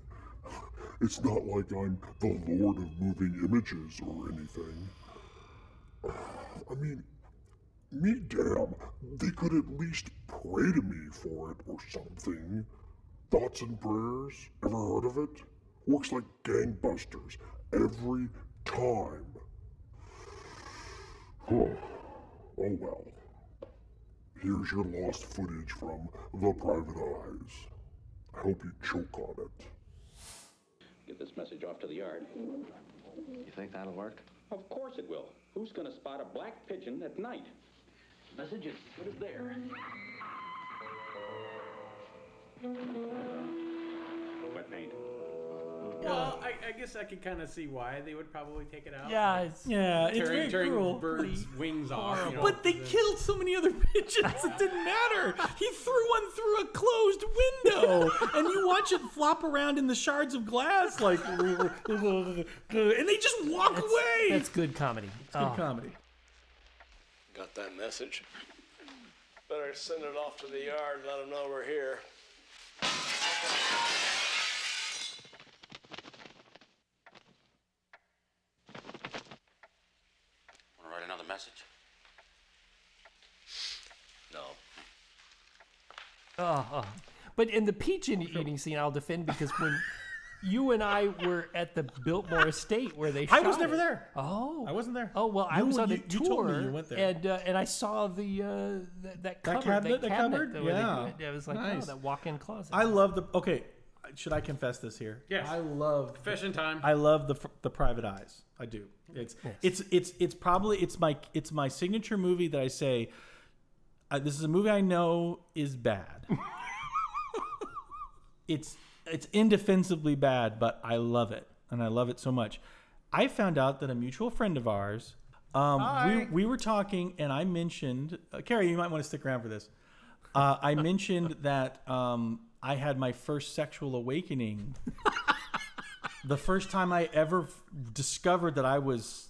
Speaker 1: it's not like I'm the lord of moving images or anything. I mean, me damn, they could at least pray to me for it or something. Thoughts and prayers? Ever heard of it? Works like gangbusters every time. Huh. Oh well. Here's your lost footage from The Private Eyes. I hope you choke on it.
Speaker 2: Get this message off to the yard.
Speaker 25: You think that'll work?
Speaker 2: Of course it will. Who's going to spot a black pigeon at night? Message is good as there. Wet paint.
Speaker 4: Well, I, I guess I could kind of see why they would probably take it out.
Speaker 7: Yeah,
Speaker 4: Like,
Speaker 7: it's- Yeah, it's
Speaker 4: tearing,
Speaker 7: very
Speaker 4: tearing
Speaker 7: cruel. <laughs>
Speaker 4: birds' wings off. you know,
Speaker 7: But they
Speaker 4: the-
Speaker 7: killed so many other <laughs> pigeons, it didn't matter. He threw one through a closed window, and you watch it flop around in the shards of glass, like, <laughs> and they just walk away.
Speaker 5: That's good comedy. Oh.
Speaker 7: It's good comedy.
Speaker 26: Got that message? Better send it off to the yard and let them know we're here.
Speaker 27: Want to write another message? No.
Speaker 5: Oh, oh. But in the pigeon eating scene, I'll defend because when <laughs> you and I were at the Biltmore Estate where they,
Speaker 7: I
Speaker 5: shot
Speaker 7: was never
Speaker 5: it-
Speaker 7: there.
Speaker 5: Oh,
Speaker 7: I wasn't there.
Speaker 5: Oh well, I
Speaker 7: You-
Speaker 5: was on
Speaker 7: you-
Speaker 5: a
Speaker 7: you
Speaker 5: tour,
Speaker 7: told me you went there.
Speaker 5: and uh, and I saw the uh, th- that cover,
Speaker 7: cabinet, that
Speaker 5: that
Speaker 7: cupboard?
Speaker 5: where they do
Speaker 7: Yeah.
Speaker 5: it. I was like,
Speaker 7: Nice.
Speaker 5: oh, that walk-in closet.
Speaker 7: I love the. Okay, should I confess this here?
Speaker 4: Yes.
Speaker 7: I love
Speaker 4: Confession time.
Speaker 7: I love the the private eyes. I do. It's it's it's it's probably it's my it's my signature movie that I say uh, this is a movie I know
Speaker 5: <laughs>
Speaker 7: is bad. it's it's indefensibly bad, but I love it and I love it so much. I found out that a mutual friend of ours um,
Speaker 5: Hi.
Speaker 7: we, we were talking and I mentioned uh, Carrie, you might want to stick around for this. Uh, I mentioned that um, I had my first sexual awakening <laughs> the first time I ever f- discovered that I was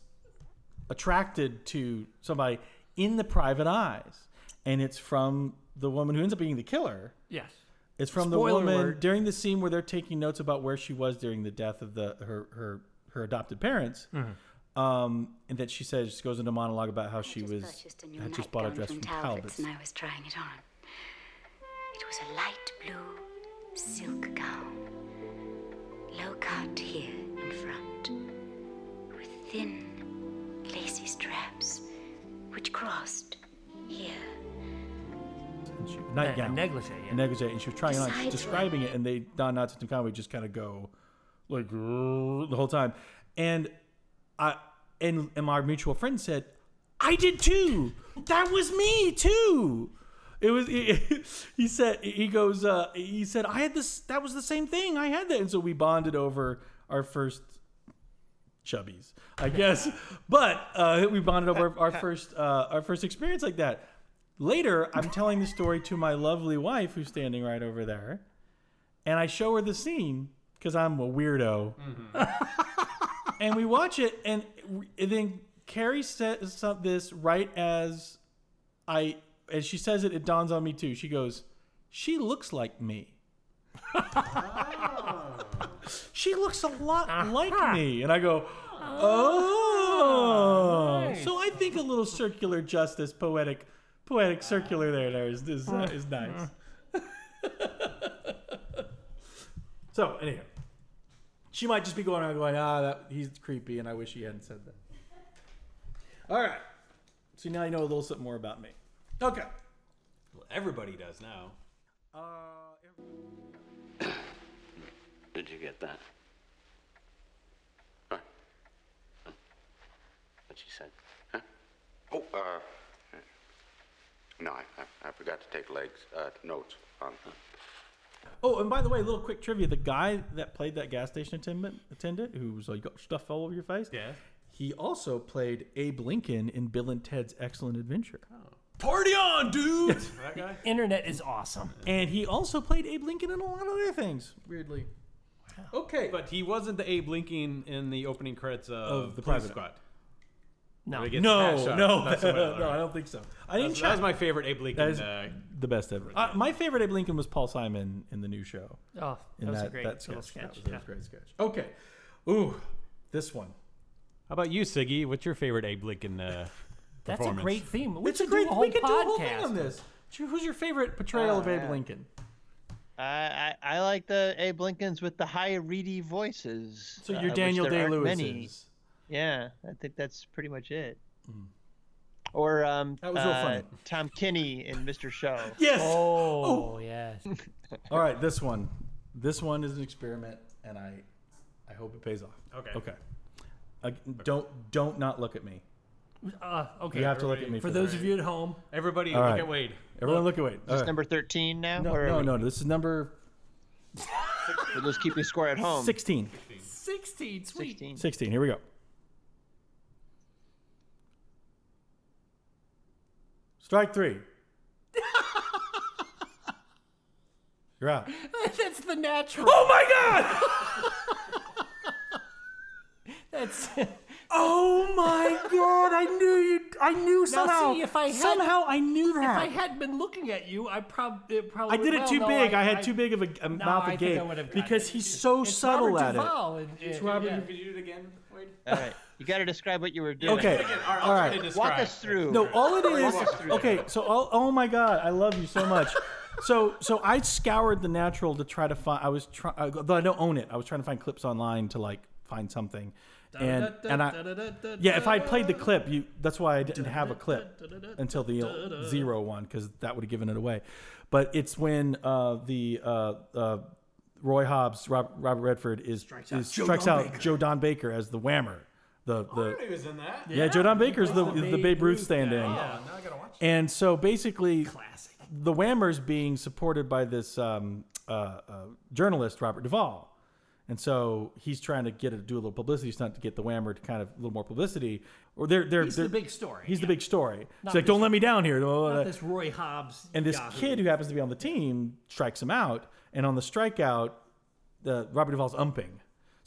Speaker 7: attracted to somebody in the private eyes, and it's from the woman who ends up being the killer.
Speaker 5: Yes.
Speaker 7: It's from the
Speaker 5: Spoiler
Speaker 7: woman
Speaker 5: alert.
Speaker 7: during the scene where they're taking notes about where she was during the death of the her her, her adopted parents.
Speaker 5: Mhm.
Speaker 7: Um, and that she says she goes into monologue about how she was
Speaker 18: purchased a new
Speaker 7: had just bought a
Speaker 18: nightgown
Speaker 7: dress from Talbot's.
Speaker 18: and I was trying it on. It was a light blue silk gown, low cut here in front, with thin, lacy straps which crossed here.
Speaker 7: And she- nightgown,
Speaker 5: A- a negligee, yeah.
Speaker 7: A negligee, and she was trying it on. She's
Speaker 18: Besides
Speaker 7: describing it, and they Don Knotts and Tim Conway just kind of go like "Grrr," the whole time, and I and and my mutual friend said, "I did too. That was me too." It was <laughs> he, he said he goes uh, he said I had this that was the same thing I had that and so we bonded over our first chubbies I guess but uh, we bonded over our, our first uh, our first experience like that later I'm telling the story to my lovely wife who's standing right over there and I show her the scene because I'm a weirdo and we watch it, and, we- and then Carrie says some- this right as I as she says it, it dawns on me too. She goes, "She looks like me." she looks a lot like me, and I go, "Oh."
Speaker 5: nice.
Speaker 7: So I think a little circular justice, poetic, poetic circular there, there is is, uh, is nice. <laughs> so anyhow. She might just be going around going, ah, that, he's creepy, and I wish he hadn't said that. All right. So now you know a little something more about me. Okay.
Speaker 4: Well, everybody does now.
Speaker 27: Did you get that? Huh? Huh? What she said? Huh? Oh, uh. No, I, I, I forgot to take legs, uh, notes on.
Speaker 7: Oh, and by the way, a little quick trivia: the guy that played that gas station attendant, attendant who was like got stuff all over your face. Yeah. He also played Abe Lincoln in Bill and Ted's Excellent Adventure.
Speaker 4: Oh.
Speaker 7: Party on, dude!
Speaker 4: That guy?
Speaker 5: Internet is awesome.
Speaker 7: and he also played Abe Lincoln in a lot of other things. Weirdly. Okay.
Speaker 4: But he wasn't the Abe Lincoln in the opening credits of,
Speaker 7: Of the
Speaker 4: Police
Speaker 7: Private
Speaker 4: Squad.
Speaker 5: No.
Speaker 4: Where he gets
Speaker 7: No,
Speaker 4: smashed up.
Speaker 7: no,
Speaker 4: That's the way-
Speaker 7: <laughs> no,
Speaker 4: all right.
Speaker 7: I don't think so. I didn't
Speaker 4: That's- That was
Speaker 7: check.
Speaker 4: my favorite Abe Lincoln.
Speaker 7: That is
Speaker 4: uh,
Speaker 7: the best ever. Uh, my favorite Abe Lincoln was Paul Simon in the new show.
Speaker 5: Oh,
Speaker 7: In
Speaker 5: that was a great little
Speaker 7: That
Speaker 5: sketch,
Speaker 7: was a
Speaker 5: yeah.
Speaker 7: great sketch. Okay. Ooh, this one.
Speaker 4: how about you, Siggy? What's your favorite Abe Lincoln uh,
Speaker 5: That's a
Speaker 4: performance?
Speaker 5: great theme. We
Speaker 7: It's a
Speaker 5: should
Speaker 7: great-
Speaker 5: do a whole
Speaker 7: we could do a whole thing
Speaker 5: podcast Uh,
Speaker 7: on this. Who's your favorite portrayal of Abe Lincoln?
Speaker 6: I, I I like the Abe Lincolns with the high reedy voices.
Speaker 7: So
Speaker 6: uh,
Speaker 7: your
Speaker 6: which
Speaker 7: Daniel
Speaker 6: there
Speaker 7: Day
Speaker 6: aren't many.
Speaker 7: Lewis's.
Speaker 6: Yeah, I think that's pretty much it. Or um,
Speaker 7: That was real
Speaker 6: uh,
Speaker 7: funny.
Speaker 6: Tom Kinney in Mr.
Speaker 7: <laughs>
Speaker 6: Show.
Speaker 7: Yes.
Speaker 5: Oh, yes.
Speaker 7: All right, this one. This one is an experiment, and I, I hope it pays off.
Speaker 4: Okay.
Speaker 7: Okay. Uh, don't don't not look at me.
Speaker 5: Uh, okay.
Speaker 7: You have to look at me
Speaker 5: For
Speaker 7: for
Speaker 5: those
Speaker 7: that.
Speaker 5: of you at home,
Speaker 4: Everybody,
Speaker 7: All
Speaker 4: look
Speaker 7: right.
Speaker 4: at Wade.
Speaker 7: Everyone, look at Wade.
Speaker 6: Is this
Speaker 7: All right.
Speaker 6: number 13 now?
Speaker 7: No,
Speaker 6: or
Speaker 7: no, no. This is number
Speaker 6: Um, We're just keeping score at home.
Speaker 7: 16.
Speaker 4: 16, sweet.
Speaker 7: 16. Here we go. Strike three. You're out.
Speaker 5: <laughs> That's the
Speaker 7: <laughs>
Speaker 5: natural.
Speaker 7: Oh my
Speaker 5: god! That's
Speaker 7: Oh my god! I knew you. I knew
Speaker 5: Now,
Speaker 7: somehow.
Speaker 5: see, if I had-
Speaker 7: somehow I knew
Speaker 5: if
Speaker 7: that.
Speaker 5: I had been looking at you, I prob- it probably
Speaker 7: I did it
Speaker 5: well,
Speaker 7: too
Speaker 5: no,
Speaker 7: big. I, had too big of a, a
Speaker 5: no,
Speaker 7: mouth
Speaker 5: I
Speaker 7: of
Speaker 5: think I
Speaker 7: game
Speaker 5: would've gotten
Speaker 7: because he's so subtle
Speaker 5: Robert
Speaker 7: at
Speaker 5: Duvall,
Speaker 7: it.
Speaker 5: and-
Speaker 4: It's
Speaker 5: and-
Speaker 4: Robert.
Speaker 5: yeah.
Speaker 4: Could you do it again, Wade?
Speaker 6: All right. You got to describe what you were doing.
Speaker 7: Okay. All right.
Speaker 6: Walk us through.
Speaker 7: No, all
Speaker 4: <laughs>
Speaker 7: it
Speaker 6: Walk us
Speaker 7: is.
Speaker 6: through.
Speaker 7: Okay, so all, oh my god, I love you so much. So so I scoured the natural to try to find. I was trying, though I don't own it. I was trying to find clips online to like find something, and and I yeah, if I had played the clip, you that's why I didn't have a clip until the zero one because that would have given it away. But it's when uh, the uh, uh, Roy Hobbs, Rob, Robert Redford is strikes
Speaker 4: out
Speaker 7: is,
Speaker 4: Joe
Speaker 7: strikes
Speaker 4: Don
Speaker 7: out
Speaker 4: Baker.
Speaker 7: Joe Don Baker as the whammer. The, the,
Speaker 4: he was in that.
Speaker 7: yeah, Joe Don Baker's the is the Babe Ruth stand-in.
Speaker 4: now I gotta watch.
Speaker 7: And so basically, the Whammers being supported by this um, uh, uh, journalist, Robert Duvall. And so he's trying to get a, do a little publicity stunt to get the Whammer to kind of a little more publicity. Or they're, they're,
Speaker 5: He's
Speaker 7: they're-
Speaker 5: the big story,
Speaker 7: He's
Speaker 5: yeah.
Speaker 7: the big story.
Speaker 5: Not
Speaker 7: he's like,
Speaker 5: this-
Speaker 7: don't let me down here.
Speaker 5: Not this Roy Hobbs.
Speaker 7: and this
Speaker 5: Yahoo.
Speaker 7: kid who happens to be on the team strikes him out. And on the strikeout, the Robert Duvall's umping.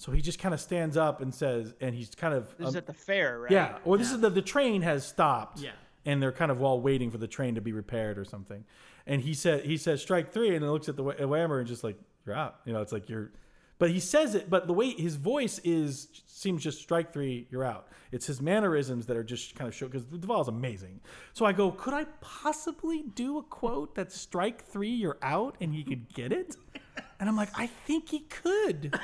Speaker 7: So he just kind of stands up and says, and he's kind of
Speaker 6: This is
Speaker 7: um,
Speaker 6: at the fair, right?
Speaker 7: yeah. Or this is the the train has stopped.
Speaker 6: Yeah.
Speaker 7: And they're kind of all waiting for the train to be repaired or something. And he said he says strike three, and it looks at the wha- whammer and just like you're out. You know, it's like you're. But he says it, but the way his voice is seems just strike three, you're out. It's his mannerisms that are just kind of show because Duvall's amazing. So I go, could I possibly do a quote that's strike three, you're out, and he could get it? And I'm like, I think he could.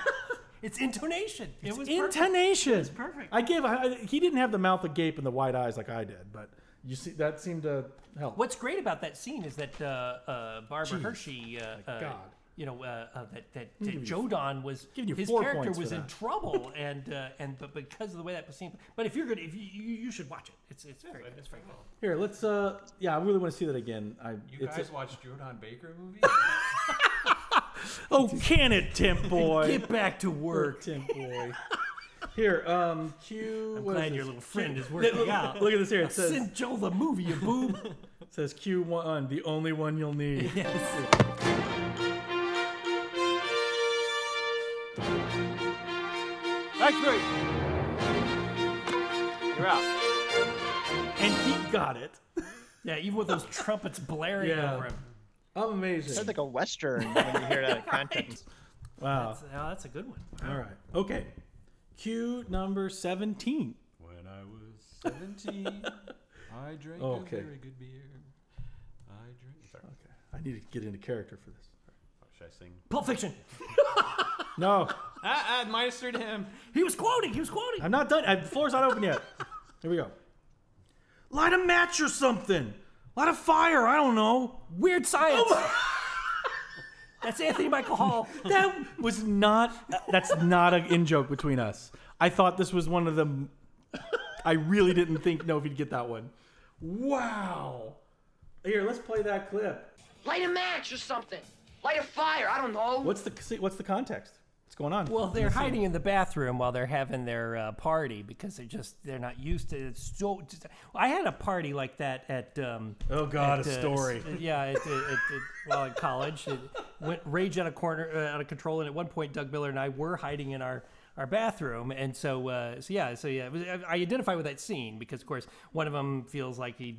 Speaker 5: It's intonation. it was perfect.
Speaker 7: Intonation.
Speaker 5: It was perfect.
Speaker 7: I give. I, I- he didn't have the mouth agape and the wide eyes like I did, but you see, that seemed to help.
Speaker 5: What's great about that scene is that uh, uh, Barbara
Speaker 7: Jeez.
Speaker 5: Hershey, uh, uh,
Speaker 7: God.
Speaker 5: you know, uh, uh, that that,
Speaker 7: I'm giving
Speaker 5: that
Speaker 7: you
Speaker 5: Joe Don was
Speaker 7: giving you
Speaker 5: his
Speaker 7: four
Speaker 5: character
Speaker 7: points for
Speaker 5: was in
Speaker 7: that.
Speaker 5: trouble, and uh, and but because of the way that was seen. But if you're good, if you you, you should watch it. It's it's very good. It's very good.
Speaker 7: Here, let's. uh Yeah, I really want to see that again. I.
Speaker 4: You
Speaker 7: it's a-
Speaker 4: guys watched Jordan Baker
Speaker 5: <laughs>
Speaker 4: movie?
Speaker 7: <laughs> oh, can it, Tim boy?
Speaker 5: Get back to work.
Speaker 7: <laughs> Tim boy. Here, um, cue.
Speaker 5: I'm
Speaker 7: what is
Speaker 5: glad your
Speaker 7: this?
Speaker 5: little friend
Speaker 7: Cue-
Speaker 5: is working
Speaker 7: look,
Speaker 5: out.
Speaker 7: Look at this here. It
Speaker 5: I
Speaker 7: says
Speaker 5: sent Joe the movie, you boob.
Speaker 7: it says Q one, the only one
Speaker 5: <laughs>
Speaker 7: you'll need.
Speaker 6: Strike three. You're out.
Speaker 7: And he got it.
Speaker 5: yeah, even with those trumpets blaring
Speaker 7: Yeah.
Speaker 5: over him.
Speaker 7: I'm amazing.
Speaker 6: Sounds like a western when you hear that context.
Speaker 7: Wow.
Speaker 5: That's, oh, that's a good one.
Speaker 7: All right. Okay. Cue number seventeen.
Speaker 4: When I was
Speaker 7: <laughs>
Speaker 4: 17, I drank
Speaker 7: a Okay.
Speaker 4: a
Speaker 7: very
Speaker 4: very good beer. I drank. Sorry. Okay.
Speaker 7: I need to get into character for this.
Speaker 4: Should I sing?
Speaker 5: Pulp Fiction.
Speaker 4: <laughs>
Speaker 7: No,
Speaker 4: Ah, ah, minus three to him.
Speaker 5: He was quoting. He was quoting.
Speaker 7: I'm not done. I, the floor's not open yet. Here we go. Light a match or something. Light a fire. I don't know.
Speaker 5: Weird Science. Oh <laughs> That's Anthony Michael Hall.
Speaker 7: That was not. That's not an in joke between us. I thought this was one of them. I really didn't think no if he'd get that one. Wow. Here, let's play that clip.
Speaker 18: Light a match or something. Light a fire. I don't know.
Speaker 7: What's the see, what's the context? What's going on?
Speaker 5: Well, they're hiding in the bathroom while they're having their uh, party because they're just they're not used to it. It's so. Just, I had a party like that at. Um,
Speaker 7: Oh, God,
Speaker 5: at,
Speaker 7: a story.
Speaker 5: s- yeah, at, at, at, at- well, in college, it went rage out of corner uh, out of control, and at one point, Doug Miller and I were hiding in our. Our bathroom, and so uh, so yeah, so yeah, it was, I I identify with that scene because of course one of them feels like he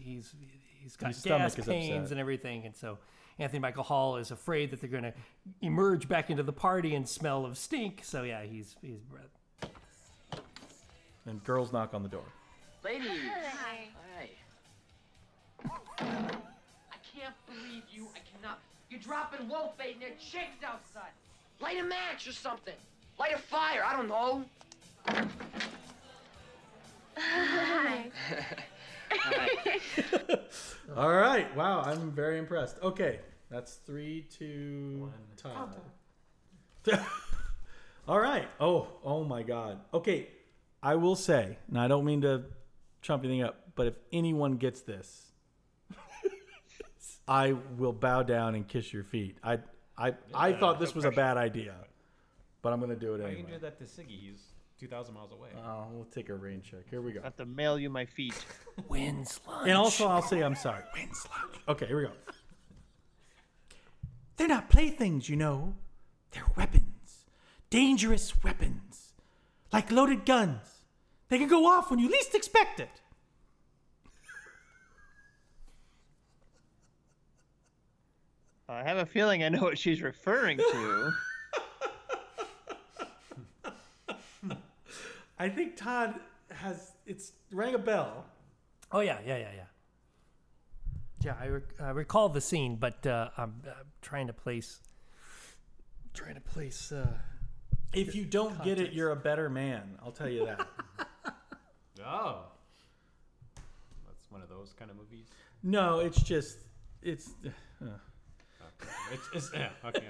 Speaker 5: he's he's got
Speaker 7: His stomach
Speaker 5: gas
Speaker 7: is
Speaker 5: pains
Speaker 7: upset.
Speaker 5: and everything. And so Anthony Michael Hall is afraid that they're going to emerge back into the party and smell of stink. So yeah, he's he's
Speaker 7: And girls knock on the door.
Speaker 18: Ladies. Hi. I can't believe you. I cannot. You're dropping wolf bait and there are chicks outside. Light a match or something. Light a fire. I don't know.
Speaker 28: Hi.
Speaker 7: All right. Wow, I'm very impressed. Okay, that's three, two, tie. <laughs> All right. Oh, oh my God. Okay, I will say, and I don't mean to trump anything up, but if anyone gets this,
Speaker 4: <laughs>
Speaker 7: I will bow down and kiss your feet. I, I, I thought this was a bad idea, but I'm gonna do it
Speaker 4: Why
Speaker 7: anyway.
Speaker 4: are you gonna do that to Siggy? He's 2,000 miles away.
Speaker 7: Oh, we'll take a rain check. Here we go.
Speaker 6: Have to mail you my feet.
Speaker 5: Wins
Speaker 7: And also, I'll say I'm sorry. Okay, here we go. They're not playthings, you know. They're weapons. Dangerous weapons. Like loaded guns. They can go off when you least expect it.
Speaker 6: Uh, I have a feeling I know what she's referring to.
Speaker 7: I think Todd has it's rang a bell.
Speaker 5: Oh yeah, yeah, yeah, yeah. Yeah, I, rec- I recall the scene, but uh, I'm, i trying to place. Trying to place. Uh,
Speaker 7: If you don't get it, you're a better man. I'll tell you that. <laughs>
Speaker 4: Oh. That's one of those kind of movies.
Speaker 7: no, it's just it's. uh,
Speaker 4: It's, it's yeah, okay.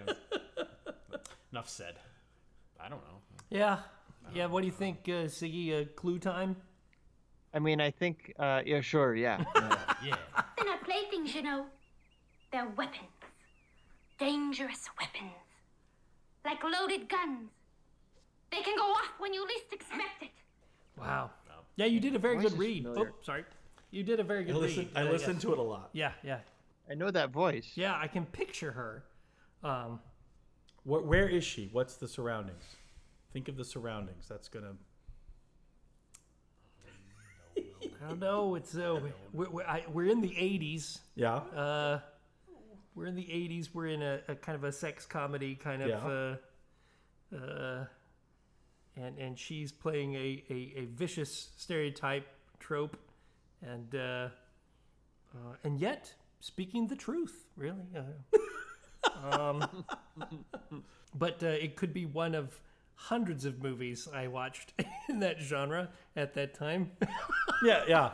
Speaker 4: <laughs> Enough said. I don't know.
Speaker 5: yeah, yeah. What do you think, uh, Siggy? Uh, clue time?
Speaker 6: I mean, I think, uh, yeah, sure, yeah.
Speaker 4: Yeah.
Speaker 18: They're not playthings, you know. They're weapons. Dangerous weapons. Like loaded guns. They can go off when you least expect it.
Speaker 5: Wow. Yeah, you did a very
Speaker 6: Why is
Speaker 5: good
Speaker 6: this
Speaker 5: read. Oh,
Speaker 6: familiar?
Speaker 5: sorry. You did a very good
Speaker 7: listen-
Speaker 5: read. Uh,
Speaker 7: I listen to it a lot.
Speaker 5: Yeah, yeah.
Speaker 6: I know that voice.
Speaker 5: Yeah, I can picture her. Um,
Speaker 7: Wh- where is she? What's the surroundings? Think of the surroundings. That's gonna.
Speaker 5: I don't know. It's uh, we're, we're, I, we're in the '80s.
Speaker 7: Yeah.
Speaker 5: Uh, we're in the '80s. We're in a, a kind of a sex comedy kind of. Uh, uh, and and she's playing a, a, a vicious stereotype trope, and uh, uh, and yet speaking the truth, really. Uh, <laughs> um, but uh, it could be one of hundreds of movies I watched <laughs> in that genre at that time.
Speaker 7: Yeah, yeah.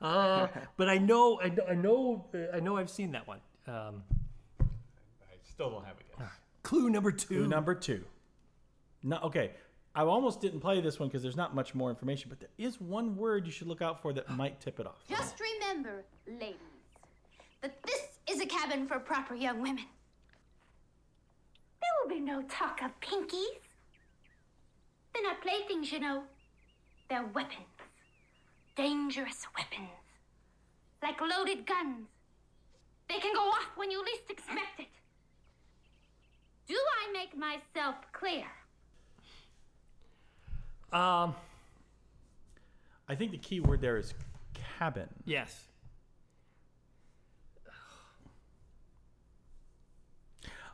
Speaker 5: Uh, but I know, I know, I know, uh, I know I've seen that one. Um,
Speaker 4: I still don't have a guess.
Speaker 5: Clue number two.
Speaker 7: Clue number two. No, okay. I almost didn't play this one because there's not much more information, but there is one word you should look out for that might tip it off.
Speaker 29: Just remember, ladies, that this is a cabin for proper young women.
Speaker 18: There will be no talk of pinkies. They're not playthings, you know. They're weapons. Dangerous weapons. Like loaded guns. They can go off when you least expect it. Do I make myself clear?
Speaker 5: Um,
Speaker 7: I think the key word there is cabin.
Speaker 5: Yes.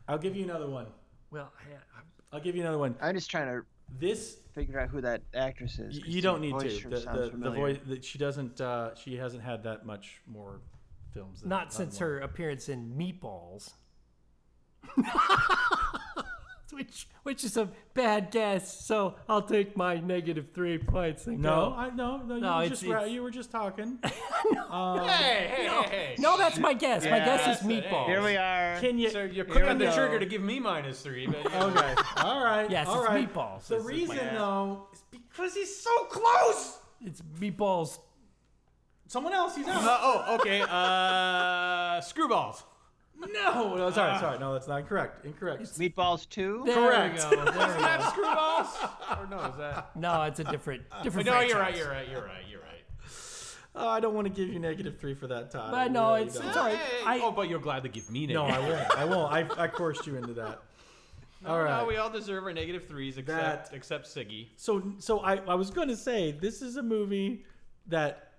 Speaker 7: I'll give you another one.
Speaker 5: Well, I, I'm
Speaker 7: I'll give you another one.
Speaker 6: I'm just trying to
Speaker 7: this
Speaker 6: figure out who that actress is.
Speaker 7: Y-
Speaker 6: 'cause
Speaker 7: You
Speaker 6: the
Speaker 7: don't need
Speaker 6: voice
Speaker 7: to.
Speaker 6: sure
Speaker 7: The,
Speaker 6: sounds
Speaker 7: the, the
Speaker 6: familiar.
Speaker 7: voice that she doesn't. Uh, she hasn't had that much more films. Than,
Speaker 5: not since
Speaker 7: one.
Speaker 5: her appearance in Meatballs, <laughs> which which is a bad guess. So I'll take my negative three points. And
Speaker 7: No,
Speaker 5: go.
Speaker 7: I no no. You,
Speaker 5: No,
Speaker 7: were
Speaker 5: it's-
Speaker 7: just,
Speaker 5: it's-
Speaker 7: ra- you were just
Speaker 4: <laughs>
Speaker 7: talking. Um,
Speaker 4: Hey, hey,
Speaker 5: no.
Speaker 4: hey, hey.
Speaker 5: No, that's my guess. My guess is
Speaker 4: that's it. Hey.
Speaker 5: Meatballs.
Speaker 7: Can you?
Speaker 4: So you're
Speaker 7: Here
Speaker 4: quick
Speaker 7: we
Speaker 4: on the
Speaker 7: go.
Speaker 4: trigger to give me minus three, but you know.
Speaker 7: Okay. All right.
Speaker 5: Yes,
Speaker 7: all
Speaker 5: it's
Speaker 7: right.
Speaker 5: meatballs.
Speaker 7: The
Speaker 5: This is
Speaker 7: reason
Speaker 5: my-
Speaker 7: though is because he's so close.
Speaker 5: It's Meatballs.
Speaker 7: Someone else. He's out.
Speaker 4: Uh, oh, okay.
Speaker 7: <laughs>
Speaker 4: Uh, screwballs.
Speaker 7: No, Uh-uh. no, sorry, sorry. No, that's not incorrect. Incorrect.
Speaker 6: Meatballs 2?
Speaker 5: There
Speaker 7: Correct.
Speaker 5: we
Speaker 7: <laughs>
Speaker 5: go. There we
Speaker 4: Is that
Speaker 5: go.
Speaker 4: screwballs? Or no, is that?
Speaker 5: No, it's a different
Speaker 4: <laughs>
Speaker 5: different.
Speaker 4: no, you're right.
Speaker 5: franchise.
Speaker 4: You're right. You're right. You're right.
Speaker 7: Oh, I don't want to give you negative three for that, Todd. I
Speaker 5: But no,
Speaker 7: really
Speaker 5: it's
Speaker 7: don't.
Speaker 5: it's all right. I,
Speaker 4: oh, but you're glad to give me
Speaker 7: No,
Speaker 4: negative.
Speaker 7: I won't. I won't. I, I forced you into that. All right.
Speaker 4: No, we all deserve our negative threes except except Siggy.
Speaker 7: So, so I, I was going to say this is a movie that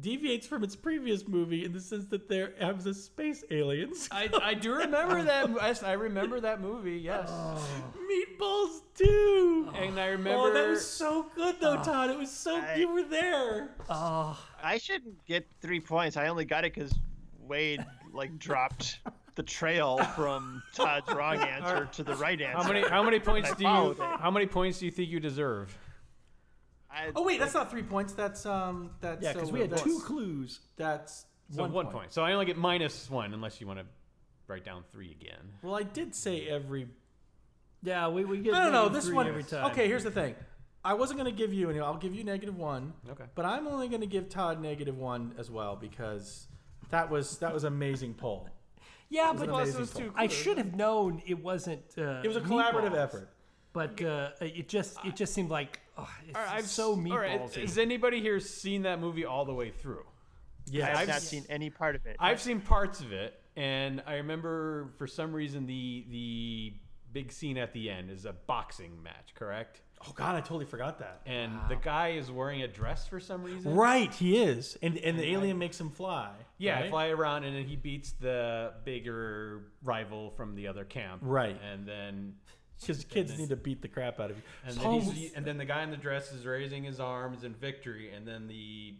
Speaker 7: deviates from its previous movie in the sense that there has a space aliens.
Speaker 4: I, I do remember that. <laughs> yes, I remember that movie. Yes,
Speaker 7: Meatballs too.
Speaker 4: and I remember. Oh.
Speaker 7: Oh, that was so good though, Todd. It was so you were there.
Speaker 5: oh,
Speaker 6: I shouldn't get three points. I only got it because Wade like dropped the trail from Todd's wrong answer to the right answer.
Speaker 4: How many how many points
Speaker 6: I
Speaker 4: do you
Speaker 6: followed it.
Speaker 4: how many points do you think you deserve?
Speaker 6: I,
Speaker 7: Oh wait, that's not three points. That's um, that's
Speaker 5: yeah, because
Speaker 7: uh,
Speaker 5: we had
Speaker 7: that's-
Speaker 5: two clues.
Speaker 7: That's
Speaker 4: So one, point. So I only get minus one unless you want to write down three again.
Speaker 7: Well, I did say every
Speaker 5: Yeah, we, we get
Speaker 7: No, no, no.
Speaker 5: negative
Speaker 7: This
Speaker 5: three
Speaker 7: one.
Speaker 5: every time.
Speaker 7: Okay, here's the thing. I wasn't gonna give you, and I'll give you negative one.
Speaker 4: Okay.
Speaker 7: But I'm only gonna give Todd negative one as well because that was that was amazing poll.
Speaker 5: Yeah,
Speaker 7: It was
Speaker 5: but
Speaker 7: an amazing film.
Speaker 5: I should have known it wasn't. Uh,
Speaker 7: It was a collaborative
Speaker 5: Meatballs.
Speaker 7: effort.
Speaker 5: But uh, it just it just seemed like oh, it's
Speaker 4: All right, I've
Speaker 5: so
Speaker 4: s- all right,
Speaker 5: meatballsy.
Speaker 4: Has anybody here seen that movie all the way through?
Speaker 6: Yeah, I have not
Speaker 4: s-
Speaker 6: seen any part of it.
Speaker 4: I've seen parts of it, and I remember for some reason the the big scene at the end is a boxing match, correct?
Speaker 7: Oh God, I totally forgot that.
Speaker 4: And the guy is wearing a dress for some reason.
Speaker 7: Right, he is, and and the alien makes him fly.
Speaker 4: Yeah,
Speaker 7: right?
Speaker 4: fly around, and then he beats the bigger rival from the other camp.
Speaker 7: Right.
Speaker 4: and then
Speaker 7: Because kids need to beat the crap out of you.
Speaker 4: and then, he's, and then the guy in the dress is raising his arms in victory, and then the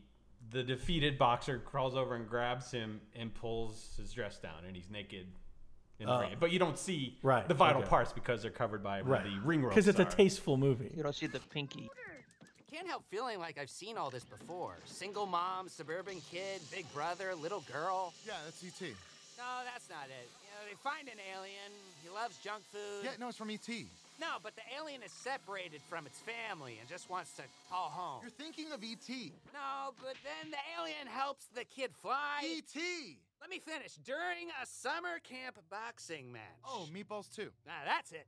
Speaker 4: the defeated boxer crawls over and grabs him and pulls his dress down, and he's naked. In the
Speaker 7: Oh.
Speaker 4: ring. But you don't see
Speaker 7: Right,
Speaker 4: the vital
Speaker 7: okay.
Speaker 4: parts because they're covered by where
Speaker 7: Right.
Speaker 4: the ring ropes.
Speaker 7: Because it's a
Speaker 4: are.
Speaker 7: tasteful movie.
Speaker 6: You don't see the pinky.
Speaker 18: Can't help feeling like I've seen all this before. Single mom, suburban kid, big brother, little girl.
Speaker 30: Yeah, that's E ET.
Speaker 18: No, that's not it. You know, they find an alien. He loves junk food.
Speaker 30: Yeah, no, it's from E ET.
Speaker 18: No, but the alien is separated from its family and just wants to call home.
Speaker 30: You're thinking of E ET.
Speaker 18: No, but then the alien helps the kid fly.
Speaker 30: E E.T.
Speaker 18: Let me finish. During a summer camp boxing match.
Speaker 30: Oh, Meatballs too.
Speaker 18: Now that's it.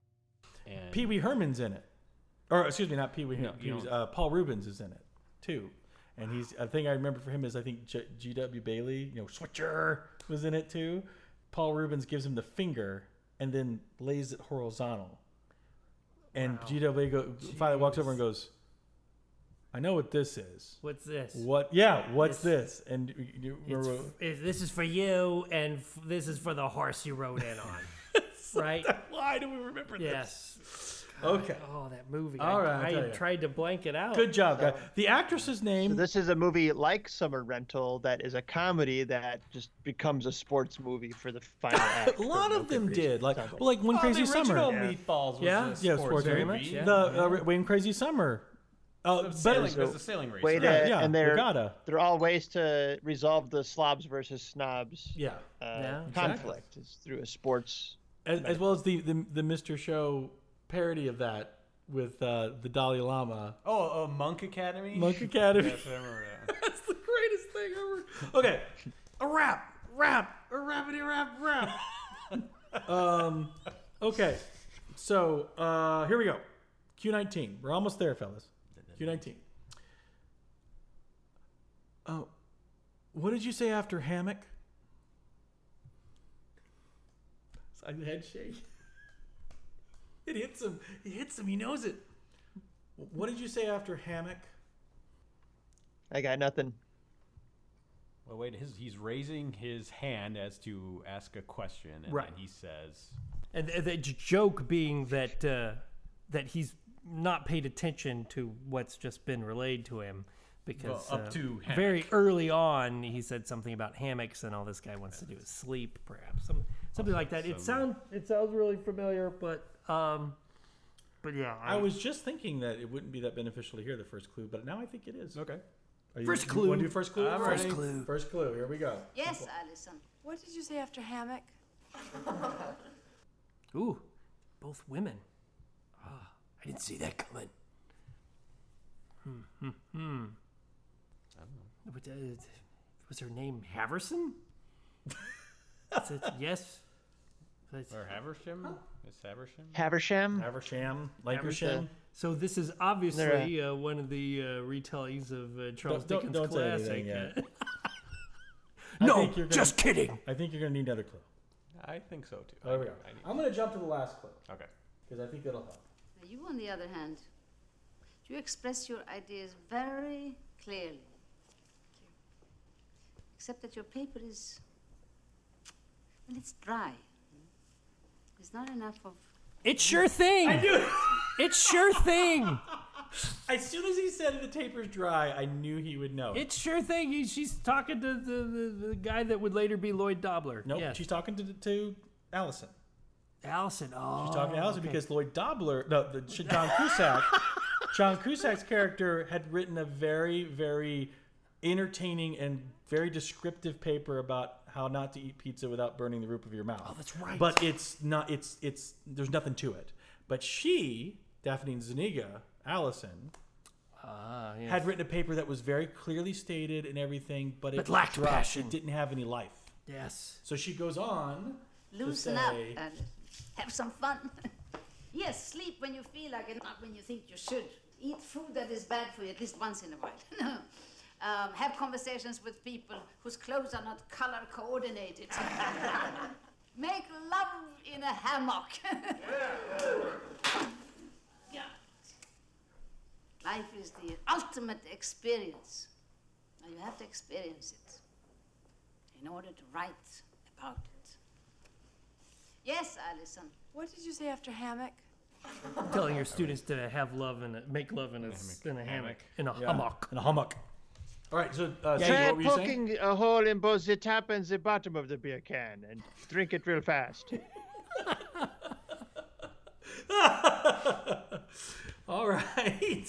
Speaker 7: Pee Wee Herman's in it, or excuse me, not Pee Wee.
Speaker 4: No,
Speaker 7: Herman.
Speaker 4: you
Speaker 7: Pee-wee's,
Speaker 4: don't-
Speaker 7: uh, Paul Rubens is in it too, and he's. I think I remember for him is I think J- G.W. Bailey, you know, Switcher was in it too. Paul Rubens gives him the finger and then lays it horizontal, and G.W. Go, finally walks over and goes, "I know what this is.
Speaker 5: What's this?
Speaker 7: What? Yeah, what's this?" And you- you,
Speaker 5: It's,
Speaker 7: remember-
Speaker 5: it- this is for you, and f- this is for the horse you rode in on. right?
Speaker 7: Why do we remember
Speaker 5: yes.
Speaker 7: Okay.
Speaker 5: Oh, that movie.
Speaker 7: All
Speaker 5: I,
Speaker 7: right, I'll
Speaker 5: I
Speaker 7: tell
Speaker 5: had
Speaker 7: you.
Speaker 5: tried to blank it out.
Speaker 7: Good job, guy. The actress's name.
Speaker 6: So this is a movie like Summer Rental that is a comedy that just becomes a sports movie for the
Speaker 7: <laughs>
Speaker 6: final act.
Speaker 7: A lot of them did, like well, like When
Speaker 4: Well,
Speaker 7: Crazy
Speaker 4: Oh, the
Speaker 7: Summer.
Speaker 4: original Yeah. Meatballs was
Speaker 7: yeah,
Speaker 4: a
Speaker 7: yeah,
Speaker 4: sports
Speaker 7: sports
Speaker 4: Very
Speaker 7: movie.
Speaker 4: much, yeah.
Speaker 7: The uh, When Crazy Summer. Uh,
Speaker 4: The
Speaker 7: better-
Speaker 4: sailing- it was the sailing race,
Speaker 6: Way
Speaker 4: right?
Speaker 6: to,
Speaker 7: Yeah, yeah,
Speaker 6: and they're
Speaker 7: regatta.
Speaker 6: they're all ways to resolve the slobs versus snobs.
Speaker 7: Yeah.
Speaker 6: uh,
Speaker 7: Yeah, exactly.
Speaker 6: conflict is through a sports.
Speaker 7: as, as well as the, the the Mr. Show parody of that with uh, the Dalai Lama.
Speaker 4: Oh, uh, Monk Academy.
Speaker 7: Monk Academy.
Speaker 4: Yes, <laughs> I remember that.
Speaker 7: That's the greatest thing ever. <laughs> Okay, a rap, rap, a rapidy rap, rap. um, okay, so uh, here we go. Q19. We're almost there, fellas. Q19. Oh, what did you say after hammock? Side head shake. <laughs> It hits him. It hits him. He knows it. What did you say after hammock?
Speaker 6: I got nothing.
Speaker 4: Well, wait. His, he's raising his hand as to ask a question, and
Speaker 5: Right.
Speaker 4: then he says,
Speaker 5: And th- the j- joke being that uh, that he's not paid attention to what's just been relayed to him because
Speaker 4: Well, up
Speaker 5: uh,
Speaker 4: to
Speaker 5: very early on he said something about hammocks and all this guy wants to do is sleep, perhaps some, something like that. It sounds it sounds really familiar, but um, but yeah,
Speaker 7: I was just thinking that it wouldn't be that beneficial to hear the first clue, but now I think it is. Okay.
Speaker 5: First
Speaker 7: You
Speaker 5: clue.
Speaker 7: want to do first clue?
Speaker 5: I'm First ready. clue.
Speaker 7: First clue. Here we go.
Speaker 31: Yes, Allison. What did you say after hammock?
Speaker 5: Ooh, both women. Ah, I didn't see that coming. Hmm. Hmm. hmm. What, uh, was her name Haverson? <laughs> Is it- yes. That's-
Speaker 4: "Or Haversham? Miss Haversham?
Speaker 6: Haversham.
Speaker 7: Haversham.
Speaker 5: Haversham. So this is obviously uh, one of the uh, retellings of uh, Charles
Speaker 7: Don't- don't-
Speaker 5: Dickens'
Speaker 7: don't say anything
Speaker 5: classic.
Speaker 7: yet.
Speaker 5: uh, <laughs>
Speaker 7: I
Speaker 5: No,
Speaker 7: think you're gonna-
Speaker 5: just kidding.
Speaker 7: I think you're going to need another clue.
Speaker 4: I think so too.
Speaker 7: There we go.
Speaker 4: I need-
Speaker 7: I'm going to jump to the last clue
Speaker 4: Okay.
Speaker 7: because I think that'll help.
Speaker 31: Now, you, on the other hand, you express your ideas very clearly. Except that your paper is, well, it's dry. There's not enough of
Speaker 5: It's sure thing.
Speaker 7: I knew it.
Speaker 5: It's sure thing.
Speaker 7: As soon as he said the taper's dry, I knew he would know.
Speaker 5: It's sure thing. He, she's talking to the, the, the guy that would later be Lloyd Dobler.
Speaker 7: Nope,
Speaker 5: Yes.
Speaker 7: she's talking to to Allison.
Speaker 5: Allison. Oh,
Speaker 7: She's talking to Allison
Speaker 5: okay.
Speaker 7: because Lloyd Dobler, no, the, John
Speaker 5: <laughs>
Speaker 7: Cusack, John Cusack's character had written a very, very entertaining and very descriptive paper about how not to eat pizza without burning the roof of your mouth. Oh,
Speaker 5: that's right.
Speaker 7: But it's not. It's it's there's nothing to it. But she, Daphne Zuniga, Allison,
Speaker 5: Ah, yes.
Speaker 7: had written a paper that was very clearly stated and everything, but it
Speaker 5: But lacked
Speaker 7: dropped.
Speaker 5: passion.
Speaker 7: It didn't have any life.
Speaker 5: Yes.
Speaker 7: So she goes on
Speaker 18: Loosen up.
Speaker 7: say-
Speaker 18: and have some fun. <laughs> yes, sleep when you feel like it, not when you think you should. Eat food that is bad for you at least once in a while. <laughs> no. Um, have conversations with people whose clothes are not color coordinated. <laughs> Make love in a hammock. <laughs> yeah. Life is the ultimate experience. Now you have to experience it in order to write about it. Yes, Allison.
Speaker 32: What did you say after hammock?
Speaker 5: Telling your students to have love and make love in a, in a hammock. In a
Speaker 7: Yeah,
Speaker 5: hammock.
Speaker 7: In a hammock. All right, so uh, Susie,
Speaker 6: Try
Speaker 7: what were you saying?
Speaker 6: poking a hole in both the top and the bottom of the beer can and drink it real fast.
Speaker 7: <laughs> All right,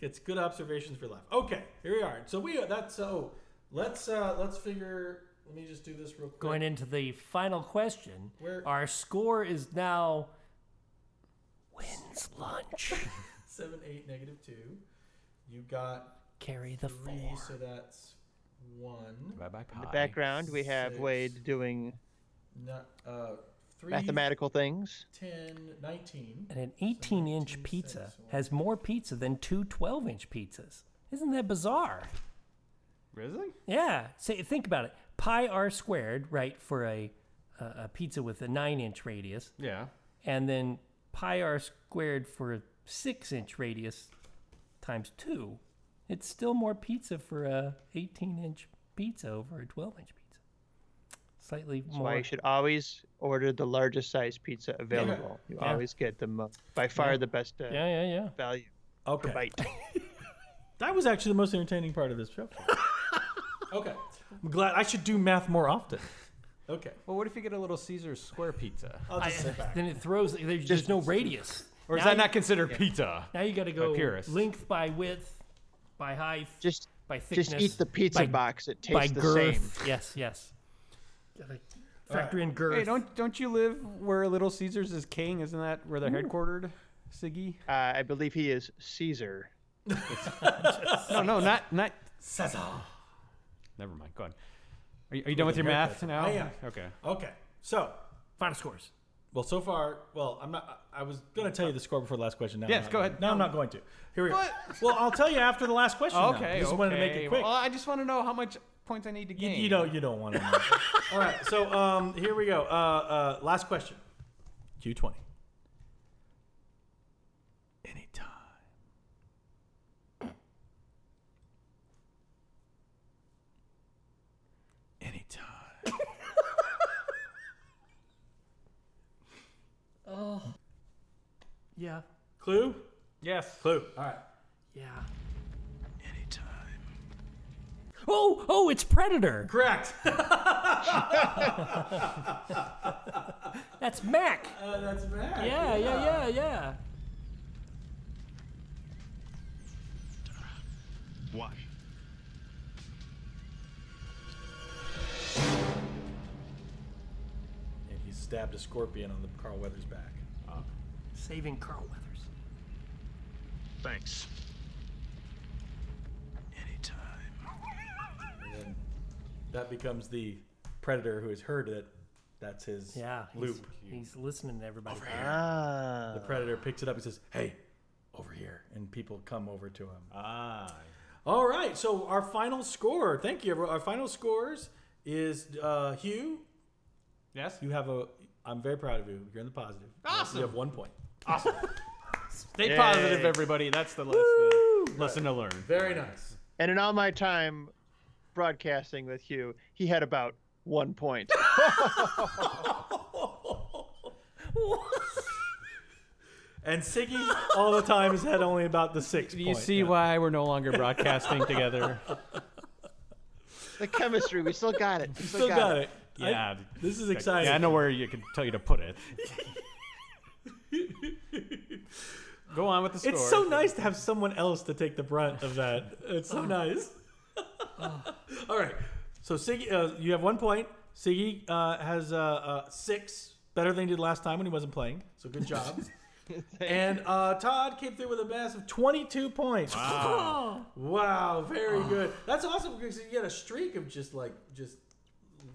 Speaker 7: it's good observations for life. Okay, here we are. So we that's oh, let's uh let's figure. Let me just do this real quick.
Speaker 5: Going into the final question,
Speaker 7: Where-
Speaker 5: our score is now wins lunch.
Speaker 7: Seven, eight, negative two. You got
Speaker 5: carry the
Speaker 7: three, so that's one.
Speaker 6: In the background, we have
Speaker 7: Six,
Speaker 6: Wade doing
Speaker 7: no- uh, three,
Speaker 6: mathematical things.
Speaker 7: 10, 19.
Speaker 5: And an 18 inch pizza has more pizza than two 12 inch pizzas. Isn't that bizarre?
Speaker 4: Really?
Speaker 5: Yeah. Say, think about it. Pi r squared, right, for a, a, a pizza with a 9 inch radius.
Speaker 4: Yeah.
Speaker 5: And then pi r squared for a 6 inch radius times 2. It's still more pizza for a 18 inch pizza over a 12 inch pizza. Slightly
Speaker 6: That's
Speaker 5: more.
Speaker 6: why you should always order the largest size pizza available. You
Speaker 5: Yeah.
Speaker 6: always get the mo- by far
Speaker 5: Yeah.
Speaker 6: the best uh,
Speaker 5: Yeah, yeah, yeah.
Speaker 6: value.
Speaker 7: Okay. <laughs> That was actually the most entertaining part of
Speaker 4: <laughs>
Speaker 7: this show. okay. I'm glad I should do math more often. Okay.
Speaker 4: Well, what if you get a little Caesar square pizza?
Speaker 7: I'll just sit back.
Speaker 5: Then it throws. There's just no radius.
Speaker 4: Or is
Speaker 5: Now
Speaker 4: that
Speaker 5: you-
Speaker 4: not considered pizza?
Speaker 5: Now you got to
Speaker 4: By
Speaker 5: go
Speaker 4: purists.
Speaker 5: length by width, by height,
Speaker 6: just
Speaker 5: by thickness.
Speaker 6: just eat the pizza
Speaker 5: by-
Speaker 6: box. It tastes
Speaker 5: by
Speaker 6: the
Speaker 5: girth.
Speaker 6: same.
Speaker 5: Yes, yes. Gotta factor in girth.
Speaker 4: Hey, don't don't you live where Little Caesars is king? Isn't that where they're
Speaker 6: Ooh.
Speaker 4: headquartered, Siggy?
Speaker 6: Uh, I believe he is Caesar.
Speaker 4: no, no, not not
Speaker 7: Caesar.
Speaker 4: Never mind. Go on. Are you, are you done with your math now?
Speaker 7: I am.
Speaker 4: Okay.
Speaker 7: Okay. So,
Speaker 5: final scores.
Speaker 7: Well, so far, well, I'm not. I I was gonna tell you the score before the last question. Now I'm
Speaker 4: Yes,
Speaker 7: not
Speaker 4: go
Speaker 7: gonna-
Speaker 4: ahead.
Speaker 7: No, I'm
Speaker 4: No.
Speaker 7: not going to. Here we
Speaker 4: What?
Speaker 7: go. <laughs> Well, I'll tell you after the last question. now.
Speaker 4: okay.
Speaker 7: I just wanted to make
Speaker 4: okay.
Speaker 7: it quick.
Speaker 4: Well, I just want to know how much points I need to
Speaker 7: You,
Speaker 4: gain.
Speaker 7: you don't. You don't want to. Know. <laughs> All right. So um, here we go. Uh, uh, last question. Q twenty. Anytime. Anytime.
Speaker 5: Oh. Yeah.
Speaker 7: Clue.
Speaker 4: Yes.
Speaker 7: Clue. All right.
Speaker 5: Yeah. Anytime. Oh, oh, it's Predator.
Speaker 7: Correct.
Speaker 5: That's Mac.
Speaker 7: Uh, that's bad.
Speaker 5: Yeah, yeah, yeah, yeah.
Speaker 33: What?
Speaker 7: And he stabbed a scorpion on the Carl Weathers back.
Speaker 5: Saving Carl Weathers.
Speaker 33: Thanks.
Speaker 7: And then that becomes the predator who has heard it. That's his
Speaker 5: Yeah. he's-
Speaker 7: loop.
Speaker 5: He's listening to everybody.
Speaker 7: Over here.
Speaker 6: Ah.
Speaker 7: The predator picks it up and says, "Hey, over here," and people come over to him. Ah. All right. So our final score. Thank you. everyone. Our final scores is uh, Hugh.
Speaker 4: Yes.
Speaker 7: You have a. I'm very proud of you. You're in the positive.
Speaker 4: Awesome.
Speaker 7: You have one point.
Speaker 4: <laughs> Awesome. Stay
Speaker 6: Yay.
Speaker 4: positive, everybody. That's the lesson. Lesson to learn.
Speaker 7: Very nice.
Speaker 6: And in all my time broadcasting with Hugh, he had about one point.
Speaker 7: And Siggy all the time has had only about the six.
Speaker 4: Do you see why we're no longer broadcasting together?
Speaker 6: the chemistry, we still got it. We still,
Speaker 7: Still got it. I-
Speaker 4: Yeah.
Speaker 7: this is
Speaker 4: Yeah,
Speaker 7: exciting.
Speaker 4: I know where you could tell you to
Speaker 7: <laughs>
Speaker 4: put it. Go on with the score.
Speaker 7: It's so nice to have someone else to take the brunt of that. It's
Speaker 4: <sighs>
Speaker 7: so nice. All right. So Siggy, uh, you have one point. Siggy uh, has uh, uh, six, better than he did last time when he wasn't playing. So
Speaker 5: <laughs>
Speaker 7: good job. and uh, Todd came through with a massive 22 points.
Speaker 5: <laughs>
Speaker 7: Wow, very good. That's awesome because you get a streak of just like just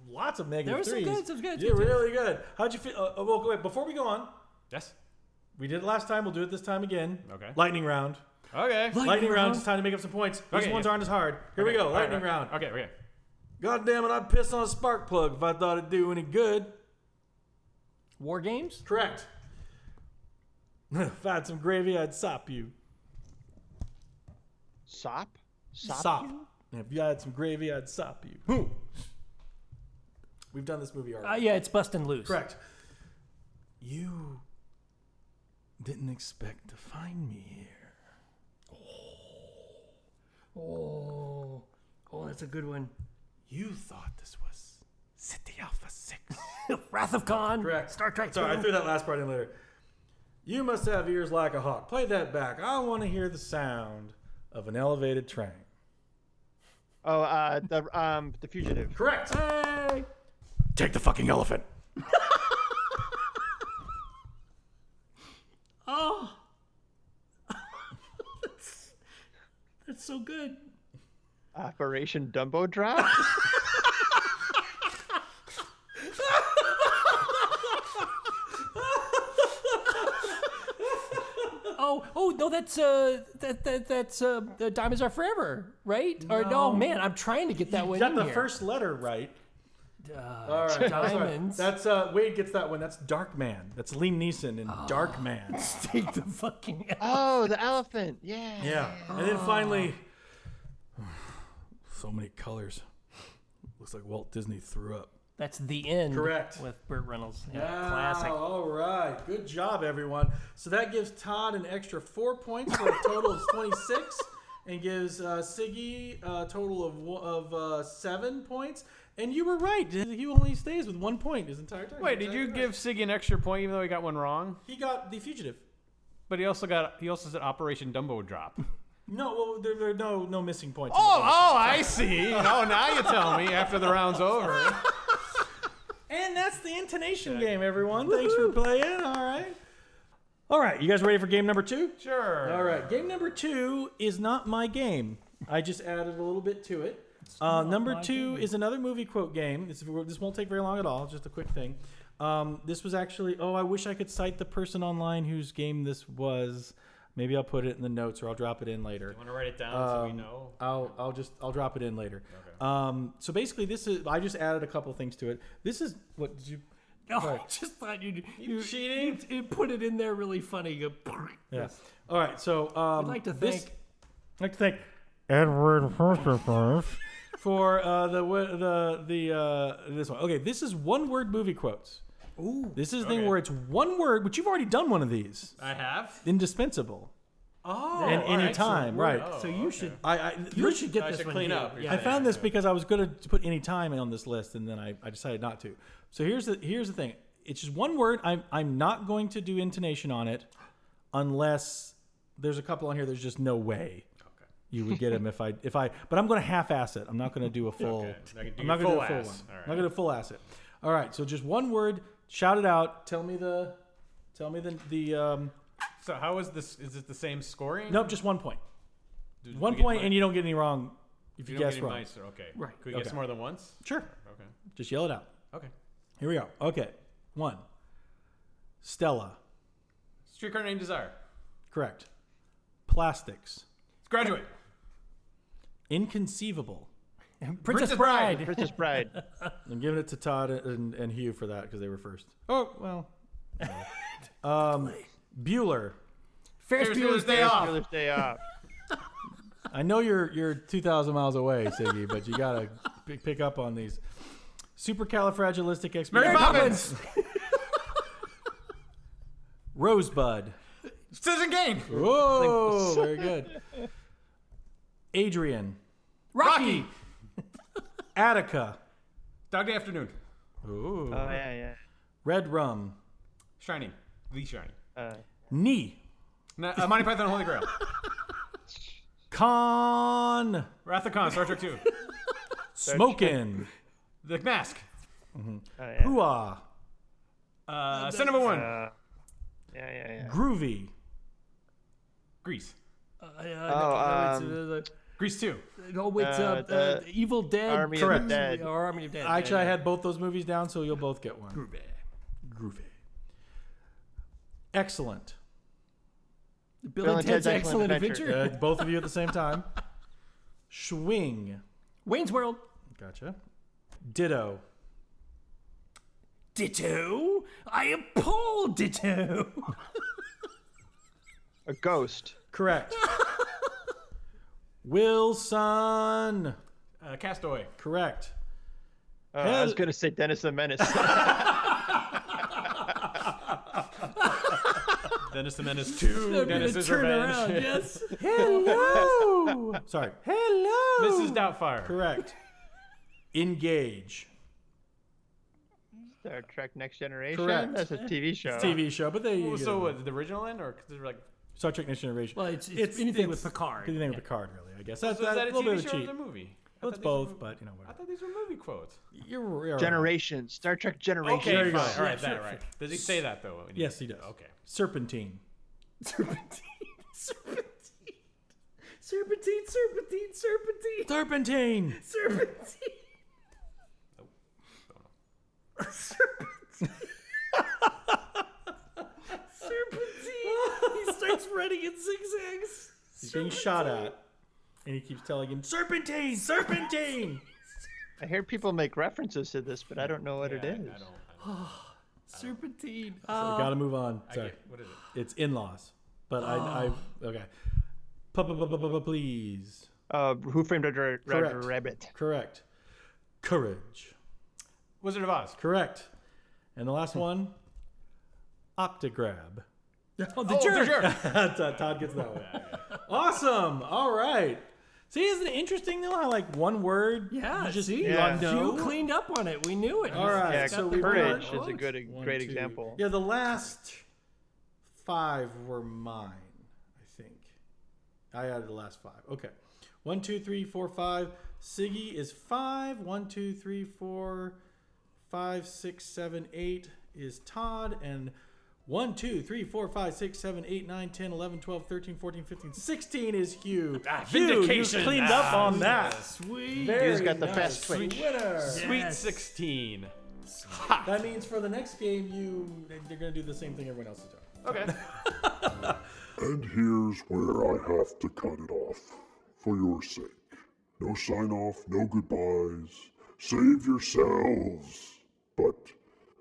Speaker 7: lots of negative
Speaker 5: There was some
Speaker 7: threes.
Speaker 5: good, some good,
Speaker 7: You're
Speaker 5: some good.
Speaker 7: really good. How'd you feel? Uh, uh, well, wait, before we go on.
Speaker 4: Yes.
Speaker 7: We did it last time. We'll do it this time again.
Speaker 4: Okay.
Speaker 7: Lightning round.
Speaker 4: Okay.
Speaker 7: Lightning, round. It's time to make up some points. These
Speaker 4: Okay,
Speaker 7: ones
Speaker 4: yeah.
Speaker 7: aren't as hard. Here we
Speaker 4: Okay,
Speaker 7: go.
Speaker 4: all right,
Speaker 7: Lightning
Speaker 4: all right.
Speaker 7: round.
Speaker 4: Okay, okay.
Speaker 7: God damn it! I'd piss on a spark plug if I thought it'd do any good.
Speaker 5: War games?
Speaker 7: Correct. <laughs> if I had some gravy, I'd sop you.
Speaker 6: Sop?
Speaker 7: Sop.
Speaker 6: Sop
Speaker 7: And If you had some gravy, I'd sop you. Boom. We've done this movie already.
Speaker 5: Uh, yeah, it's busting loose.
Speaker 7: Correct. You didn't expect to find me here.
Speaker 5: Oh, oh, that's a good one.
Speaker 7: You thought this was City Alpha 6.
Speaker 5: <laughs> Wrath of Khan.
Speaker 7: Correct.
Speaker 5: Star Trek.
Speaker 7: Sorry, I
Speaker 5: II.
Speaker 7: threw that last part in later. You must have ears like a hawk. Play that back. I want to hear the sound of an elevated train.
Speaker 6: Oh, uh, the um, the fugitive.
Speaker 7: Correct.
Speaker 5: Hey.
Speaker 7: Take the fucking elephant.
Speaker 5: Oh. that's, that's so good.
Speaker 6: Operation Dumbo Drop.
Speaker 5: Oh, oh no, that's uh, that, that that's uh, the diamonds are forever, right? Or no,
Speaker 7: No.
Speaker 5: man, I'm trying to get that
Speaker 7: You
Speaker 5: one.
Speaker 7: got
Speaker 5: in
Speaker 7: the
Speaker 5: here.
Speaker 7: first letter right. All right, that's all right.
Speaker 5: diamonds.
Speaker 7: That's uh, Wade gets that one. That's Dark Man. That's Liam Neeson in
Speaker 5: Ah.
Speaker 7: Dark
Speaker 5: <laughs>
Speaker 7: Man.
Speaker 5: Take <laughs> the
Speaker 7: <laughs>
Speaker 5: fucking.
Speaker 7: Ah.
Speaker 6: oh, the elephant. Yeah.
Speaker 7: Yeah. And then finally,
Speaker 5: Ah.
Speaker 7: <sighs> so many colors. Looks like Walt Disney threw up.
Speaker 5: That's the end.
Speaker 7: Correct.
Speaker 5: With Burt Reynolds. Yeah,
Speaker 7: Ah,
Speaker 5: Classic. <laughs> Oh,
Speaker 7: All right. Good job, everyone. So that gives Todd an extra four points for a total of 26 and gives uh, Siggy a total of, one- of uh, seven points. And you were right. He only stays with one point his entire time.
Speaker 4: Wait, did you give Siggy an extra point even though he got one wrong?
Speaker 7: He got The Fugitive.
Speaker 4: But he also got he also said Operation Dumbo Drop.
Speaker 7: No, well, there, there are no, no missing points.
Speaker 4: <laughs> Oh, oh, I see. Oh, now <laughs> you tell me after the round's over.
Speaker 7: And that's the intonation game, everyone. Thanks for playing. All right. All right. You guys ready for game number two?
Speaker 4: <laughs> Sure.
Speaker 7: All right. Game number two is not my game. I just added a little bit to it. Uh, number
Speaker 4: my
Speaker 7: two
Speaker 4: game.
Speaker 7: is another movie quote game. This, this won't take very long at all. Just a quick thing. Um, this was actually. Oh, I wish I could cite the person online whose game this was. Maybe I'll put it in the notes, or I'll drop it in later.
Speaker 4: You wanna write it down so we
Speaker 7: Um,
Speaker 4: know?
Speaker 7: I'll I'll just I'll drop it in later. Um, so basically, this is I just added a couple things to it. This is what did you?
Speaker 5: No,
Speaker 7: Sorry.
Speaker 5: I just thought you'd, you cheating. You, you put it in there really funny. You go,
Speaker 7: Yes. All right. So um,
Speaker 5: We'd like to
Speaker 7: this-
Speaker 5: thank-
Speaker 7: I'd like to thank Edward Firth for uh, the wo- the the uh, this one. Okay, this is one word movie quotes.
Speaker 5: Ooh.
Speaker 7: This is a thing where it's one word, which you've already done one of these.
Speaker 4: I have.
Speaker 7: Indispensable.
Speaker 4: Oh,
Speaker 7: At any time, right?
Speaker 5: So you should.
Speaker 7: I, I
Speaker 5: you should get
Speaker 4: I
Speaker 5: this
Speaker 4: should
Speaker 5: one
Speaker 4: clean
Speaker 5: here.
Speaker 4: up.
Speaker 5: Yeah.
Speaker 7: I found this because I was going to put any time on this list, and then I, I decided not to. So here's the here's the thing. It's just one word. I'm I'm not going to do intonation on it, unless there's a couple on here. There's just no way you would get them if I if I. But I'm going to half-ass it. I'm not going
Speaker 4: <laughs>
Speaker 7: to do a full.
Speaker 4: Okay. Not gonna do
Speaker 7: I'm not
Speaker 4: your
Speaker 7: going
Speaker 4: full
Speaker 7: to do a full
Speaker 4: ass.
Speaker 7: one.
Speaker 4: All
Speaker 7: I'm not going to full ass it. All right. So just one word. Shout it out. Tell me the. Tell me the the. Um,
Speaker 4: So how is this? Is it the same scoring?
Speaker 7: nope. Just one point.
Speaker 4: Do- do
Speaker 7: One
Speaker 4: we get
Speaker 7: point,
Speaker 4: mi-
Speaker 7: and you don't get any wrong. If
Speaker 4: you
Speaker 7: you,
Speaker 4: don't
Speaker 7: guess
Speaker 4: get any
Speaker 7: wrong,
Speaker 4: mice, okay.
Speaker 5: Right.
Speaker 4: Could we guess
Speaker 7: Okay.
Speaker 4: more than once?
Speaker 7: Sure.
Speaker 4: Okay.
Speaker 7: just yell it out.
Speaker 4: Okay.
Speaker 7: Here we go. Okay. One. Stella.
Speaker 4: Streetcar named Desire.
Speaker 7: Correct. Plastics.
Speaker 4: Graduate.
Speaker 7: Inconceivable.
Speaker 5: Princess, Bride.
Speaker 6: Princess Bride.
Speaker 7: I'm giving it to Todd and, and Hugh for that because they were first. Oh, well. um, Bueller.
Speaker 5: Ferris
Speaker 4: Ferris
Speaker 5: Bueller's
Speaker 4: Bueller's Day
Speaker 5: Day
Speaker 4: Off.
Speaker 5: Off.
Speaker 6: Bueller's Day Off.
Speaker 7: I know you're you're 2,000 miles away, Siggy, but you got to p- <laughs> pick up on these. Supercalifragilistic
Speaker 4: Mary Poppins.
Speaker 7: <laughs> Rosebud.
Speaker 4: Citizen Kane.
Speaker 7: Whoa, very good. Adrian.
Speaker 5: Rocky.
Speaker 7: Attica.
Speaker 4: Dog Day Afternoon.
Speaker 7: Ooh.
Speaker 6: Oh yeah, yeah.
Speaker 7: Red Rum.
Speaker 4: Shining. The Shining.
Speaker 6: Uh,
Speaker 7: Knee.
Speaker 4: Na- uh, Monty Python and Holy
Speaker 7: <laughs>
Speaker 4: Grail.
Speaker 7: Con.
Speaker 4: Wrath of Khan. Star Trek 2.
Speaker 7: Smokin'.
Speaker 4: The Mask.
Speaker 6: oh yeah.
Speaker 7: Hooah.
Speaker 4: Uh, Cinema 1.
Speaker 6: Uh, yeah, yeah, yeah.
Speaker 7: Groovy.
Speaker 4: Grease.
Speaker 5: Uh, yeah, I know- I know it's,
Speaker 6: um,
Speaker 5: uh, the-
Speaker 7: Grease two.
Speaker 5: No, wait, uh, Uh, the uh, Evil Dead Army of the
Speaker 7: Correct.
Speaker 5: Dead. Or Army of Dead, yeah,
Speaker 7: Actually, I
Speaker 5: yeah.
Speaker 7: had both those movies down, so you'll both get one.
Speaker 5: Groovy.
Speaker 7: Groovy. Excellent.
Speaker 5: Bill and Ted's Excellent Adventure.
Speaker 7: Uh, both of you at the same time. Swing.
Speaker 5: Wayne's World.
Speaker 7: Gotcha. Ditto.
Speaker 5: Ditto. I am Paul Ditto.
Speaker 6: A ghost.
Speaker 7: <laughs> Correct. Wilson.
Speaker 4: Uh, Castaway.
Speaker 7: Correct.
Speaker 6: Uh, I was going to say Dennis the Menace.
Speaker 7: <laughs>
Speaker 4: Dennis the Menace 2. Dennis is revenge. <laughs>
Speaker 7: Hello. Sorry. Hello.
Speaker 4: Mrs. Doubtfire.
Speaker 7: Correct. <laughs> Engage.
Speaker 6: Star Trek Next Generation.
Speaker 7: Correct.
Speaker 6: That's a TV show.
Speaker 7: It's a TV show, but they
Speaker 4: Well,
Speaker 7: use it
Speaker 4: so
Speaker 7: in-
Speaker 4: what, the original end, or because they're like
Speaker 7: Star Trek Next Generation.
Speaker 5: Well, it's- it's anything with Picard.
Speaker 7: Anything
Speaker 5: Yeah.
Speaker 7: with Picard, really. I guess
Speaker 4: So
Speaker 7: that's
Speaker 4: is
Speaker 7: that's
Speaker 4: that a
Speaker 7: a little
Speaker 4: TV
Speaker 7: bit of
Speaker 4: show or
Speaker 7: cheat.
Speaker 4: is it a movie? I
Speaker 7: Well, it's
Speaker 4: thought these
Speaker 7: both, but you know
Speaker 4: I
Speaker 7: whatever.
Speaker 4: thought these were movie quotes.
Speaker 7: You're, you're
Speaker 6: Generation. Star Trek Generation.
Speaker 4: Okay, fine. All right,
Speaker 7: Yeah,
Speaker 4: that
Speaker 7: sure,
Speaker 4: right.
Speaker 7: sure.
Speaker 4: Does he say that though? in
Speaker 7: Yes,
Speaker 4: it?
Speaker 7: he does.
Speaker 4: Okay.
Speaker 7: Serpentine.
Speaker 5: <laughs> Serpentine. Serpentine, serpentine, serpentine.
Speaker 7: Serpentine.
Speaker 5: Serpentine. Serpentine. <laughs> serpentine. He starts running in zigzags.
Speaker 7: He's being shot at, and he keeps telling him,
Speaker 5: <laughs>
Speaker 7: "Serpentine, serpentine."
Speaker 6: I hear people make references to this, but I don't know what it is.
Speaker 5: serpentine.
Speaker 7: So
Speaker 5: Ah.
Speaker 7: we gotta move on.
Speaker 5: I
Speaker 7: Sorry.
Speaker 5: get-
Speaker 4: what is
Speaker 7: it? It's in laws.
Speaker 5: <gasps>
Speaker 7: But I,
Speaker 6: Oh.
Speaker 7: I okay. P-p-p-p-p- Please.
Speaker 6: Uh, Who Framed Roger, Roger
Speaker 7: Correct.
Speaker 6: Rabbit?
Speaker 7: Correct. Courage.
Speaker 4: Wizard of Oz.
Speaker 7: Correct. And the last one, Optigrab.
Speaker 5: Oh, the jerk.
Speaker 7: <laughs> Todd Todd gets that one.
Speaker 4: <laughs>
Speaker 7: awesome. All right. See, isn't it interesting though? How like one word?
Speaker 5: Yeah,
Speaker 7: you just
Speaker 5: see,
Speaker 7: yeah.
Speaker 5: you cleaned up on it. We knew it.
Speaker 7: All right.
Speaker 6: Yeah,
Speaker 7: so we
Speaker 6: Courage
Speaker 7: were-
Speaker 6: is a good, e-,
Speaker 7: One,
Speaker 6: great
Speaker 7: two.
Speaker 6: example.
Speaker 7: Yeah, the last five were mine, I think. I added the last five. Okay. One, two, three, four, five. Siggy is five. One, two, three, four, five, six, seven, eight is Todd. And one, two, three, four, five, six, seven, eight, nine, 10, 11, 12, 13, 14, 15, 16 is Hugh. Hugh, you
Speaker 4: Ah, vindication.
Speaker 7: cleaned up
Speaker 4: Ah,
Speaker 7: on that.
Speaker 5: Sweet.
Speaker 7: Very
Speaker 6: Hugh's got the
Speaker 7: nice.
Speaker 6: best
Speaker 7: Sweet
Speaker 6: switch.
Speaker 7: winner.
Speaker 4: Sweet 16.
Speaker 7: That means for the next game, you they're gonna do the same thing everyone else is doing.
Speaker 1: And here's where I have to cut it off. For your sake. No sign off, no goodbyes. Save yourselves! But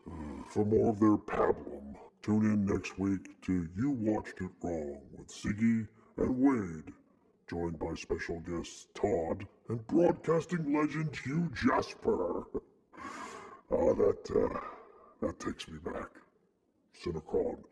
Speaker 1: uh, for more of their pablum, tune in next week to You Watched It Wrong with Siggy and Wade, joined by special guests Todd and broadcasting legend Hugh Jasper. <laughs> Ah, that, uh, that takes me back. Cinecron